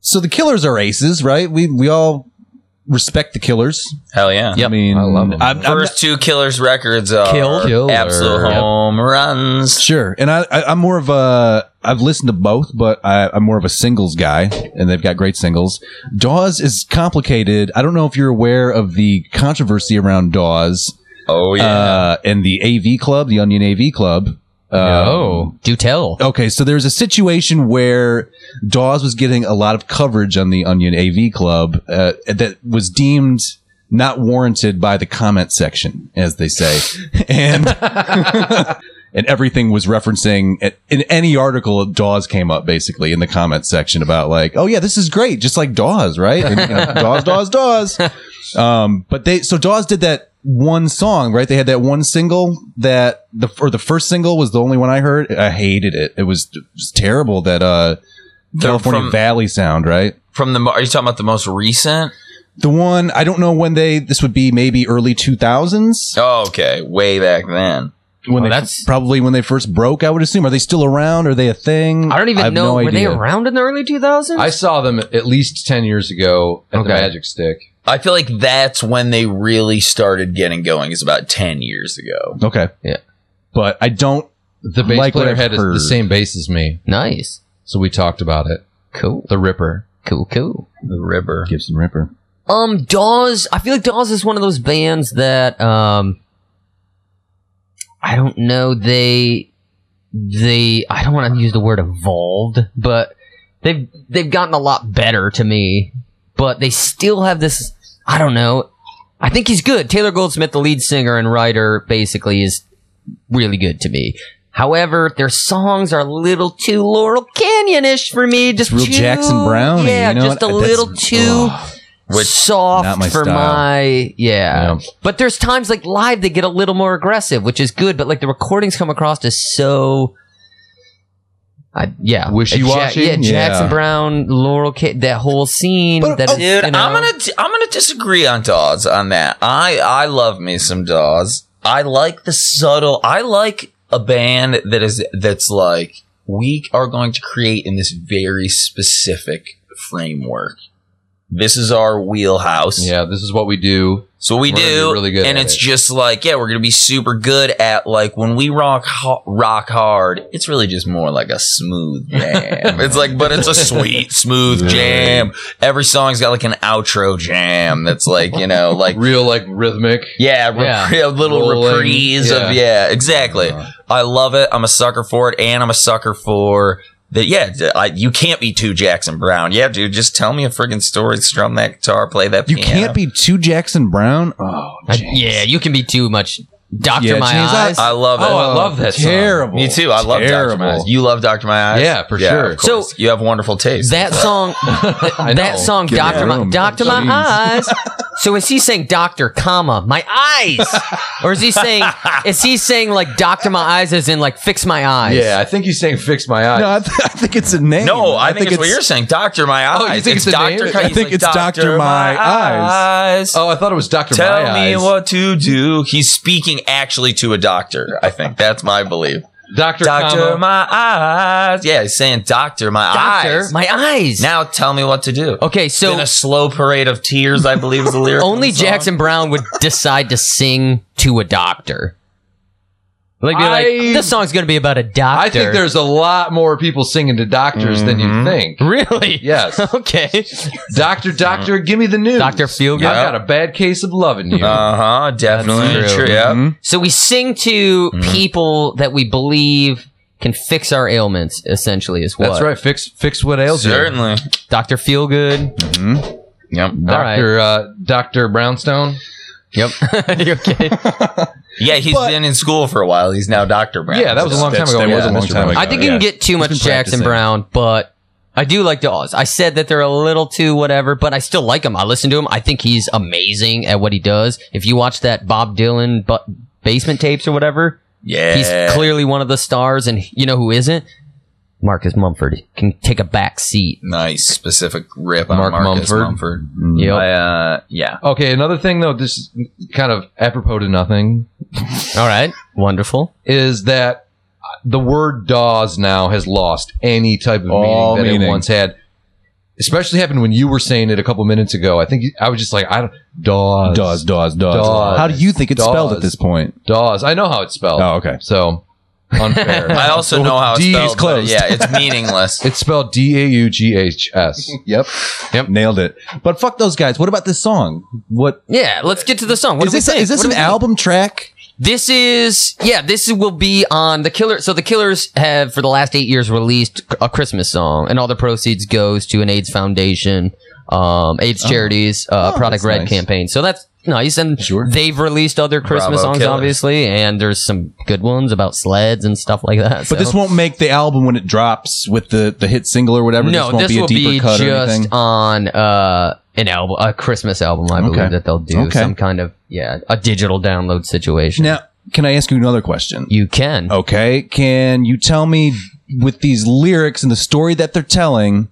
Speaker 4: So the Killers are aces, right? We we all respect the Killers.
Speaker 5: Hell yeah.
Speaker 4: I mean, I
Speaker 3: love 'em.
Speaker 5: First two Killers records are
Speaker 1: Kill. Killer.
Speaker 5: absolute
Speaker 1: Yep.
Speaker 5: home runs.
Speaker 4: Sure, and I, I I'm more of a I've listened to both, but I, I'm more of a singles guy, and they've got great singles. Dawes is complicated. I don't know if you're aware of the controversy around Dawes
Speaker 5: Oh yeah.
Speaker 4: uh, and the AV Club, the Onion AV Club. oh,
Speaker 1: Do tell.
Speaker 4: okay. So there's a situation where Dawes was getting a lot of coverage on the Onion AV Club uh, that was deemed not warranted by the comment section, as they say, and and everything was referencing in any article Dawes came up basically in the comment section about like, oh yeah, this is great, just like Dawes, right? And, you know, Dawes, Dawes, Dawes. Um, but they so Dawes did that one song, right? They had that one single that the or the first single was the only one I heard. I hated it. It was, it was terrible. That uh, California
Speaker 5: from-
Speaker 4: Valley sound, right?
Speaker 5: From the mo- are you talking about the most recent?
Speaker 4: The one I don't know when they this would be maybe early two thousands
Speaker 5: Oh, okay, way back then.
Speaker 4: when they
Speaker 1: Oh, that's-
Speaker 4: probably when they first broke. I would assume. Are they still around? Are they a thing?
Speaker 1: I don't even
Speaker 4: have
Speaker 1: know.
Speaker 4: no
Speaker 1: were they
Speaker 4: idea.
Speaker 1: around in the early 2000s?
Speaker 3: I saw them at least ten years ago at the
Speaker 1: Okay.
Speaker 3: Magic Stick.
Speaker 5: I feel like that's when they really started getting going. Is about ten years ago.
Speaker 4: Okay.
Speaker 1: Yeah.
Speaker 4: But I don't.
Speaker 3: The bass
Speaker 4: Like what
Speaker 3: player
Speaker 4: I've
Speaker 3: had
Speaker 4: heard.
Speaker 3: the same bass as me,
Speaker 1: nice.
Speaker 3: so we talked about it.
Speaker 1: Cool.
Speaker 3: The Ripper.
Speaker 1: Cool, cool.
Speaker 5: The river.
Speaker 4: Gibson Ripper.
Speaker 1: Um, Dawes. I feel like Dawes is one of those bands that um, I don't know. They they I don't want to use the word evolved, but they've they've gotten a lot better to me. But they still have this. I don't know. I think he's good. Taylor Goldsmith, the lead singer and writer, basically is really good to me. However, their songs are a little too Laurel Canyon-ish for me. Just
Speaker 4: real
Speaker 1: too,
Speaker 4: Jackson Browne,
Speaker 1: Yeah,
Speaker 4: you know?
Speaker 1: just a
Speaker 4: That's-
Speaker 1: little too
Speaker 5: Which-
Speaker 1: soft
Speaker 4: not my
Speaker 1: for
Speaker 4: style.
Speaker 1: my yeah.
Speaker 4: Yeah.
Speaker 1: But there's times like live they get a little more aggressive, which is good. But like the recordings come across as so. I, yeah,
Speaker 4: Wishy-washy?
Speaker 1: Yeah, Jackson
Speaker 4: Yeah.
Speaker 1: Brown, Laurel, K, that whole scene.
Speaker 4: But,
Speaker 1: that
Speaker 4: oh,
Speaker 1: is,
Speaker 5: Dude,
Speaker 1: you know-
Speaker 5: I'm gonna t- I'm gonna disagree on Dawes on that. I I love me some Dawes. I like the subtle. I like a band that is that's like we are going to create in this very specific framework. This is our wheelhouse.
Speaker 3: Yeah, this is what we do.
Speaker 5: So we
Speaker 3: We're gonna
Speaker 5: do,
Speaker 3: be really good
Speaker 5: and
Speaker 3: at
Speaker 5: it's
Speaker 3: it.
Speaker 5: just like, yeah, we're gonna be super good at like when we rock ho- rock hard. It's really just more like a smooth jam. it's like, but it's a sweet smooth jam. Every song's got like an outro jam that's like you know like
Speaker 3: Real like rhythmic.
Speaker 5: yeah, re-
Speaker 1: Yeah.
Speaker 5: a little
Speaker 3: Rolling, Uh-huh.
Speaker 5: reprise of yeah, exactly. I love it. I'm a sucker for it, and I'm a sucker for that. Yeah, d- I, you can't be too Jackson Brown. Yeah, dude, just tell me a friggin' story. Strum that guitar, play that.
Speaker 4: You
Speaker 5: piano.
Speaker 4: can't be too Jackson Brown. Oh,
Speaker 1: I- yeah, you can be too much Doctor
Speaker 4: Yeah,
Speaker 1: My
Speaker 4: change that.
Speaker 1: Eyes.
Speaker 5: I love it.
Speaker 3: Oh, I love that song.
Speaker 4: Terrible.
Speaker 5: Me too. I love Doctor My Eyes. You love Doctor My Eyes.
Speaker 3: Yeah, for sure.
Speaker 5: of course.
Speaker 1: So-
Speaker 5: you have wonderful taste.
Speaker 1: that song, that song,
Speaker 4: Give me
Speaker 1: Doctor, my,
Speaker 4: room.
Speaker 1: Doctor, my
Speaker 4: Jeez.
Speaker 1: eyes. So is he saying Doctor, comma, my eyes, or is he saying is he saying like Doctor, my eyes, as in like fix my eyes?
Speaker 3: Yeah, I think he's saying "Fix My Eyes."
Speaker 4: No, I, th- I think it's a name.
Speaker 5: no, I, think, it's what you're saying. Doctor My Eyes.
Speaker 3: Oh, you think it's a name?
Speaker 5: Dr.
Speaker 3: I
Speaker 5: He's
Speaker 4: think
Speaker 5: like,
Speaker 4: it's Dr. My Eyes."
Speaker 5: Eyes.
Speaker 3: oh, I thought it was Doctor.
Speaker 5: Tell
Speaker 3: My
Speaker 5: me
Speaker 3: eyes.
Speaker 5: what to do. He's speaking actually to a doctor. I think that's my belief.
Speaker 3: Doctor.
Speaker 5: Doctor,
Speaker 3: comma,
Speaker 5: my eyes. Yeah, he's saying, Doctor, my
Speaker 1: Doctor,
Speaker 5: eyes.
Speaker 1: my eyes.
Speaker 5: now tell me what to do.
Speaker 1: okay,
Speaker 5: Then
Speaker 1: so
Speaker 5: a slow parade of tears, I believe, is the lyric. of
Speaker 1: only
Speaker 5: the song.
Speaker 1: Jackson Brown would decide to sing to a doctor. Like, be like,
Speaker 3: I-
Speaker 1: this song's gonna be about a doctor.
Speaker 3: I think there's a lot more people singing to doctors than you think.
Speaker 1: really
Speaker 3: Yes,
Speaker 1: okay,
Speaker 3: Doctor, doctor, give me the news.
Speaker 1: Doctor Feelgood.
Speaker 3: I got a bad case of loving you.
Speaker 5: Uh huh. Definitely
Speaker 1: That's true.
Speaker 5: true. Yeah.
Speaker 1: So we sing to people that we believe can fix our ailments, essentially, is what.
Speaker 3: That's right. Fix fix what ails you.
Speaker 5: Certainly.
Speaker 1: Dr. Feelgood.
Speaker 5: Yep.
Speaker 3: Doctor uh, Doctor Brownstone.
Speaker 1: Yep. You okay?
Speaker 5: Yeah, he's been in school for a while. He's now Doctor Brown.
Speaker 3: Yeah, that was a long time ago. It was a long time ago.
Speaker 1: I think you can get too much
Speaker 4: been
Speaker 1: Jackson
Speaker 4: practicing.
Speaker 1: Brown, but I do like the Oz. I said that they're a little too whatever, but I still like him. I listen to him. I think he's amazing at what he does. If you watch that Bob Dylan but basement tapes or whatever,
Speaker 5: yeah.
Speaker 1: he's clearly one of the stars, and you know who isn't? Marcus Mumford can take a back seat.
Speaker 5: nice specific rip on
Speaker 3: Mark
Speaker 5: Marcus
Speaker 3: Mumford.
Speaker 5: Mumford.
Speaker 1: Yep.
Speaker 5: I, uh, yeah.
Speaker 3: Okay, another thing though, this is kind of apropos to nothing,
Speaker 1: All right. Wonderful.
Speaker 3: is that the word "daws" now has lost any type of meaning
Speaker 4: All
Speaker 3: that it
Speaker 4: meaning.
Speaker 3: once had. Especially happened when you were saying it a couple minutes ago. I think you- I was just like, I don't Dawes.
Speaker 4: Dawes, Dawes, Dawes.
Speaker 3: Dawes.
Speaker 4: How do you think it's spelled
Speaker 3: Dawes.
Speaker 4: at this point?
Speaker 3: Dawes. I know how it's spelled.
Speaker 4: Oh, okay.
Speaker 3: So unfair.
Speaker 5: I also know how it's
Speaker 4: D is
Speaker 5: spelled. but
Speaker 4: closed.
Speaker 5: Yeah, it's meaningless.
Speaker 3: it's spelled D A U G H S.
Speaker 4: Yep.
Speaker 3: Yep.
Speaker 4: Nailed it. But fuck those guys. What about this song? What
Speaker 1: Yeah, let's get to the song. What
Speaker 4: is
Speaker 1: do we
Speaker 4: this?
Speaker 1: think?
Speaker 4: Is this
Speaker 1: What do
Speaker 4: an
Speaker 1: we think?
Speaker 4: album track?
Speaker 1: This is yeah. This will be on the killer. So the killers have for the last eight years released a Christmas song, and all the proceeds goes to an AIDS foundation, um, AIDS charities, uh,
Speaker 4: Oh,
Speaker 1: Product
Speaker 4: that's
Speaker 1: Red
Speaker 4: nice.
Speaker 1: campaign. So that's nice. And
Speaker 4: Sure.
Speaker 1: they've released other Christmas
Speaker 5: Bravo,
Speaker 1: songs,
Speaker 5: Killers.
Speaker 1: obviously, and there's some good ones about sleds and stuff like that.
Speaker 4: But this won't make the album when it drops with the, the hit single or whatever.
Speaker 1: no,
Speaker 4: this won't
Speaker 1: this
Speaker 4: be a
Speaker 1: will
Speaker 4: deeper
Speaker 1: be
Speaker 4: cut or
Speaker 1: just
Speaker 4: anything.
Speaker 1: on uh, an album, a Christmas album. I believe
Speaker 4: Okay.
Speaker 1: that they'll do
Speaker 4: Okay.
Speaker 1: some kind of yeah, a digital download situation.
Speaker 4: Now, can I ask you another question?
Speaker 1: you can.
Speaker 4: Okay. Can you tell me with these lyrics and the story that they're telling,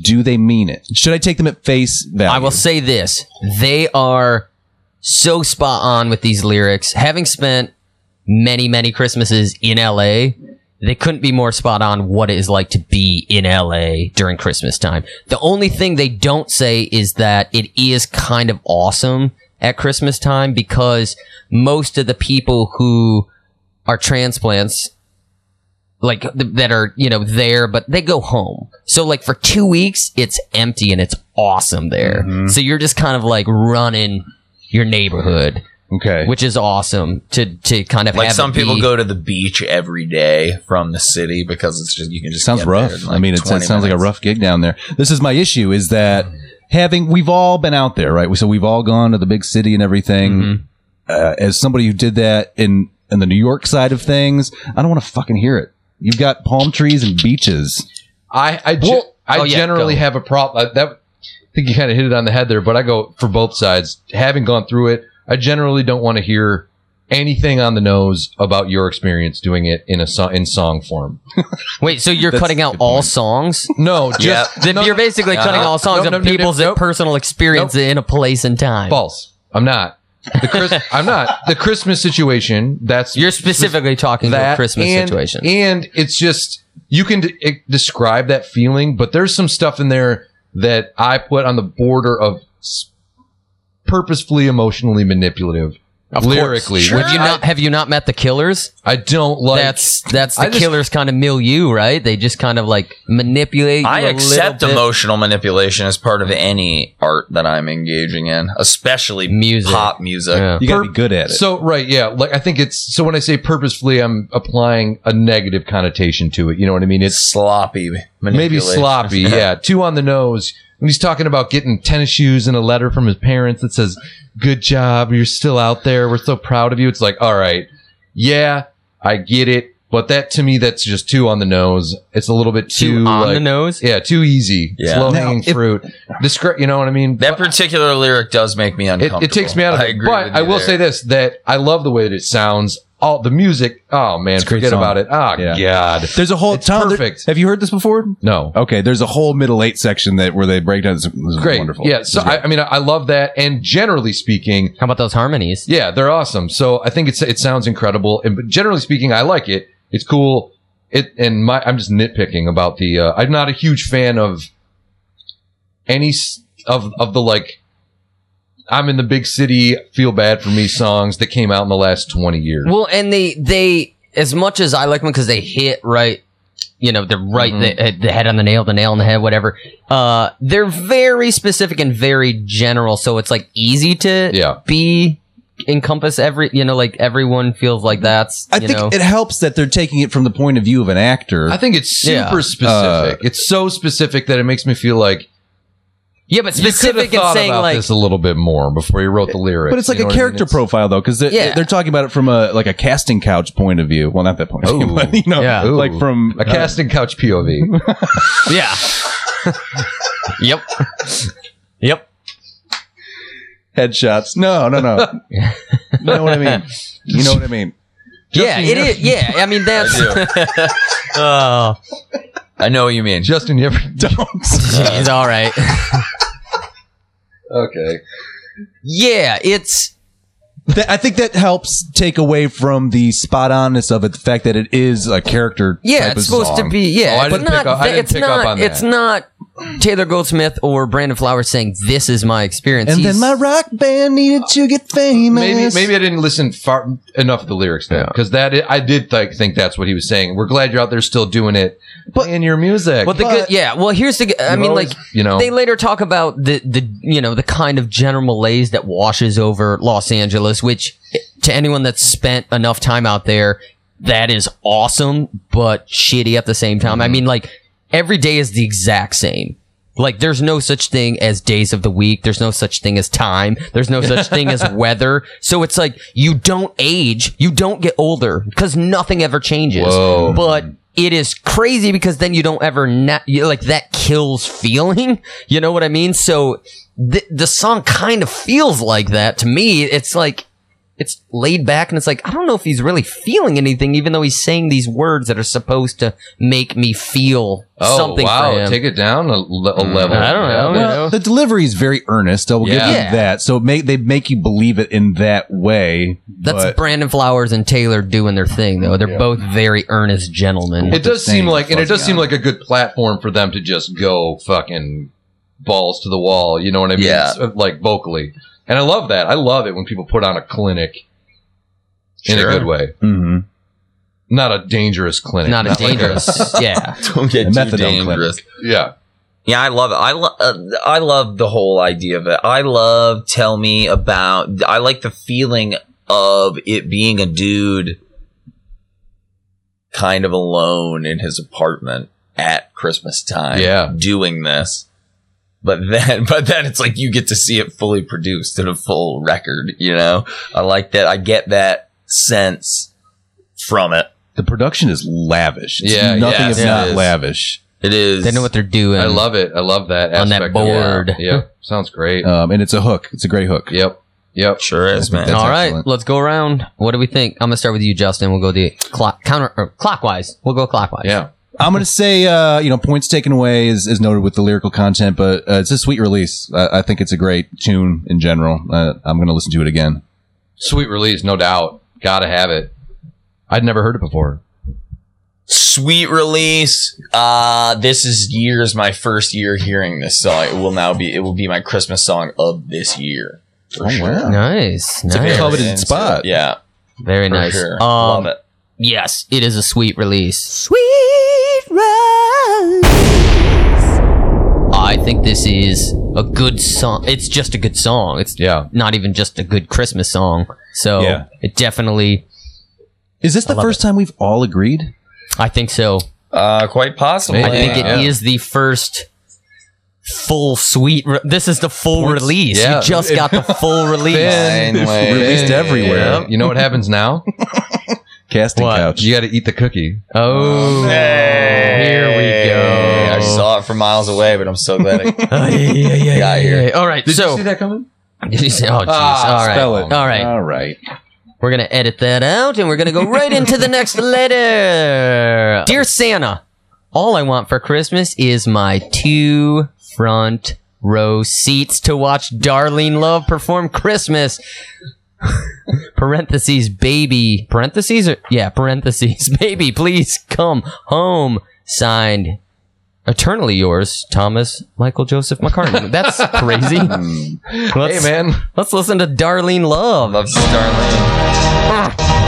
Speaker 4: do they mean it? Should I take them at face value?
Speaker 1: I will say this: they are so spot on with these lyrics. Having spent many, many Christmases in LA, they couldn't be more spot on what it is like to be in LA during Christmas time. The only thing they don't say is that it is kind of awesome at Christmas time because most of the people who are transplants like th- that are you know there but they go home so like for two weeks it's empty and it's awesome there
Speaker 3: Mm-hmm.
Speaker 1: so you're just kind of like running your neighborhood
Speaker 4: Okay.
Speaker 1: which is awesome to to kind of
Speaker 5: Like
Speaker 1: have
Speaker 5: some
Speaker 1: it be-
Speaker 5: people go to the beach every day from the city because it's just you can just
Speaker 4: sounds
Speaker 5: get
Speaker 4: rough.
Speaker 5: there in,
Speaker 4: I
Speaker 5: like,
Speaker 4: mean, it, it
Speaker 5: 20
Speaker 4: sounds like a
Speaker 5: minutes.
Speaker 4: rough gig down there. This is my issue is that having, we've all been out there, right? So we've all gone to the big city and everything. Uh, as somebody who did that in, in the New York side of things, I don't want to fucking hear it. You've got palm trees and beaches.
Speaker 3: I I, ge-
Speaker 1: Well-
Speaker 3: I
Speaker 1: oh, yeah,
Speaker 3: generally
Speaker 1: go.
Speaker 3: have a problem that I think you kind of hit it on the head there, but I go for both sides. Having gone through it, I generally don't want to hear anything on the nose about your experience doing it in a song in song form.
Speaker 1: wait so you're cutting out all songs
Speaker 3: No, just
Speaker 1: Then
Speaker 3: no, Uh-huh.
Speaker 1: you're basically cutting all songs
Speaker 3: No, no,
Speaker 1: of
Speaker 3: no,
Speaker 1: people's
Speaker 3: no, no.
Speaker 1: personal experience in a place and time
Speaker 3: false. I'm not. The Chris, I'm not the Christmas situation. That's
Speaker 1: you're specifically talking about
Speaker 3: that
Speaker 1: christmas
Speaker 3: and,
Speaker 1: situation
Speaker 3: and it's just you can d- it- describe that feeling, but there's some stuff in there that I put on the border of s- purposefully emotionally manipulative. lyrically, which
Speaker 1: have you not have you not met the killers
Speaker 3: I don't like.
Speaker 1: that's that's the
Speaker 3: I just-
Speaker 1: killer's kind of milieu, right? They just kind of like manipulate. You
Speaker 5: I
Speaker 1: a
Speaker 5: accept
Speaker 1: little bit.
Speaker 5: emotional manipulation as part of any art that I'm engaging in, especially
Speaker 1: Music.
Speaker 5: pop music.
Speaker 1: Yeah.
Speaker 4: You got to
Speaker 3: Per-
Speaker 4: be good at it.
Speaker 3: so right, yeah. Like I think it's so when I say purposefully, I'm applying a negative connotation to it. You know what I mean? It's
Speaker 5: Sloppy
Speaker 3: maybe
Speaker 5: manipulation.
Speaker 3: sloppy, yeah. Too on the nose. when he's talking about getting tennis shoes and a letter from his parents that says, "Good job, you're still out there. We're so proud of you." It's like, all right, yeah, I get it, but that to me, that's just too on the nose. It's a little bit too,
Speaker 1: Two on
Speaker 3: like-
Speaker 1: the nose.
Speaker 3: Yeah, too easy.
Speaker 5: Yeah.
Speaker 3: Slow hanging
Speaker 4: Now, if-
Speaker 3: fruit. Discre- you know what I mean?
Speaker 5: That particular lyric does make me
Speaker 3: it,
Speaker 5: uncomfortable.
Speaker 3: it takes me out of
Speaker 5: I
Speaker 3: it.
Speaker 5: agree.
Speaker 3: But
Speaker 5: with
Speaker 3: I
Speaker 5: you
Speaker 3: will
Speaker 5: there.
Speaker 3: say this: that I love the way that it sounds. All the music. Oh man,
Speaker 4: It's a great
Speaker 3: forget
Speaker 4: song.
Speaker 3: about it. Ah,
Speaker 4: Yeah.
Speaker 3: God,
Speaker 4: There's a whole
Speaker 3: It's
Speaker 4: Tom, there-
Speaker 3: perfect.
Speaker 4: have you heard this before?
Speaker 3: no.
Speaker 4: Okay, there's a whole middle eight section that where they break down. This, this is
Speaker 3: Great.
Speaker 4: wonderful.
Speaker 3: Yeah.
Speaker 4: This
Speaker 3: So
Speaker 4: is great.
Speaker 3: I, I mean, I, I love that. And generally speaking,
Speaker 1: How about those harmonies?
Speaker 3: yeah, they're awesome. So I think it's it sounds incredible. And but generally speaking, I like it. It's cool. It and my I'm just nitpicking about the. Uh, I'm not a huge fan of any s- of of the like. I'm in the big city. Feel bad for me songs that came out in the last 20 years.
Speaker 1: Well, and they they as much as I like them because they hit right, you know, they're right the, the head on the nail, the nail on the head, whatever. Uh, they're very specific and very general, so it's like easy to
Speaker 3: Yeah.
Speaker 1: be encompass every you know like everyone feels like that's
Speaker 4: I
Speaker 1: you
Speaker 4: think
Speaker 1: know
Speaker 4: it helps that they're taking it from the point of view of an actor.
Speaker 3: I think it's super
Speaker 1: Yeah.
Speaker 3: specific.
Speaker 4: Uh,
Speaker 3: it's so specific that it makes me feel like
Speaker 1: yeah but
Speaker 3: you could have
Speaker 1: specific and
Speaker 3: thought
Speaker 1: saying
Speaker 3: about
Speaker 1: like
Speaker 3: this a little bit more before you wrote the lyrics.
Speaker 4: but it's like
Speaker 3: You know
Speaker 4: a
Speaker 3: what I mean?
Speaker 4: character
Speaker 3: It's-
Speaker 4: profile though, because they're,
Speaker 1: Yeah.
Speaker 4: they're talking about it from a like a casting couch point of view. Well, not that point of view,
Speaker 3: Ooh.
Speaker 4: but, you know,
Speaker 1: Yeah.
Speaker 4: like
Speaker 3: Ooh.
Speaker 4: from uh,
Speaker 3: A casting couch POV.
Speaker 1: yeah yep yep
Speaker 4: headshots. No, no, no. you know what I mean? You know what I mean?
Speaker 1: yeah it is yeah I mean that's
Speaker 5: I, do.
Speaker 1: oh
Speaker 5: I know what you mean.
Speaker 3: Justin, you ever
Speaker 4: Don't.
Speaker 1: it's all right
Speaker 3: okay?
Speaker 1: yeah it's
Speaker 4: That- I think that helps take away from the spot onness of it, the fact that it is a character.
Speaker 1: Yeah,
Speaker 4: type
Speaker 1: it's
Speaker 4: of
Speaker 1: supposed to
Speaker 4: song.
Speaker 1: be. Yeah,
Speaker 3: Oh, I
Speaker 1: it's
Speaker 3: didn't
Speaker 1: not.
Speaker 3: pick up- I
Speaker 1: th-
Speaker 3: didn't
Speaker 1: it's
Speaker 3: pick
Speaker 1: not.
Speaker 3: up on that.
Speaker 1: It's not Taylor Goldsmith or Brandon Flowers saying, "This is my experience."
Speaker 4: And
Speaker 1: He's-
Speaker 4: then my rock band needed to get
Speaker 3: Maybe
Speaker 4: famous.
Speaker 3: maybe I didn't listen far enough of the lyrics then, because that I did th- think that's what he was saying. We're glad you're out there still doing it, but in your music.
Speaker 1: but the good. Yeah. Well, here's the. g- I
Speaker 3: You've
Speaker 1: mean,
Speaker 3: always-
Speaker 1: like
Speaker 3: you know,
Speaker 1: they later talk about the the you know the kind of general malaise that washes over Los Angeles, which to anyone that's spent enough time out there, that is awesome, but shitty at the same time.
Speaker 3: Mm-hmm.
Speaker 1: I mean, like every day is the exact same. Like there's no such thing as days of the week. There's no such thing as time. There's no such thing as weather. So it's like you don't age, you don't get older because nothing ever changes.
Speaker 3: Whoa.
Speaker 1: But it is crazy because then you don't ever na- you, like that kills feeling. You know what I mean? So th- the song kind of feels like that to me. It's like it's laid back and it's like I don't know if he's really feeling anything, even though he's saying these words that are supposed to make me feel
Speaker 3: oh
Speaker 1: something.
Speaker 3: wow,
Speaker 1: for him.
Speaker 3: take it down a, le- a level.
Speaker 1: I don't know.
Speaker 3: Yeah.
Speaker 1: you
Speaker 4: Well, Uh, the delivery is very earnest. I will
Speaker 3: Yeah.
Speaker 4: give
Speaker 1: Yeah.
Speaker 4: you that. So it make, they make you believe it in that way.
Speaker 1: That's
Speaker 4: but-
Speaker 1: Brandon Flowers and Taylor doing their thing, though. They're both very earnest gentlemen.
Speaker 3: It does
Speaker 4: thing
Speaker 3: seem like, and it
Speaker 4: fuzzy
Speaker 3: does seem
Speaker 4: on
Speaker 3: like a good platform for them to just go fucking balls to the wall. You know what I mean?
Speaker 5: Yeah.
Speaker 3: S- uh, Like vocally, and I love that. I love it when people put on a clinic in
Speaker 5: Sure.
Speaker 3: a good way,
Speaker 4: Mhm.
Speaker 3: not a dangerous clinic,
Speaker 1: Not a
Speaker 3: like
Speaker 1: dangerous, yeah.
Speaker 5: Don't get
Speaker 4: Methadone
Speaker 5: too
Speaker 4: clinic.
Speaker 5: dangerous.
Speaker 3: yeah,
Speaker 5: Yeah, I love it. I lo- uh, I love the whole idea of it. I love tell me about. I like the feeling of it being a dude, kind of alone in his apartment at Christmas time.
Speaker 3: Yeah.
Speaker 5: doing this, but then but then it's like you get to see it fully produced in a full record. You know, I like that. I get that sense from it.
Speaker 4: The production is lavish. It's
Speaker 3: Yeah,
Speaker 4: nothing
Speaker 5: yes,
Speaker 4: if
Speaker 5: it
Speaker 4: not
Speaker 5: is.
Speaker 4: lavish.
Speaker 5: It is.
Speaker 1: They know what they're doing.
Speaker 3: I love it. I love that
Speaker 1: On that
Speaker 3: aspect of it.
Speaker 1: board. Uh,
Speaker 3: Yeah, Yeah. sounds great.
Speaker 4: Um, and it's a hook. It's a great hook.
Speaker 3: Yep, yep.
Speaker 5: Sure is, man.
Speaker 4: That's
Speaker 1: All right,
Speaker 4: excellent.
Speaker 1: let's go around. What do we think? I'm gonna start with you, Justin. We'll go the clock counter or clockwise. We'll go clockwise.
Speaker 3: Yeah,
Speaker 4: I'm gonna say, uh, you know, points taken away is, is noted with the lyrical content, but uh, it's a sweet release. I, I think it's a great tune in general. Uh, I'm gonna listen to it again.
Speaker 3: sweet release, no doubt. Gotta have it. I'd never heard it before.
Speaker 5: sweet release uh this is years my first year hearing this song it will now be it will be my christmas song of this year for sure
Speaker 1: Nice,
Speaker 5: It's a very
Speaker 1: nice,
Speaker 4: coveted
Speaker 5: intense-
Speaker 4: spot.
Speaker 5: yeah
Speaker 1: very
Speaker 5: for
Speaker 1: nice.
Speaker 5: sure.
Speaker 1: Um,
Speaker 5: love it
Speaker 1: Yes, it is a sweet release. Sweet release. I think this is a good song. It's just a good song. It's
Speaker 3: Yeah.
Speaker 1: not even just a good Christmas song. So
Speaker 4: Yeah.
Speaker 1: it definitely,
Speaker 4: Is this the first time we've all agreed?
Speaker 1: I think so.
Speaker 5: uh quite possibly
Speaker 1: I think it is
Speaker 3: Yeah.
Speaker 1: the first full suite. Re- this is the full release.
Speaker 3: Yeah.
Speaker 1: You just got the full release.
Speaker 3: Been
Speaker 4: Finally.
Speaker 3: released everywhere.
Speaker 4: Yeah.
Speaker 3: You know what happens now?
Speaker 4: Casting
Speaker 1: What?
Speaker 4: couch.
Speaker 3: You got to eat the cookie.
Speaker 1: Oh, here we
Speaker 5: Hey,
Speaker 1: go.
Speaker 5: I saw it from miles away, but I'm so glad I
Speaker 1: Oh, yeah, yeah, yeah,
Speaker 5: Got
Speaker 1: yeah,
Speaker 5: here.
Speaker 1: yeah. All right.
Speaker 3: Did
Speaker 1: so,
Speaker 3: you see that coming?
Speaker 1: You see- oh, jeez.
Speaker 3: Ah,
Speaker 1: All right.
Speaker 4: spell it.
Speaker 1: All right.
Speaker 4: All right.
Speaker 1: We're going to edit that out and we're going to go right into the next letter. Dear Santa, all I want for Christmas is my two front row seats to watch Darlene Love perform Christmas. parentheses, baby. Parentheses? Or, yeah, parentheses. Baby, please come home. Signed. Eternally yours, Thomas Michael Joseph McCartney. That's crazy.
Speaker 3: Hey,
Speaker 1: Let's-
Speaker 3: man.
Speaker 1: Let's listen to Darlene Love.
Speaker 5: love Starling.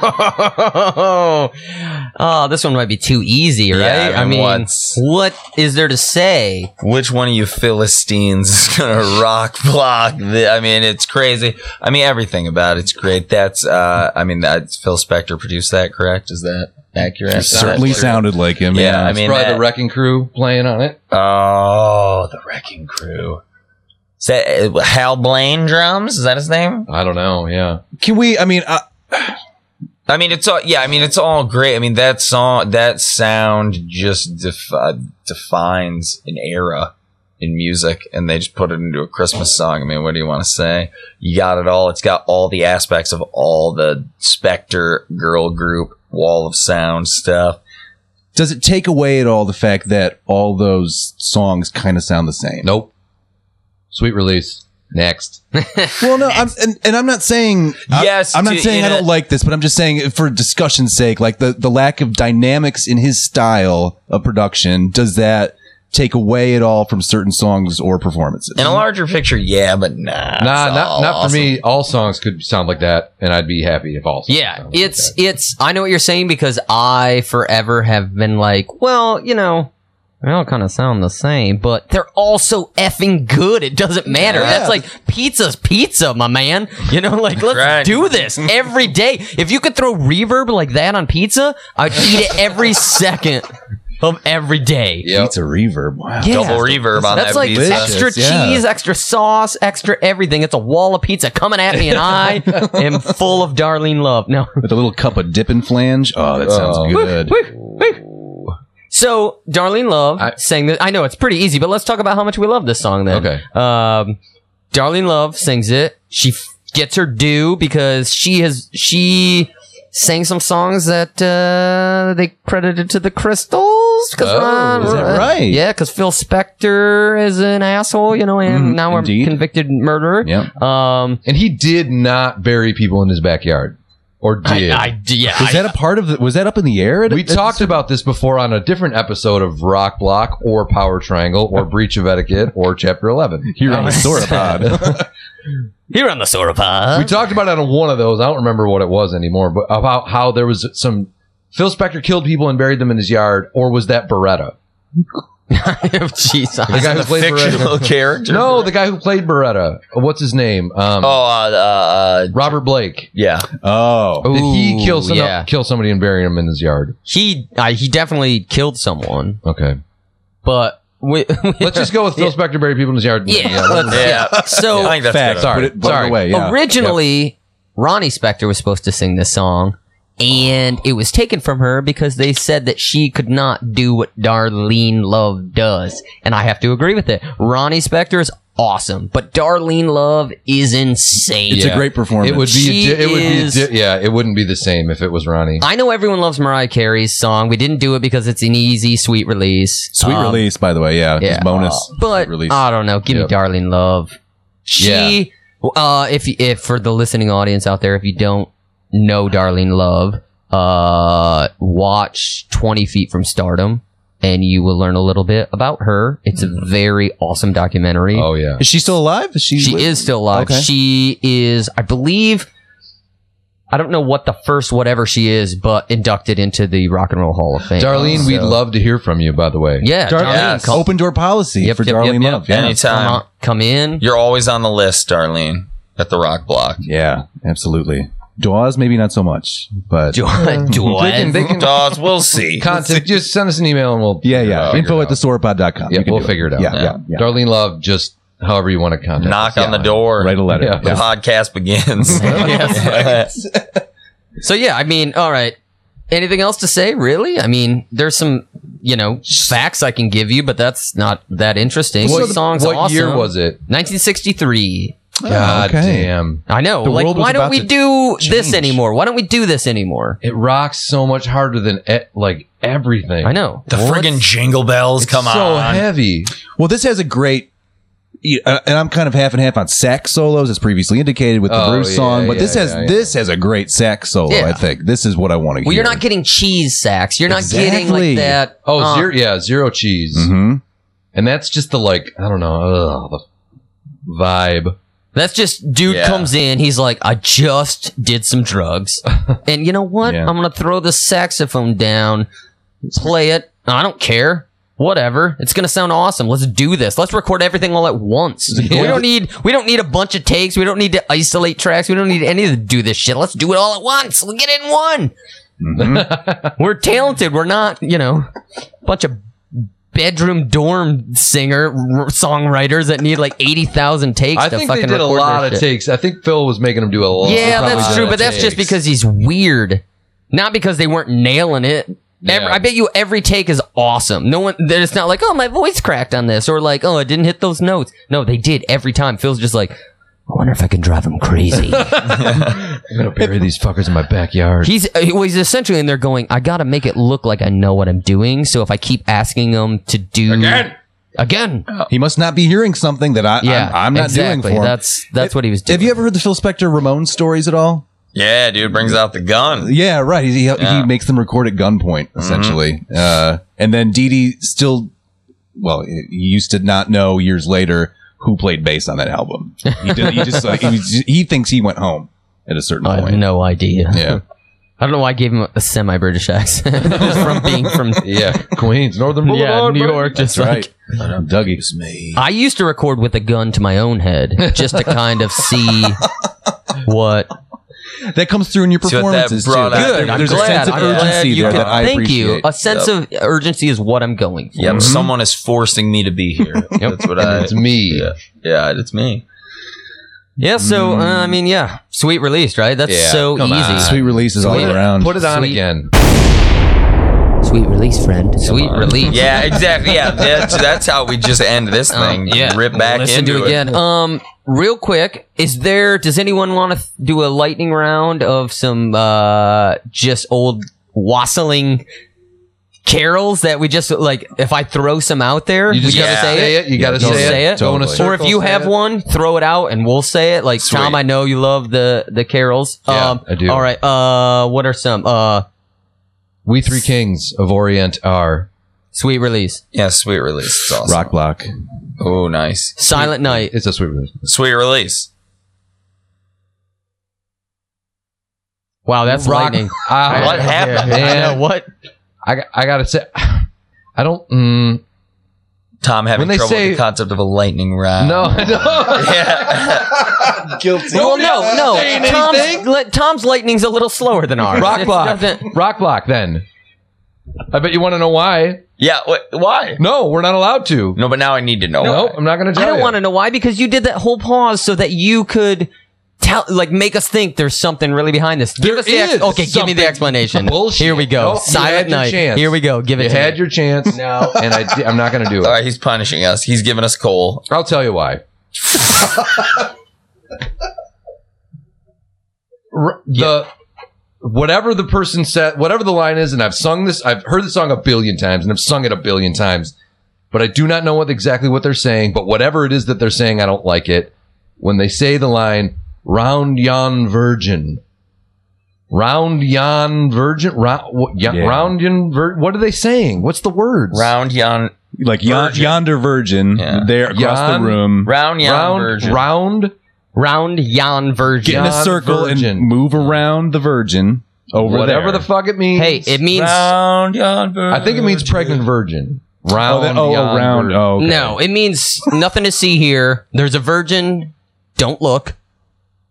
Speaker 1: oh, this one might be too easy, right?
Speaker 5: Yeah,
Speaker 1: I mean,
Speaker 5: what's-
Speaker 1: what is there to say?
Speaker 5: Which one of you Philistines is gonna rock block? thi- I mean, it's crazy. I mean, everything about it's great. That's, uh, I mean, that's Phil Spector produced that, correct? Is that accurate?
Speaker 4: It certainly
Speaker 5: That's-
Speaker 4: sounded like him.
Speaker 5: Yeah, I mean,
Speaker 3: Probably
Speaker 5: that-
Speaker 3: the wrecking crew playing on it.
Speaker 5: Oh, the Wrecking Crew. Is that uh, Hal Blaine drums? Is that his name?
Speaker 3: I don't know. Yeah.
Speaker 4: can we? I mean, uh,
Speaker 5: I mean, it's all yeah. I mean, it's all great. I mean, that song, that sound just defi- uh, defines an era in music, and they just put it into a Christmas song. I mean, what do you want to say? You got it all. It's got all the aspects of all the Spectre girl group wall of sound stuff.
Speaker 4: does it take away at all the fact that all those songs kind of sound the same?
Speaker 3: Nope. Sweet release. Next.
Speaker 4: Well, no, I'm, and, and I'm not saying I-
Speaker 5: Yes,
Speaker 4: I'm not
Speaker 5: to-
Speaker 4: saying I
Speaker 5: in
Speaker 4: don't
Speaker 5: a-
Speaker 4: like this, but I'm just saying for discussion's sake, like the the lack of dynamics in his style of production, does that take away at all from certain songs or performances?
Speaker 5: In a larger picture, yeah, but nah, it's
Speaker 3: nah, not,
Speaker 5: all
Speaker 3: not for
Speaker 5: awesome.
Speaker 3: me. All songs could sound like that, and I'd be happy if all. Songs
Speaker 1: Yeah,
Speaker 3: sounded like
Speaker 1: it's it's. I know what you're saying because I forever have been like, well, you know, they all kind of sound the same, but they're all so effing good. It doesn't matter. That's like pizza's pizza, my man. You know, like let's
Speaker 5: Right.
Speaker 1: do this every day. If you could throw reverb like that on pizza, I'd eat it every second of every day.
Speaker 3: Yep.
Speaker 4: It's a reverb. Wow.
Speaker 1: Yeah.
Speaker 5: double reverb on
Speaker 1: That's
Speaker 5: that
Speaker 1: like
Speaker 5: pizza.
Speaker 1: extra
Speaker 4: Delicious, yeah.
Speaker 1: cheese, extra sauce, extra everything. It's a wall of pizza coming at me, and I am full of Darlene love. No.
Speaker 4: With a little cup of dipping flange. Oh, that sounds
Speaker 3: Oh.
Speaker 4: good.
Speaker 1: So Darlene Love
Speaker 3: I-
Speaker 1: sang this. I know it's pretty easy, but let's talk about how much we love this song then.
Speaker 3: Okay.
Speaker 1: Um, Darlene Love sings it. She f- gets her due because she has she sang some songs that uh, they credited to the Crystals. 'cause
Speaker 3: Oh,
Speaker 1: Ron-
Speaker 4: is that right?
Speaker 1: Yeah, because Phil Spector is an asshole, you know, and
Speaker 4: Mhm,
Speaker 1: now we're
Speaker 4: indeed.
Speaker 1: convicted murderer.
Speaker 4: Yep.
Speaker 1: Um,
Speaker 3: And he did not bury people in his backyard, or did?
Speaker 1: I, I yeah.
Speaker 4: Was
Speaker 1: I-
Speaker 4: that a part of the? Was that up in the air? at-
Speaker 3: we
Speaker 4: at this-
Speaker 3: talked about this before on a different episode of Rock Block or Power Triangle or Breach of Etiquette or Chapter Eleven.
Speaker 4: here on the sauropod.
Speaker 1: here on the Sauropod.
Speaker 3: we talked about it on one of those. I don't remember what it was anymore, but about how there was some Phil Spector killed people and buried them in his yard, or was that Beretta?
Speaker 1: Oh, Jeez, I-
Speaker 3: The guy who played
Speaker 5: Fictional
Speaker 3: Beretta.
Speaker 5: character.
Speaker 3: No, the guy who played Beretta. What's his name? Um,
Speaker 5: Oh, uh, uh, uh,
Speaker 3: Robert Blake.
Speaker 5: yeah.
Speaker 4: oh,
Speaker 3: Did he kill
Speaker 1: Ooh,
Speaker 3: some,
Speaker 1: yeah.
Speaker 3: kill somebody and bury him in his yard?
Speaker 1: he I, he definitely killed someone.
Speaker 3: Okay.
Speaker 1: but we,
Speaker 3: Let's just go with Phil Spector buried people in his yard.
Speaker 1: yeah,
Speaker 3: let's-
Speaker 1: let's-
Speaker 5: Yeah.
Speaker 1: So
Speaker 5: I think that's
Speaker 4: fact.
Speaker 5: good. Oh,
Speaker 3: Sorry.
Speaker 4: Put it, put it
Speaker 3: Sorry.
Speaker 4: away. Yeah.
Speaker 1: originally, Ronnie Spector was supposed to sing this song, and it was taken from her because they said that she could not do what Darlene Love does. And I have to agree with it. Ronnie Spector is awesome, but Darlene Love is insane.
Speaker 4: It's a great performance.
Speaker 3: It would be.
Speaker 1: She
Speaker 3: A di- it would be. A
Speaker 1: is-
Speaker 3: di- yeah, it wouldn't be the same if it was Ronnie.
Speaker 1: I know everyone loves Mariah Carey's song. We didn't do it because it's an easy, sweet release.
Speaker 4: Sweet
Speaker 1: Um,
Speaker 4: release, by the way. Yeah, just
Speaker 1: yeah. Uh,
Speaker 4: bonus.
Speaker 1: But
Speaker 4: release.
Speaker 1: I don't know. Give
Speaker 3: Yep.
Speaker 1: me Darlene Love. She, uh, if if for the listening audience out there, if you don't know Darlene Love, uh, watch Twenty Feet from Stardom, and you will learn a little bit about her. It's a very awesome documentary.
Speaker 3: Oh yeah.
Speaker 4: is she still alive? Is she?
Speaker 1: she
Speaker 4: with-
Speaker 1: is still alive.
Speaker 4: Okay.
Speaker 1: She is, I believe. I don't know what the first whatever she is, but inducted into the Rock and Roll Hall of Fame.
Speaker 3: Darlene, we'd
Speaker 1: So-
Speaker 3: love to hear from you. By the way,
Speaker 1: Yeah,
Speaker 4: Dar-
Speaker 1: Darlene,
Speaker 5: Yes.
Speaker 1: come,
Speaker 4: Open door policy
Speaker 1: Yep,
Speaker 4: for
Speaker 1: yep,
Speaker 4: Darlene
Speaker 1: yep, yep.
Speaker 4: Love. Yeah.
Speaker 1: come,
Speaker 5: Anytime.
Speaker 1: on- come in.
Speaker 5: You're always on the list, Darlene, at the rock block.
Speaker 4: Yeah, absolutely. Dawes, maybe not so much, but
Speaker 1: Do, do
Speaker 3: they Hmm. can, they can
Speaker 5: Dawes, we'll see.
Speaker 3: contact. Just send us an email and we'll. figure
Speaker 4: yeah,
Speaker 3: it
Speaker 4: yeah.
Speaker 3: out.
Speaker 4: Info at the soarpod.com.
Speaker 3: Yeah, we'll figure it out.
Speaker 4: Yeah, yeah, yeah.
Speaker 3: Darlene Love, just however you want to contact. us.
Speaker 5: Knock on
Speaker 3: Yeah.
Speaker 5: the door.
Speaker 4: Write a letter.
Speaker 3: Yeah.
Speaker 5: The podcast begins.
Speaker 1: So yeah, I mean, all right. Anything else to say, really? I mean, there's some, you know, facts I can give you, but that's not that interesting.
Speaker 3: What,
Speaker 1: the song's
Speaker 3: what
Speaker 1: awesome.
Speaker 3: year was it?
Speaker 1: 1963.
Speaker 3: God
Speaker 4: Oh, okay.
Speaker 3: damn.
Speaker 1: I know.
Speaker 4: The
Speaker 1: like,
Speaker 4: world was
Speaker 1: why
Speaker 4: about
Speaker 1: don't we
Speaker 4: to
Speaker 1: do this
Speaker 4: change.
Speaker 1: anymore? Why don't we do this anymore?
Speaker 3: It rocks so much harder than e- like everything.
Speaker 1: I know.
Speaker 5: the friggin' jingle bells, come
Speaker 3: so
Speaker 5: on.
Speaker 3: heavy.
Speaker 4: Well, this has a great. yeah, uh, And I'm kind of half and half on sax solos, as previously indicated with the
Speaker 3: Oh,
Speaker 4: Bruce
Speaker 3: yeah,
Speaker 4: song. But
Speaker 3: yeah,
Speaker 4: this has
Speaker 3: yeah, yeah.
Speaker 4: this has a great sax solo.
Speaker 1: Yeah.
Speaker 4: I think this is what I want to.
Speaker 1: Well,
Speaker 4: hear.
Speaker 1: you're not getting cheese sacks. You're not getting
Speaker 4: Exactly.
Speaker 1: like that.
Speaker 3: Oh,
Speaker 1: uh, Mm-hmm.
Speaker 3: zero, yeah, zero cheese,
Speaker 4: Mhm.
Speaker 3: and that's just the like I don't know ugh, the vibe.
Speaker 1: That's just dude
Speaker 5: Yeah.
Speaker 1: comes in. He's like, I just did some drugs, and you know what?
Speaker 4: Yeah.
Speaker 1: I'm gonna throw the saxophone down, play it. I don't care. Whatever. It's gonna sound awesome. Let's do this. Let's record everything all at once. We don't need. We don't need a bunch of takes. We don't need to isolate tracks. We don't need any to do this shit. Let's do it all at once. We'll get it in one. We're talented. We're not, you know, a bunch of bedroom dorm singer r- songwriters that need like 80,000 takes
Speaker 3: I
Speaker 1: to
Speaker 3: think they
Speaker 1: fucking
Speaker 3: did a
Speaker 1: record
Speaker 3: lot
Speaker 1: their
Speaker 3: of
Speaker 1: shit.
Speaker 3: takes. I think Phil was making them do a lot.
Speaker 1: Yeah,
Speaker 3: probably
Speaker 1: that's
Speaker 3: did
Speaker 1: true,
Speaker 3: a
Speaker 1: but that's just
Speaker 3: takes.
Speaker 1: because he's weird. Not because they weren't nailing it. Ev-
Speaker 3: Yeah.
Speaker 1: I bet you every take is awesome. No one, that it's not like, oh, my voice cracked on this, or like, oh, I didn't hit those notes. No, they did every time. Phil's just like, I wonder if I can drive him crazy.
Speaker 3: I'm gonna bury these fuckers in my backyard.
Speaker 1: he's uh, well, he's essentially in there going, I gotta make it look like I know what I'm doing. So if I keep asking him to do
Speaker 5: Again?
Speaker 1: again,
Speaker 4: He must not be hearing something that I
Speaker 1: yeah,
Speaker 4: I'm, I'm not doing
Speaker 1: exactly.
Speaker 4: for him.
Speaker 1: That's that's what he was doing.
Speaker 4: Have you ever heard the Phil Spector Ramon stories at all?
Speaker 5: Yeah, dude, brings out the gun.
Speaker 4: Yeah, right. He, he,
Speaker 5: Yeah. Mm-hmm.
Speaker 4: he makes them record at gunpoint, essentially. Uh, and then Dee Dee still, well, he used to not know years later who played bass on that album. He, did, he just like, he, was just- he thinks he went home at a certain
Speaker 1: I
Speaker 4: point.
Speaker 1: have no idea.
Speaker 4: Yeah,
Speaker 1: I don't know why I gave him a semi-British accent Just from being from
Speaker 3: yeah, Queens, Northern
Speaker 1: yeah,
Speaker 3: Boulevard,
Speaker 1: New
Speaker 3: baby.
Speaker 1: York. Just
Speaker 4: that's
Speaker 1: like
Speaker 4: right. Dougie was me.
Speaker 1: I used to record with a gun to my own head just to kind of see what. uh,
Speaker 4: That comes through in your
Speaker 5: See what that
Speaker 4: performances too.
Speaker 5: brought out.
Speaker 4: There-
Speaker 5: Good, I'm
Speaker 4: There's
Speaker 5: glad.
Speaker 4: a sense of
Speaker 5: I'm glad
Speaker 4: urgency
Speaker 1: you
Speaker 4: there
Speaker 1: could-
Speaker 4: that I
Speaker 1: thank you.
Speaker 4: appreciate.
Speaker 1: A sense of urgency is what I'm going for.
Speaker 5: Yep, someone is forcing me to be here. That's what I.
Speaker 3: It's me.
Speaker 5: Yeah, yeah, it's me.
Speaker 1: Yeah. So uh, I mean, yeah, sweet released, right? That's
Speaker 3: Yeah,
Speaker 1: so easy.
Speaker 3: come on.
Speaker 4: Sweet releases all around.
Speaker 3: Put it on
Speaker 1: Sweet.
Speaker 3: again.
Speaker 7: Sweet release, friend.
Speaker 1: Sweet release.
Speaker 5: Yeah, exactly. Yeah, that's, that's how we just end this thing.
Speaker 1: Oh, Uh, yeah.
Speaker 5: rip back
Speaker 1: Listen
Speaker 5: into
Speaker 1: to it again. Um, real quick, is there? Does anyone want to th- do a lightning round of some uh just old wassailing? Carols that we just like. If I throw some out there,
Speaker 3: You just
Speaker 1: we gotta
Speaker 5: Yeah.
Speaker 1: say it.
Speaker 3: You gotta
Speaker 1: just
Speaker 3: say,
Speaker 1: say
Speaker 3: it.
Speaker 1: it.
Speaker 3: Go in a
Speaker 4: Totally.
Speaker 1: or if
Speaker 3: circle,
Speaker 1: you
Speaker 3: say
Speaker 1: have
Speaker 3: it.
Speaker 1: one, throw it out and we'll say it. Like Tom, I know you love the the carols.
Speaker 3: Yeah,
Speaker 1: um,
Speaker 3: I do.
Speaker 1: All right. Uh, what are some? Uh,
Speaker 3: we three kings of Orient are.
Speaker 1: sweet release,
Speaker 5: Yeah, sweet release. It's awesome.
Speaker 4: Rock block.
Speaker 5: Oh, nice.
Speaker 1: Silent Night.
Speaker 3: It's a sweet release.
Speaker 5: Sweet release.
Speaker 1: Wow, that's
Speaker 3: Rock-
Speaker 1: lightning.
Speaker 3: Ah,
Speaker 5: What happened?
Speaker 1: I
Speaker 3: Man,
Speaker 1: know, what?
Speaker 3: I, I gotta say, I don't. Mm,
Speaker 5: Tom
Speaker 3: When
Speaker 5: having
Speaker 3: they
Speaker 5: trouble
Speaker 3: say-
Speaker 5: with the concept of a lightning round.
Speaker 3: no, no.
Speaker 5: Yeah.
Speaker 4: Guilty.
Speaker 1: Well, no, no. Tom's, let, Tom's lightning's a little slower than ours.
Speaker 3: Rock
Speaker 1: It
Speaker 3: block.
Speaker 1: doesn't-
Speaker 3: Rock block. Then. I bet you want to know why.
Speaker 5: yeah. What, why?
Speaker 3: No, we're not allowed to.
Speaker 5: No, but now I need to know.
Speaker 3: No,
Speaker 5: why.
Speaker 3: I'm not gonna
Speaker 1: I
Speaker 3: tell
Speaker 1: don't
Speaker 3: you.
Speaker 1: want to know why because you did that whole pause so that you could tell, like, make us think there's something really behind this. Give
Speaker 3: There
Speaker 1: us the ex-
Speaker 3: is
Speaker 1: okay. Give me the
Speaker 3: something.
Speaker 1: explanation.
Speaker 3: Bullshit.
Speaker 1: Here we go.
Speaker 3: Nope, you had
Speaker 1: Silent
Speaker 3: your
Speaker 1: night.
Speaker 3: chance.
Speaker 1: Here we go. Give it
Speaker 3: You
Speaker 1: to
Speaker 3: had
Speaker 1: me.
Speaker 3: your chance now, and I di- I'm not going to do it.
Speaker 5: All right, he's punishing us. He's giving us coal.
Speaker 3: I'll tell you why. R- the whatever the person said, whatever the line is, and I've sung this, I've heard the song a billion times, and I've sung it a billion times, but I do not know what exactly what they're saying. But whatever it is that they're saying, I don't like it when they say the line "round yon virgin." Round yon virgin, round, what, yon,
Speaker 4: Yeah.
Speaker 3: round yon vir, What are they saying? What's the words?
Speaker 5: Round yon,
Speaker 4: Like yon,
Speaker 5: Virgin.
Speaker 4: yonder virgin
Speaker 5: Yeah.
Speaker 4: there across
Speaker 3: Yon-
Speaker 4: the room.
Speaker 5: round yon
Speaker 3: round,
Speaker 5: virgin.
Speaker 3: round.
Speaker 1: Round yon
Speaker 4: Get
Speaker 1: virgin.
Speaker 4: in
Speaker 3: Yon
Speaker 4: a circle
Speaker 3: virgin.
Speaker 4: and move around the virgin over
Speaker 3: whatever
Speaker 4: there.
Speaker 3: the fuck it means.
Speaker 1: Hey, it means
Speaker 5: round yon virgin.
Speaker 3: I think it means pregnant virgin.
Speaker 4: Oh,
Speaker 3: Round.
Speaker 4: that, oh,
Speaker 3: yon
Speaker 4: around.
Speaker 3: virgin.
Speaker 4: Oh, okay.
Speaker 1: no. It means nothing to see here. There's a virgin. Don't look.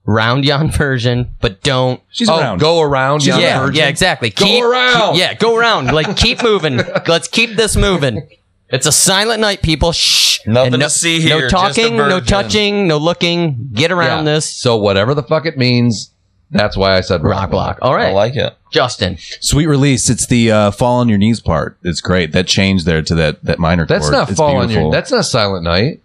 Speaker 1: Round yon virgin, but don't.
Speaker 4: she's
Speaker 3: Oh,
Speaker 4: around.
Speaker 3: go around. Yon
Speaker 1: yeah,
Speaker 3: virgin.
Speaker 1: yeah, exactly.
Speaker 3: Go around.
Speaker 1: yeah, go around. Like keep moving. Let's keep this moving. It's a silent night, people. Shh.
Speaker 5: Nothing
Speaker 1: And
Speaker 5: to see
Speaker 1: No
Speaker 5: here, just a
Speaker 1: talking. No
Speaker 5: virgin.
Speaker 1: touching. No looking. Get around
Speaker 3: Yeah.
Speaker 1: this
Speaker 3: So whatever the fuck it means, that's why I said
Speaker 1: rock block. All
Speaker 5: I
Speaker 1: right,
Speaker 5: like it.
Speaker 1: Justin.
Speaker 4: Sweet release. It's the uh, fall on your knees part. It's great. That change there to that that minor
Speaker 3: That's
Speaker 4: chord.
Speaker 3: not
Speaker 4: It's
Speaker 3: fall on your.
Speaker 4: beautiful.
Speaker 3: That's not silent night.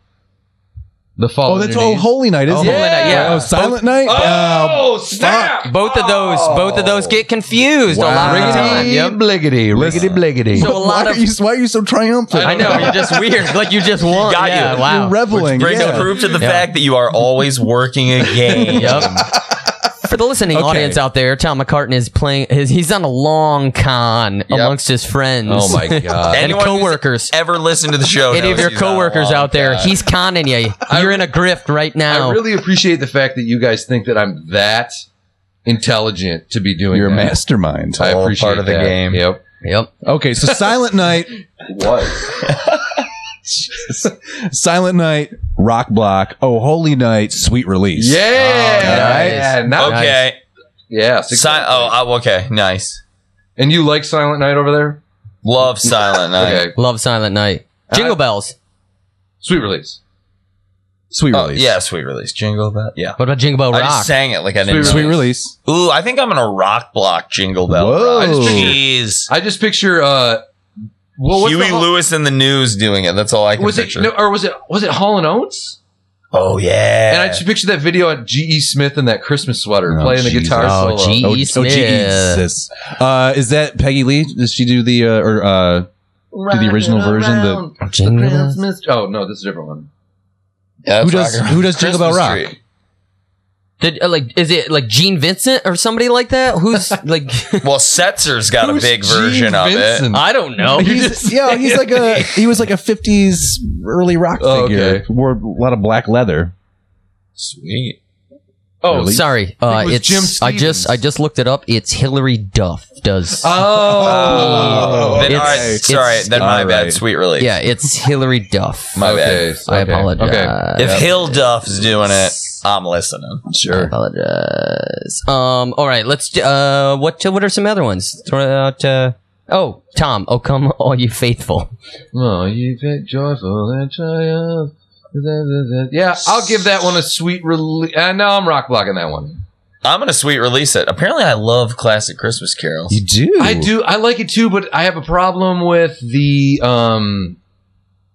Speaker 3: The fall.
Speaker 4: oh,
Speaker 3: on
Speaker 4: that's
Speaker 3: your
Speaker 4: oh,
Speaker 3: knees.
Speaker 4: holy night. Isn't
Speaker 1: Oh,
Speaker 4: it?
Speaker 1: Holy Night, yeah.
Speaker 4: Oh, silent night. Uh,
Speaker 5: Oh, snap!
Speaker 1: Both of those, both of those get confused a lot of the time.
Speaker 3: Riggedy
Speaker 1: Yep.
Speaker 3: bliggity, riggedy bliggity.
Speaker 1: So a lot
Speaker 4: why,
Speaker 1: of
Speaker 4: are you, why are you so triumphant?
Speaker 1: I know you're just weird. Like you just won.
Speaker 5: got
Speaker 1: yeah,
Speaker 5: you.
Speaker 1: Wow.
Speaker 4: You're reveling.
Speaker 5: Brings
Speaker 4: yeah.
Speaker 5: proof to the fact that you are always working a game.
Speaker 1: Yep. For the listening
Speaker 4: Okay.
Speaker 1: audience out there, Tom McCartan is playing. His, he's on a long con amongst his friends.
Speaker 3: oh my god.
Speaker 1: and
Speaker 5: Anyone who's
Speaker 1: coworkers.
Speaker 5: Ever listen to the show?
Speaker 1: Any of
Speaker 5: knows
Speaker 1: your
Speaker 5: he's not
Speaker 1: coworkers
Speaker 5: alone.
Speaker 1: out there, he's conning you. You're in a grift right now.
Speaker 3: I really appreciate the fact that you guys think that I'm that intelligent to be doing.
Speaker 4: You're a
Speaker 3: that.
Speaker 4: mastermind.
Speaker 3: I
Speaker 5: All part
Speaker 3: appreciate
Speaker 5: of the
Speaker 3: that.
Speaker 5: game.
Speaker 3: Yep.
Speaker 1: yep.
Speaker 4: Okay, so Silent Night,
Speaker 3: What?
Speaker 4: Silent Night, Rock Block, Oh Holy Night, Sweet Release.
Speaker 3: Yeah.
Speaker 1: nice.
Speaker 3: Yeah. Now,
Speaker 5: Okay.
Speaker 3: Oh, Yeah. six-
Speaker 5: Si- oh, oh, okay. Nice.
Speaker 3: And you like Silent Night over there?
Speaker 5: Love Silent Night.
Speaker 3: Okay.
Speaker 1: Love Silent Night. Jingle bells.
Speaker 3: Sweet release.
Speaker 4: Sweet
Speaker 5: Oh,
Speaker 4: Release.
Speaker 5: yeah, sweet release. Jingle bell. Yeah.
Speaker 1: What about Jingle Bell
Speaker 5: I
Speaker 1: Rock?
Speaker 5: just sang it like I didn't.
Speaker 3: Sweet
Speaker 4: Sweet
Speaker 5: know.
Speaker 4: Release.
Speaker 5: Ooh, I think I'm gonna rock block Jingle Bell.
Speaker 4: Whoa.
Speaker 5: Rock. Jeez.
Speaker 3: I just picture uh well, what's
Speaker 5: Huey
Speaker 3: the Hall-
Speaker 5: Lewis in the news doing it. That's all I can
Speaker 3: was it
Speaker 5: picture.
Speaker 3: no, or was it was it Hall and Oates?
Speaker 5: oh yeah.
Speaker 3: And I just picture that video at G.E. Smith in that Christmas sweater
Speaker 4: Oh,
Speaker 3: playing the
Speaker 4: Jesus.
Speaker 3: guitar
Speaker 1: Oh,
Speaker 5: E,
Speaker 3: solo.
Speaker 1: G.E. Smith.
Speaker 4: Jesus. Uh, is that Peggy Lee? Does she do the uh, or uh, do the original version? The
Speaker 1: Jingle bells.
Speaker 3: Christmas. Oh no, this is a different one.
Speaker 5: Yeah,
Speaker 4: who
Speaker 5: that's
Speaker 4: does-
Speaker 5: rock-
Speaker 4: who does Jingle Bell
Speaker 5: Christmas
Speaker 4: Rock?
Speaker 5: tree.
Speaker 1: Did, uh, like, is it like Gene Vincent or somebody like that? Who's like,
Speaker 5: Well, Setzer's got a big version of it. Ah,
Speaker 1: I don't know.
Speaker 4: he's, yeah, he's like a he was like a '50s early rock
Speaker 3: Oh,
Speaker 4: figure.
Speaker 3: okay.
Speaker 4: Wore a lot of black leather.
Speaker 5: Sweet.
Speaker 1: Oh,
Speaker 4: Really?
Speaker 1: sorry.
Speaker 3: I
Speaker 1: Uh,
Speaker 3: think it was
Speaker 1: it's
Speaker 3: Jim
Speaker 1: I
Speaker 3: Stevens.
Speaker 1: just I just looked it up. It's Hillary Duff does.
Speaker 3: Oh,
Speaker 5: Oh. Then, all
Speaker 1: It's-
Speaker 5: right,
Speaker 1: it's-
Speaker 5: sorry. Then my
Speaker 4: all
Speaker 5: bad.
Speaker 4: right.
Speaker 5: Sweet release.
Speaker 1: yeah, it's Hillary Duff.
Speaker 5: My
Speaker 3: okay.
Speaker 5: bad.
Speaker 1: I
Speaker 3: okay,
Speaker 1: apologize.
Speaker 3: Okay.
Speaker 5: If Hill Duff's doing it, I'm listening.
Speaker 1: I
Speaker 4: Sure.
Speaker 1: apologize. Um. All right. Let's. Uh. What? What are some other ones? Throw out. Uh, oh, Tom. Oh, come, all you faithful.
Speaker 3: Oh, you get joyful and triumph. Yeah, I'll give that one a sweet release. Uh, no, I'm rock blocking that one.
Speaker 5: I'm gonna sweet release it. Apparently, I love classic Christmas carols.
Speaker 4: You do.
Speaker 3: I do. I like it too, but I have a problem with the um.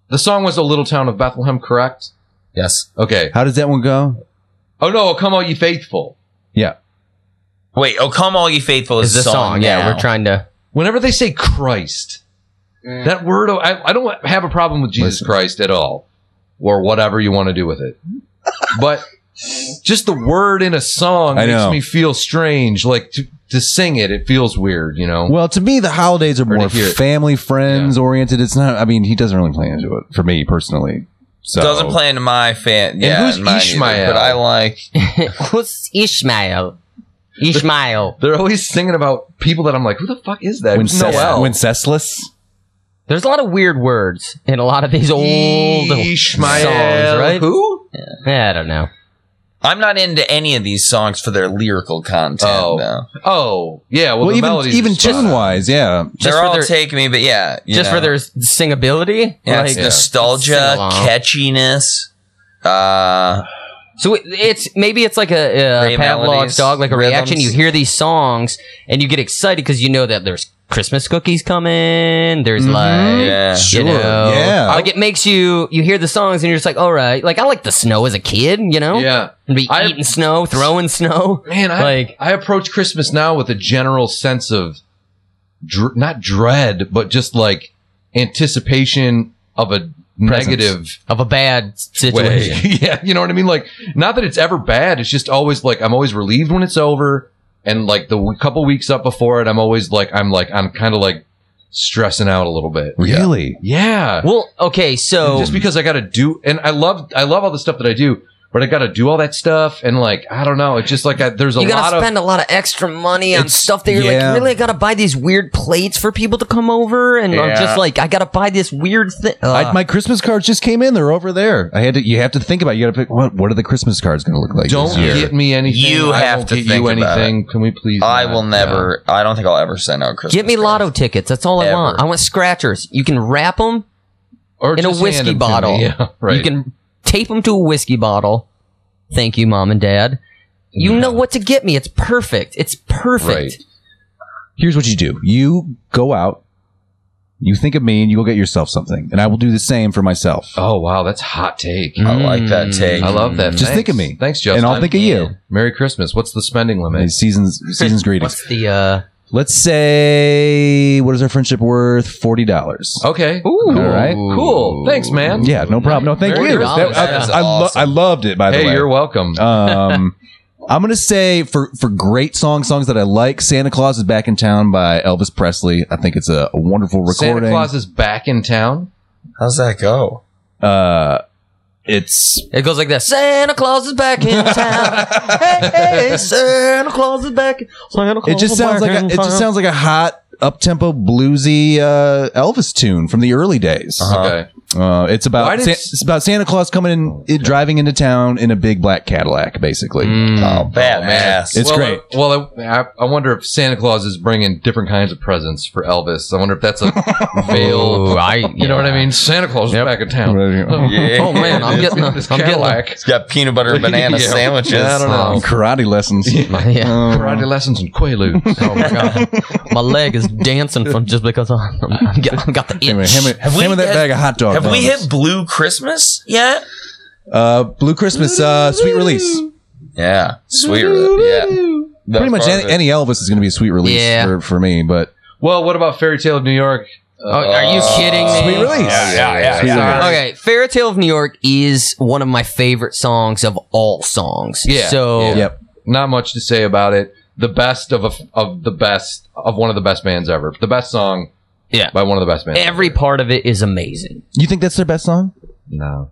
Speaker 3: The song was "A Little Town of Bethlehem," correct?
Speaker 5: yes.
Speaker 3: Okay.
Speaker 4: How does that one go?
Speaker 3: Oh no! Come all ye faithful.
Speaker 4: Yeah.
Speaker 5: Wait. Oh, come all ye faithful is,
Speaker 1: Is the song? Yeah,
Speaker 5: now.
Speaker 1: we're trying to.
Speaker 3: Whenever they say Christ, that word I, I don't have a problem with Jesus
Speaker 4: Listen.
Speaker 3: Christ at all, or whatever you want to do with it. but just the word in a song
Speaker 4: I
Speaker 3: makes
Speaker 4: know.
Speaker 3: me feel strange. Like to to sing it, it feels weird. You know.
Speaker 4: Well, to me, the holidays are
Speaker 3: to
Speaker 4: more
Speaker 3: hear it.
Speaker 4: family friends oriented. It's not. I mean, he doesn't really play into it for me personally. So
Speaker 5: Doesn't play into my fan. Yeah,
Speaker 3: who's
Speaker 5: and mine either,
Speaker 3: Ishmael?
Speaker 5: but I like.
Speaker 1: Who's Ishmael? Ishmael.
Speaker 3: They're always singing about people that I'm like, who the fuck is that?
Speaker 4: When
Speaker 3: Who's Noel?
Speaker 4: Wenceslus.
Speaker 1: There's a lot of weird words in a lot of these old
Speaker 3: Ishmael.
Speaker 1: songs, right?
Speaker 3: Who?
Speaker 1: Yeah, I don't know.
Speaker 5: I'm not into any of these songs for their lyrical content.
Speaker 3: Oh.
Speaker 5: though.
Speaker 3: Oh, yeah. Well,
Speaker 4: Well,
Speaker 3: the
Speaker 4: even
Speaker 3: melodies
Speaker 4: even
Speaker 3: are spot on.
Speaker 4: tune wise, yeah.
Speaker 1: Just
Speaker 5: they're
Speaker 1: for
Speaker 5: all
Speaker 1: their-
Speaker 5: take me, but yeah, you
Speaker 1: Just
Speaker 5: know.
Speaker 1: for their s- singability.
Speaker 5: yeah, it's
Speaker 1: Like-
Speaker 5: nostalgia,
Speaker 1: Sing along.
Speaker 5: catchiness. Uh,
Speaker 1: So it- it's maybe it's like a, a
Speaker 5: Ray
Speaker 1: Pavlov's
Speaker 5: melodies,
Speaker 1: dog, like a reaction.
Speaker 5: rhythms.
Speaker 1: You hear these songs and you get excited because you know that there's Christmas cookies coming. There's like,
Speaker 5: Yeah.
Speaker 1: you know,
Speaker 4: yeah.
Speaker 1: like it makes you you hear the songs and you're just like, all right. Like I like the snow as a kid, you know,
Speaker 3: Yeah.
Speaker 1: and be
Speaker 3: I-
Speaker 1: eating snow, throwing snow.
Speaker 3: Man, I,
Speaker 1: Like-
Speaker 3: I approach Christmas now with a general sense of dr- not dread, but just like anticipation of a negative
Speaker 1: of a bad situation.
Speaker 3: way. yeah, you know what I mean? Like, not that it's ever bad. It's just always like I'm always relieved when it's over, and like the w- couple weeks up before it, I'm always like I'm like I'm kind of like stressing out a little bit.
Speaker 4: Really?
Speaker 3: Yeah.
Speaker 1: Well, okay, so
Speaker 3: Just because I got to do, and I love I love all the stuff that I do, but I got to do all that stuff, and like I don't know, it's just like I, there's a
Speaker 1: you
Speaker 3: lot
Speaker 1: gotta
Speaker 3: of
Speaker 1: spend a lot of extra money on
Speaker 5: It's-
Speaker 1: stuff that you're
Speaker 4: yeah.
Speaker 1: like, really, I gotta buy these weird plates for people to come over, and I'm
Speaker 5: Yeah.
Speaker 1: just like, I gotta buy this weird thing.
Speaker 3: Uh,
Speaker 4: I, my Christmas cards just came in. They're over there. I had to. You have to think about. It. You got to pick. What, what are the Christmas cards going to look like?
Speaker 3: Don't
Speaker 4: this year?
Speaker 3: get me anything.
Speaker 5: You
Speaker 3: I
Speaker 5: have
Speaker 3: won't
Speaker 5: to
Speaker 3: get
Speaker 5: think
Speaker 3: you
Speaker 5: about
Speaker 3: anything. Can we please?
Speaker 5: I
Speaker 3: not?
Speaker 5: will never. I don't think I'll ever send out Christmas.
Speaker 1: Get me
Speaker 5: cards.
Speaker 1: lotto tickets. That's all I
Speaker 5: Ever.
Speaker 1: want. I want scratchers. You can wrap them.
Speaker 3: Yeah. Or
Speaker 1: in a
Speaker 3: just hand
Speaker 1: whiskey
Speaker 3: them to
Speaker 1: bottle.
Speaker 3: me. Yeah, right.
Speaker 1: You can tape them to a whiskey bottle. Thank you, mom and dad. You know what to get me. It's perfect. It's perfect.
Speaker 3: Right.
Speaker 4: Here's what you do. You go out. You think of me, and you go get yourself something, and I will do the same for myself.
Speaker 3: Oh wow, that's a hot take.
Speaker 5: I like
Speaker 1: Mm.
Speaker 5: that take.
Speaker 3: I love that.
Speaker 4: Just
Speaker 3: Thanks.
Speaker 4: think of me.
Speaker 3: Thanks, Justin.
Speaker 4: And I'll think of you.
Speaker 3: Merry Christmas. What's the spending
Speaker 4: Hey,
Speaker 3: limit?
Speaker 4: Seasons, seasons greetings.
Speaker 1: What's the uh?
Speaker 4: Let's say, what is our friendship worth? Forty dollars.
Speaker 3: Okay.
Speaker 1: Ooh,
Speaker 4: All right.
Speaker 3: Cool. Oh, Thanks, man.
Speaker 4: Yeah, no problem. No, thank
Speaker 3: Very
Speaker 4: you.
Speaker 3: good.
Speaker 4: That- I,
Speaker 5: That is
Speaker 4: I lo-
Speaker 5: awesome.
Speaker 4: I loved it. By the
Speaker 3: Hey,
Speaker 4: way,
Speaker 3: you're welcome.
Speaker 4: um, I'm gonna say for for great songs, songs that I like. Santa Claus is back in town by Elvis Presley. I think it's a, a wonderful recording.
Speaker 3: Santa Claus is back in town.
Speaker 5: How's that go?
Speaker 4: Uh, it's
Speaker 1: It goes like this: Santa Claus is back in town. hey, hey, Santa Claus is back. Santa Claus
Speaker 4: it just
Speaker 1: is
Speaker 4: sounds like
Speaker 1: back
Speaker 4: a,
Speaker 1: in
Speaker 4: it just
Speaker 1: town.
Speaker 4: sounds like a hot up tempo bluesy uh, Elvis tune from the early days. uh
Speaker 3: Okay.
Speaker 4: it's
Speaker 3: Why
Speaker 4: about
Speaker 3: did
Speaker 4: Sa-
Speaker 3: s-
Speaker 4: it's about Santa Claus coming in, it, driving into town in a big black Cadillac, basically.
Speaker 5: Oh, badass.
Speaker 4: It's
Speaker 3: well,
Speaker 4: great.
Speaker 3: I, well, I, I wonder if Santa Claus is bringing different kinds of presents for Elvis. I wonder if that's a veil.
Speaker 1: Ooh, I,
Speaker 3: You know what I mean? Santa Claus is back in town.
Speaker 5: yeah.
Speaker 1: Oh man, I'm getting a,
Speaker 3: This
Speaker 1: I'm getting a,
Speaker 3: Cadillac.
Speaker 5: It's got peanut butter and banana
Speaker 3: Yeah.
Speaker 5: sandwiches.
Speaker 3: Yeah, I don't know.
Speaker 4: Oh, Karate lessons.
Speaker 1: yeah.
Speaker 4: Oh.
Speaker 3: Karate lessons and Quaaludes.
Speaker 1: Oh my god, my leg is dancing from just because I'm, I'm, get- I've got the
Speaker 4: Anyway,
Speaker 1: itch.
Speaker 4: hammer,
Speaker 5: Have we
Speaker 4: hammer that
Speaker 5: hit-
Speaker 4: bag of hot dog.
Speaker 5: Have we
Speaker 4: donuts.
Speaker 5: hit Blue Christmas yet?
Speaker 4: uh, Blue Christmas? Uh, sweet release.
Speaker 5: Yeah, sweet. Yeah, That's
Speaker 4: Pretty much
Speaker 5: part of
Speaker 4: any,
Speaker 5: it.
Speaker 4: any Elvis is going to be a sweet release
Speaker 1: Yeah.
Speaker 4: for, for me, but
Speaker 3: well, what about Fairy Tale of New York?
Speaker 1: Oh, are you kidding me?
Speaker 4: sweet release.
Speaker 5: Uh, yeah, yeah.
Speaker 4: Sweet
Speaker 5: yeah.
Speaker 4: release.
Speaker 1: Okay, Fairy Tale of New York is one of my favorite songs of all songs.
Speaker 3: Yeah.
Speaker 1: So
Speaker 3: Yeah.
Speaker 4: Yep.
Speaker 3: Not much to say about it. The best of a, of the best of one of the best bands ever. The best song.
Speaker 1: Yeah.
Speaker 3: By one of the best bands.
Speaker 1: every part of it is amazing.
Speaker 4: You think that's their best song?
Speaker 3: no.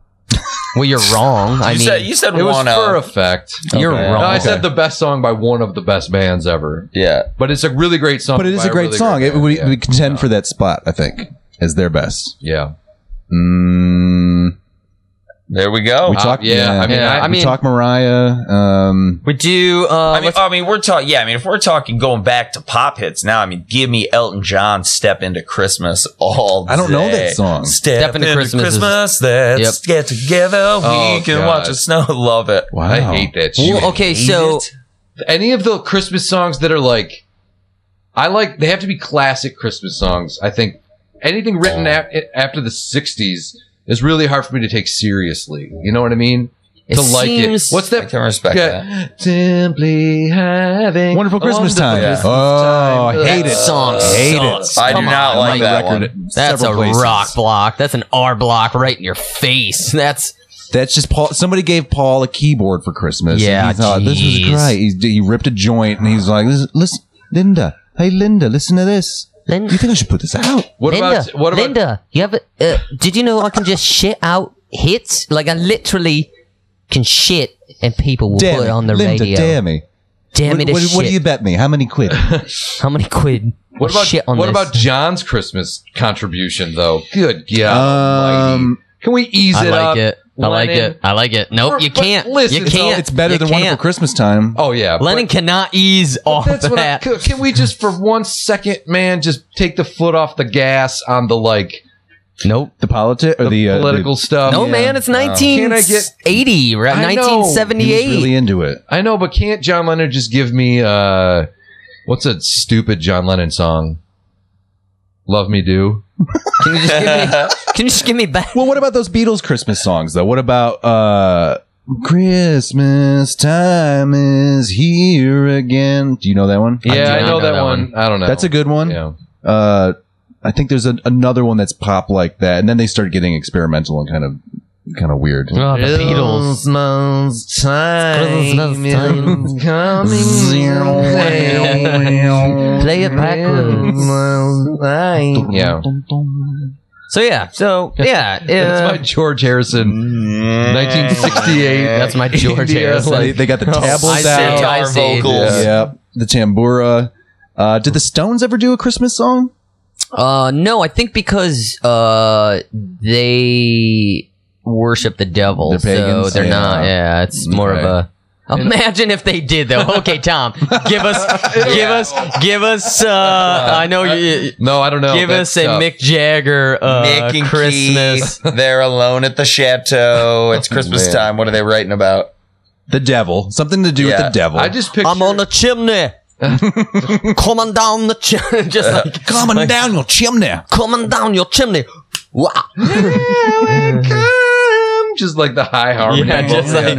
Speaker 1: Well, you're wrong. I
Speaker 5: You
Speaker 1: mean,
Speaker 5: said you said
Speaker 3: It was
Speaker 5: one
Speaker 3: for
Speaker 5: of.
Speaker 3: effect.
Speaker 1: you're
Speaker 5: Okay.
Speaker 1: wrong.
Speaker 3: No, I
Speaker 4: Okay.
Speaker 3: said the best song by one of the best bands ever.
Speaker 5: Yeah,
Speaker 3: But it's a really great song.
Speaker 4: But it is
Speaker 3: by
Speaker 4: a great
Speaker 3: really
Speaker 4: song. it
Speaker 3: band,
Speaker 4: would,
Speaker 3: yeah.
Speaker 4: would contend for that spot, I think, as their best.
Speaker 3: yeah.
Speaker 4: Mm,
Speaker 5: there we go.
Speaker 4: we talked.
Speaker 3: Oh, yeah, I mean, I-
Speaker 4: we
Speaker 1: I mean-
Speaker 4: talked Mariah. Um,
Speaker 1: we do. Uh,
Speaker 5: I mean,
Speaker 1: let's-
Speaker 5: I mean, we're talking. Yeah, I mean, if we're talking going back to pop hits now, I mean, give me Elton John "Step Into Christmas" all.
Speaker 4: I don't know that
Speaker 5: day.
Speaker 4: song.
Speaker 5: Step,
Speaker 1: Step Into
Speaker 5: into,
Speaker 1: Christmas
Speaker 5: Christmas.
Speaker 1: is-
Speaker 5: let's
Speaker 1: Yep.
Speaker 5: get together.
Speaker 3: Oh,
Speaker 5: we can
Speaker 3: God.
Speaker 5: watch the snow. Love it.
Speaker 4: wow,
Speaker 3: I hate that shit.
Speaker 1: Well, okay,
Speaker 5: Hate
Speaker 1: so
Speaker 5: it.
Speaker 3: Any of the Christmas songs that are like, I like. They have to be classic Christmas songs. I think anything written ap- after the '60s is really hard for me to take seriously. You know what I mean?
Speaker 1: It
Speaker 3: to like it.
Speaker 1: seems-
Speaker 3: What's
Speaker 5: I
Speaker 3: that?
Speaker 5: can respect that.
Speaker 3: Yeah. Simply having
Speaker 4: Wonderful
Speaker 3: a
Speaker 4: Christmas
Speaker 3: wonderful
Speaker 4: time.
Speaker 3: Christmas
Speaker 4: Oh, I hate
Speaker 1: that
Speaker 4: it.
Speaker 1: song
Speaker 4: Hate
Speaker 1: sucks.
Speaker 4: it.
Speaker 5: I do
Speaker 1: Come
Speaker 5: not
Speaker 1: on,
Speaker 5: like
Speaker 1: Mike.
Speaker 5: that
Speaker 4: Record
Speaker 5: one.
Speaker 4: at
Speaker 1: That's
Speaker 4: several
Speaker 1: a
Speaker 4: places.
Speaker 1: rock block. That's an R block right in your face. That's
Speaker 4: That's just Paul. Somebody gave Paul a keyboard for Christmas.
Speaker 1: Yeah,
Speaker 4: and he thought this was
Speaker 1: jeez.
Speaker 4: great. He, he ripped a joint and he's like, "Listen- "Listen, Linda, hey Linda, listen to this.
Speaker 1: Lin-
Speaker 4: You think I should put this out?"
Speaker 3: What
Speaker 1: Linda,
Speaker 3: about what about
Speaker 1: Linda, you have a, uh, did you know I can just shit out hits? Like I literally can shit and people will put it on the
Speaker 4: Linda,
Speaker 1: radio.
Speaker 4: dare me.
Speaker 1: Damn
Speaker 4: what,
Speaker 1: it,
Speaker 4: what,
Speaker 1: it's shit.
Speaker 4: what
Speaker 1: Oh,
Speaker 4: do you bet me? How many quid?
Speaker 1: How many quid?
Speaker 3: What about
Speaker 1: shit on
Speaker 3: what
Speaker 1: this?
Speaker 3: about John's Christmas contribution though? Good God,
Speaker 4: Um,
Speaker 3: almighty. can we ease
Speaker 1: I
Speaker 3: it
Speaker 1: like
Speaker 3: up?
Speaker 1: it. I like
Speaker 3: Lennon?
Speaker 1: it. I like it.
Speaker 3: Or-
Speaker 1: Nope, you
Speaker 3: but
Speaker 1: can't.
Speaker 3: listen,
Speaker 1: you
Speaker 3: it's all-
Speaker 1: can't.
Speaker 4: it's better
Speaker 1: You
Speaker 4: than
Speaker 1: can't.
Speaker 4: Wonderful Christmas Time.
Speaker 3: Oh yeah, but-
Speaker 1: Lennon cannot ease off
Speaker 3: That's what I,
Speaker 1: that.
Speaker 3: c- can we just for one second, man, just take the foot off the gas on the like
Speaker 1: Nope.
Speaker 4: The politic or the, uh, the-
Speaker 3: political stuff.
Speaker 1: No,
Speaker 3: Yeah. Uh,
Speaker 1: man, it's
Speaker 3: Can I get-
Speaker 1: 1980, right?
Speaker 3: I know.
Speaker 4: he was
Speaker 1: 1978.
Speaker 4: really into it.
Speaker 3: I know, but can't John Lennon just give me uh what's a stupid John Lennon song? Love Me Do.
Speaker 1: Can you just give me? Can you just give me back?
Speaker 4: Well, what about those Beatles Christmas songs though? What about uh Christmas time is here again? Do you know that one?
Speaker 1: I do
Speaker 3: Yeah, I,
Speaker 1: not
Speaker 3: know
Speaker 1: know
Speaker 3: that,
Speaker 1: that
Speaker 3: one. I don't know.
Speaker 4: That's a good one.
Speaker 3: Yeah.
Speaker 4: Uh I think there's an another one that's pop like that, and then they start getting experimental and kind of kind of weird.
Speaker 1: the Beatles.
Speaker 3: Christmas
Speaker 1: Christmas time.
Speaker 3: is coming
Speaker 1: Play it backwards.
Speaker 3: Yeah.
Speaker 1: So yeah. So yeah.
Speaker 3: That's
Speaker 1: uh,
Speaker 3: my George Harrison. 1968.
Speaker 1: That's my George
Speaker 3: India,
Speaker 1: Harrison.
Speaker 4: They, they got the
Speaker 1: I
Speaker 4: tablets
Speaker 1: see,
Speaker 4: out.
Speaker 1: I
Speaker 5: Sitar
Speaker 1: see.
Speaker 5: vocals.
Speaker 4: Yeah, the tambura. Uh, did the Stones ever do a Christmas song?
Speaker 1: Uh, no, I think because uh they worship the devil,
Speaker 4: They're
Speaker 1: so
Speaker 4: pagans?
Speaker 1: they're
Speaker 4: Yeah.
Speaker 1: not. Yeah, it's more of a. Imagine if they did though. Okay, Tom, give us, give us, give us. Uh, I know you.
Speaker 3: No, I don't know.
Speaker 1: Give
Speaker 3: That's
Speaker 1: us a
Speaker 3: tough.
Speaker 1: Mick Jagger uh,
Speaker 5: Nick and
Speaker 1: Christmas.
Speaker 5: Keith, they're alone at the chateau. It's Christmas
Speaker 4: Man.
Speaker 5: time. What are they writing about?
Speaker 4: The devil, something to do with
Speaker 5: Yeah.
Speaker 4: the devil.
Speaker 3: I just picture
Speaker 1: I'm on the chimney. coming down the chimney, just like
Speaker 4: coming down your chimney.
Speaker 1: coming down your chimney. Wow.
Speaker 3: just like the high harmony.
Speaker 1: Yeah, just like-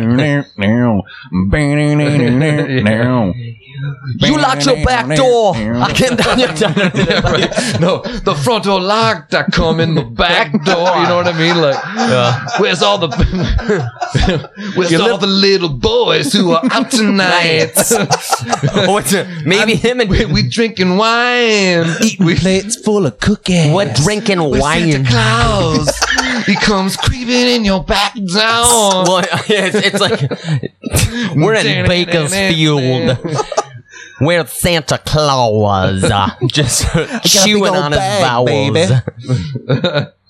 Speaker 1: You locked your back door. I came down your
Speaker 3: Yeah, right. No, the frontal locked. I come in the back door. You know what I mean? Like, where's all the where's all the little boys who are out tonight?
Speaker 1: What's it? Maybe him and
Speaker 3: we, we drinking wine.
Speaker 4: We plates full of cookies.
Speaker 1: We're drinking
Speaker 3: With Santa
Speaker 1: wine.
Speaker 3: Claus. he comes creeping in your back door.
Speaker 1: Well, yeah, it's, it's like we're in Bakersfield. Where Santa Claus was uh, just chewing on his vowels.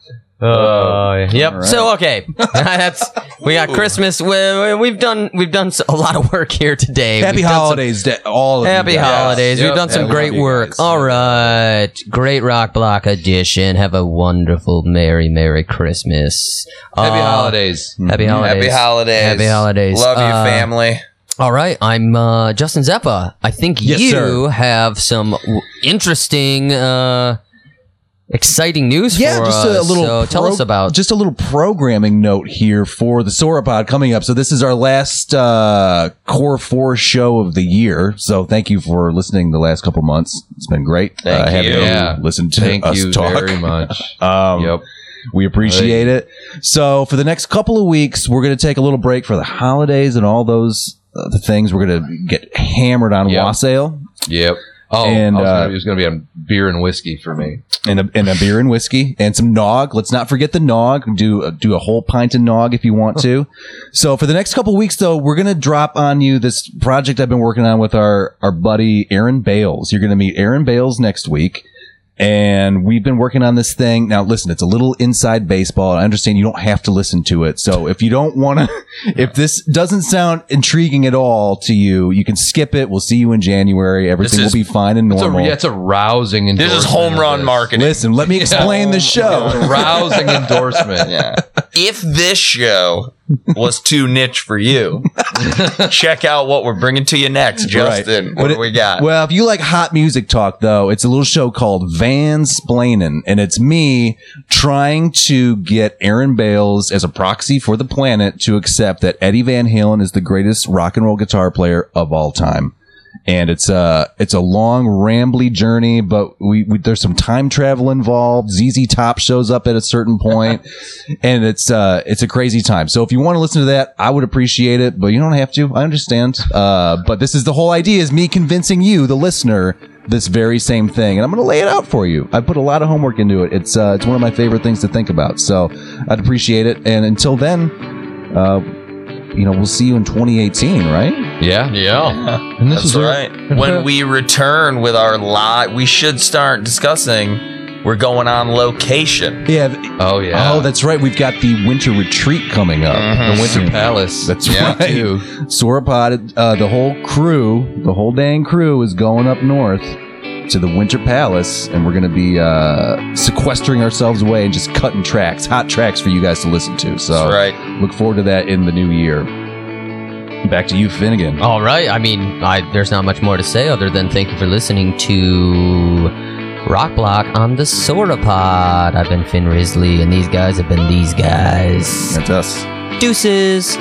Speaker 1: Uh, yep.
Speaker 4: All right.
Speaker 1: So okay, that's we got Christmas. We, we, we've done we've done s- a lot of work here today.
Speaker 4: Happy
Speaker 1: We've done some-
Speaker 4: holidays to all of you
Speaker 1: Happy
Speaker 4: guys.
Speaker 1: holidays.
Speaker 3: Yep.
Speaker 1: We've done some
Speaker 4: Yeah,
Speaker 1: great
Speaker 4: love you
Speaker 1: work.
Speaker 4: guys.
Speaker 1: All right. Great Rock Block Edition. Have a wonderful Merry, Merry Christmas.
Speaker 3: Happy
Speaker 1: Uh,
Speaker 3: holidays.
Speaker 1: Happy holidays.
Speaker 5: Happy holidays.
Speaker 1: Happy holidays.
Speaker 5: Love you,
Speaker 1: Uh,
Speaker 5: family.
Speaker 1: All right. I'm uh, Justin Zeppa. I think
Speaker 4: Yes,
Speaker 1: you
Speaker 4: sir.
Speaker 1: have some w- interesting, uh, exciting news
Speaker 4: Yeah,
Speaker 1: for
Speaker 4: just
Speaker 1: us.
Speaker 4: a little.
Speaker 1: so tell
Speaker 4: pro-
Speaker 1: us about.
Speaker 4: just a little programming note here for the Sauropod coming up. So this is our last uh, Core Four show of the year. So thank you for listening the last couple months. It's been great.
Speaker 5: Thank
Speaker 4: uh, having
Speaker 5: you.
Speaker 3: Yeah.
Speaker 4: Listen to
Speaker 3: Thank
Speaker 4: us
Speaker 3: you
Speaker 4: talk.
Speaker 3: very much.
Speaker 4: Um,
Speaker 3: yep.
Speaker 4: We appreciate it. So for the next couple of weeks, we're going to take a little break for the holidays and all those uh, the things. We're going to get hammered on
Speaker 3: Yeah.
Speaker 4: wassail
Speaker 3: Yep. Oh,
Speaker 4: And,
Speaker 3: I was
Speaker 4: uh,
Speaker 3: gonna, it was going to be on beer and whiskey for me.
Speaker 4: and a, and a beer and whiskey and some nog. Let's not forget the nog. Do a, do a whole pint of nog if you want to. so for the next couple of weeks, though, we're going to drop on you this project I've been working on with our our buddy Aaron Bales. You're going to meet Aaron Bales next week. and we've been working on this thing. Now, listen, it's a little inside baseball. I understand you don't have to listen to it. So if you don't want to, if this doesn't sound intriguing at all to you, you can skip it. We'll see you in January. Everything
Speaker 5: is-
Speaker 4: will be fine and
Speaker 3: It's a,
Speaker 4: normal.
Speaker 3: yeah, it's a rousing
Speaker 5: This
Speaker 3: endorsement.
Speaker 5: is home
Speaker 3: of
Speaker 5: run
Speaker 3: this.
Speaker 5: marketing.
Speaker 4: listen, let me explain the show.
Speaker 3: A rousing endorsement.
Speaker 5: Yeah. If this show was too niche for you, check out what we're bringing to you next,
Speaker 4: Right.
Speaker 5: Justin. What, do
Speaker 4: it-
Speaker 5: we got?
Speaker 4: Well, if you like hot music talk, though, it's a little show called Van Splainin', and it's me trying to get Aaron Bales as a proxy for the planet to accept that Eddie Van Halen is the greatest rock and roll guitar player of all time. And it's a it's a long rambly journey, but we, we there's some time travel involved. ZZ Top shows up at a certain point, and it's uh it's a crazy time. So if you want to listen to that, I would appreciate it, but you don't have to. I understand. Uh, but this is the whole idea: is me convincing you, the listener, this very same thing, and I'm going to lay it out for you. I put a lot of homework into it. It's uh, it's one of my favorite things to think about. So I'd appreciate it. And until then, uh, you know, we'll see you in 2018, right?
Speaker 3: Yeah.
Speaker 5: yeah.
Speaker 4: And this
Speaker 5: That's right. when we return with our live, we should start discussing. We're going on location.
Speaker 4: Yeah.
Speaker 3: Oh yeah.
Speaker 4: Oh, that's right. We've got the winter retreat coming up.
Speaker 5: Mhm.
Speaker 4: The
Speaker 3: Winter Palace.
Speaker 4: That's
Speaker 5: Yeah,
Speaker 4: right.
Speaker 3: Ew.
Speaker 4: Sauropod, uh, the whole crew, the whole dang crew is going up north to the Winter Palace, and we're going to be uh, sequestering ourselves away and just cutting tracks, hot tracks for you guys to listen to. So
Speaker 5: That's right.
Speaker 4: look forward to that in the new year. Back to you,
Speaker 5: Oh.
Speaker 4: Finnegan.
Speaker 1: All right. I mean, I, there's not much more to say other than thank you for listening to Rock Block on the Soda Pod. I've been Finn Risley, and these guys have been these guys.
Speaker 4: That's us.
Speaker 1: Deuces.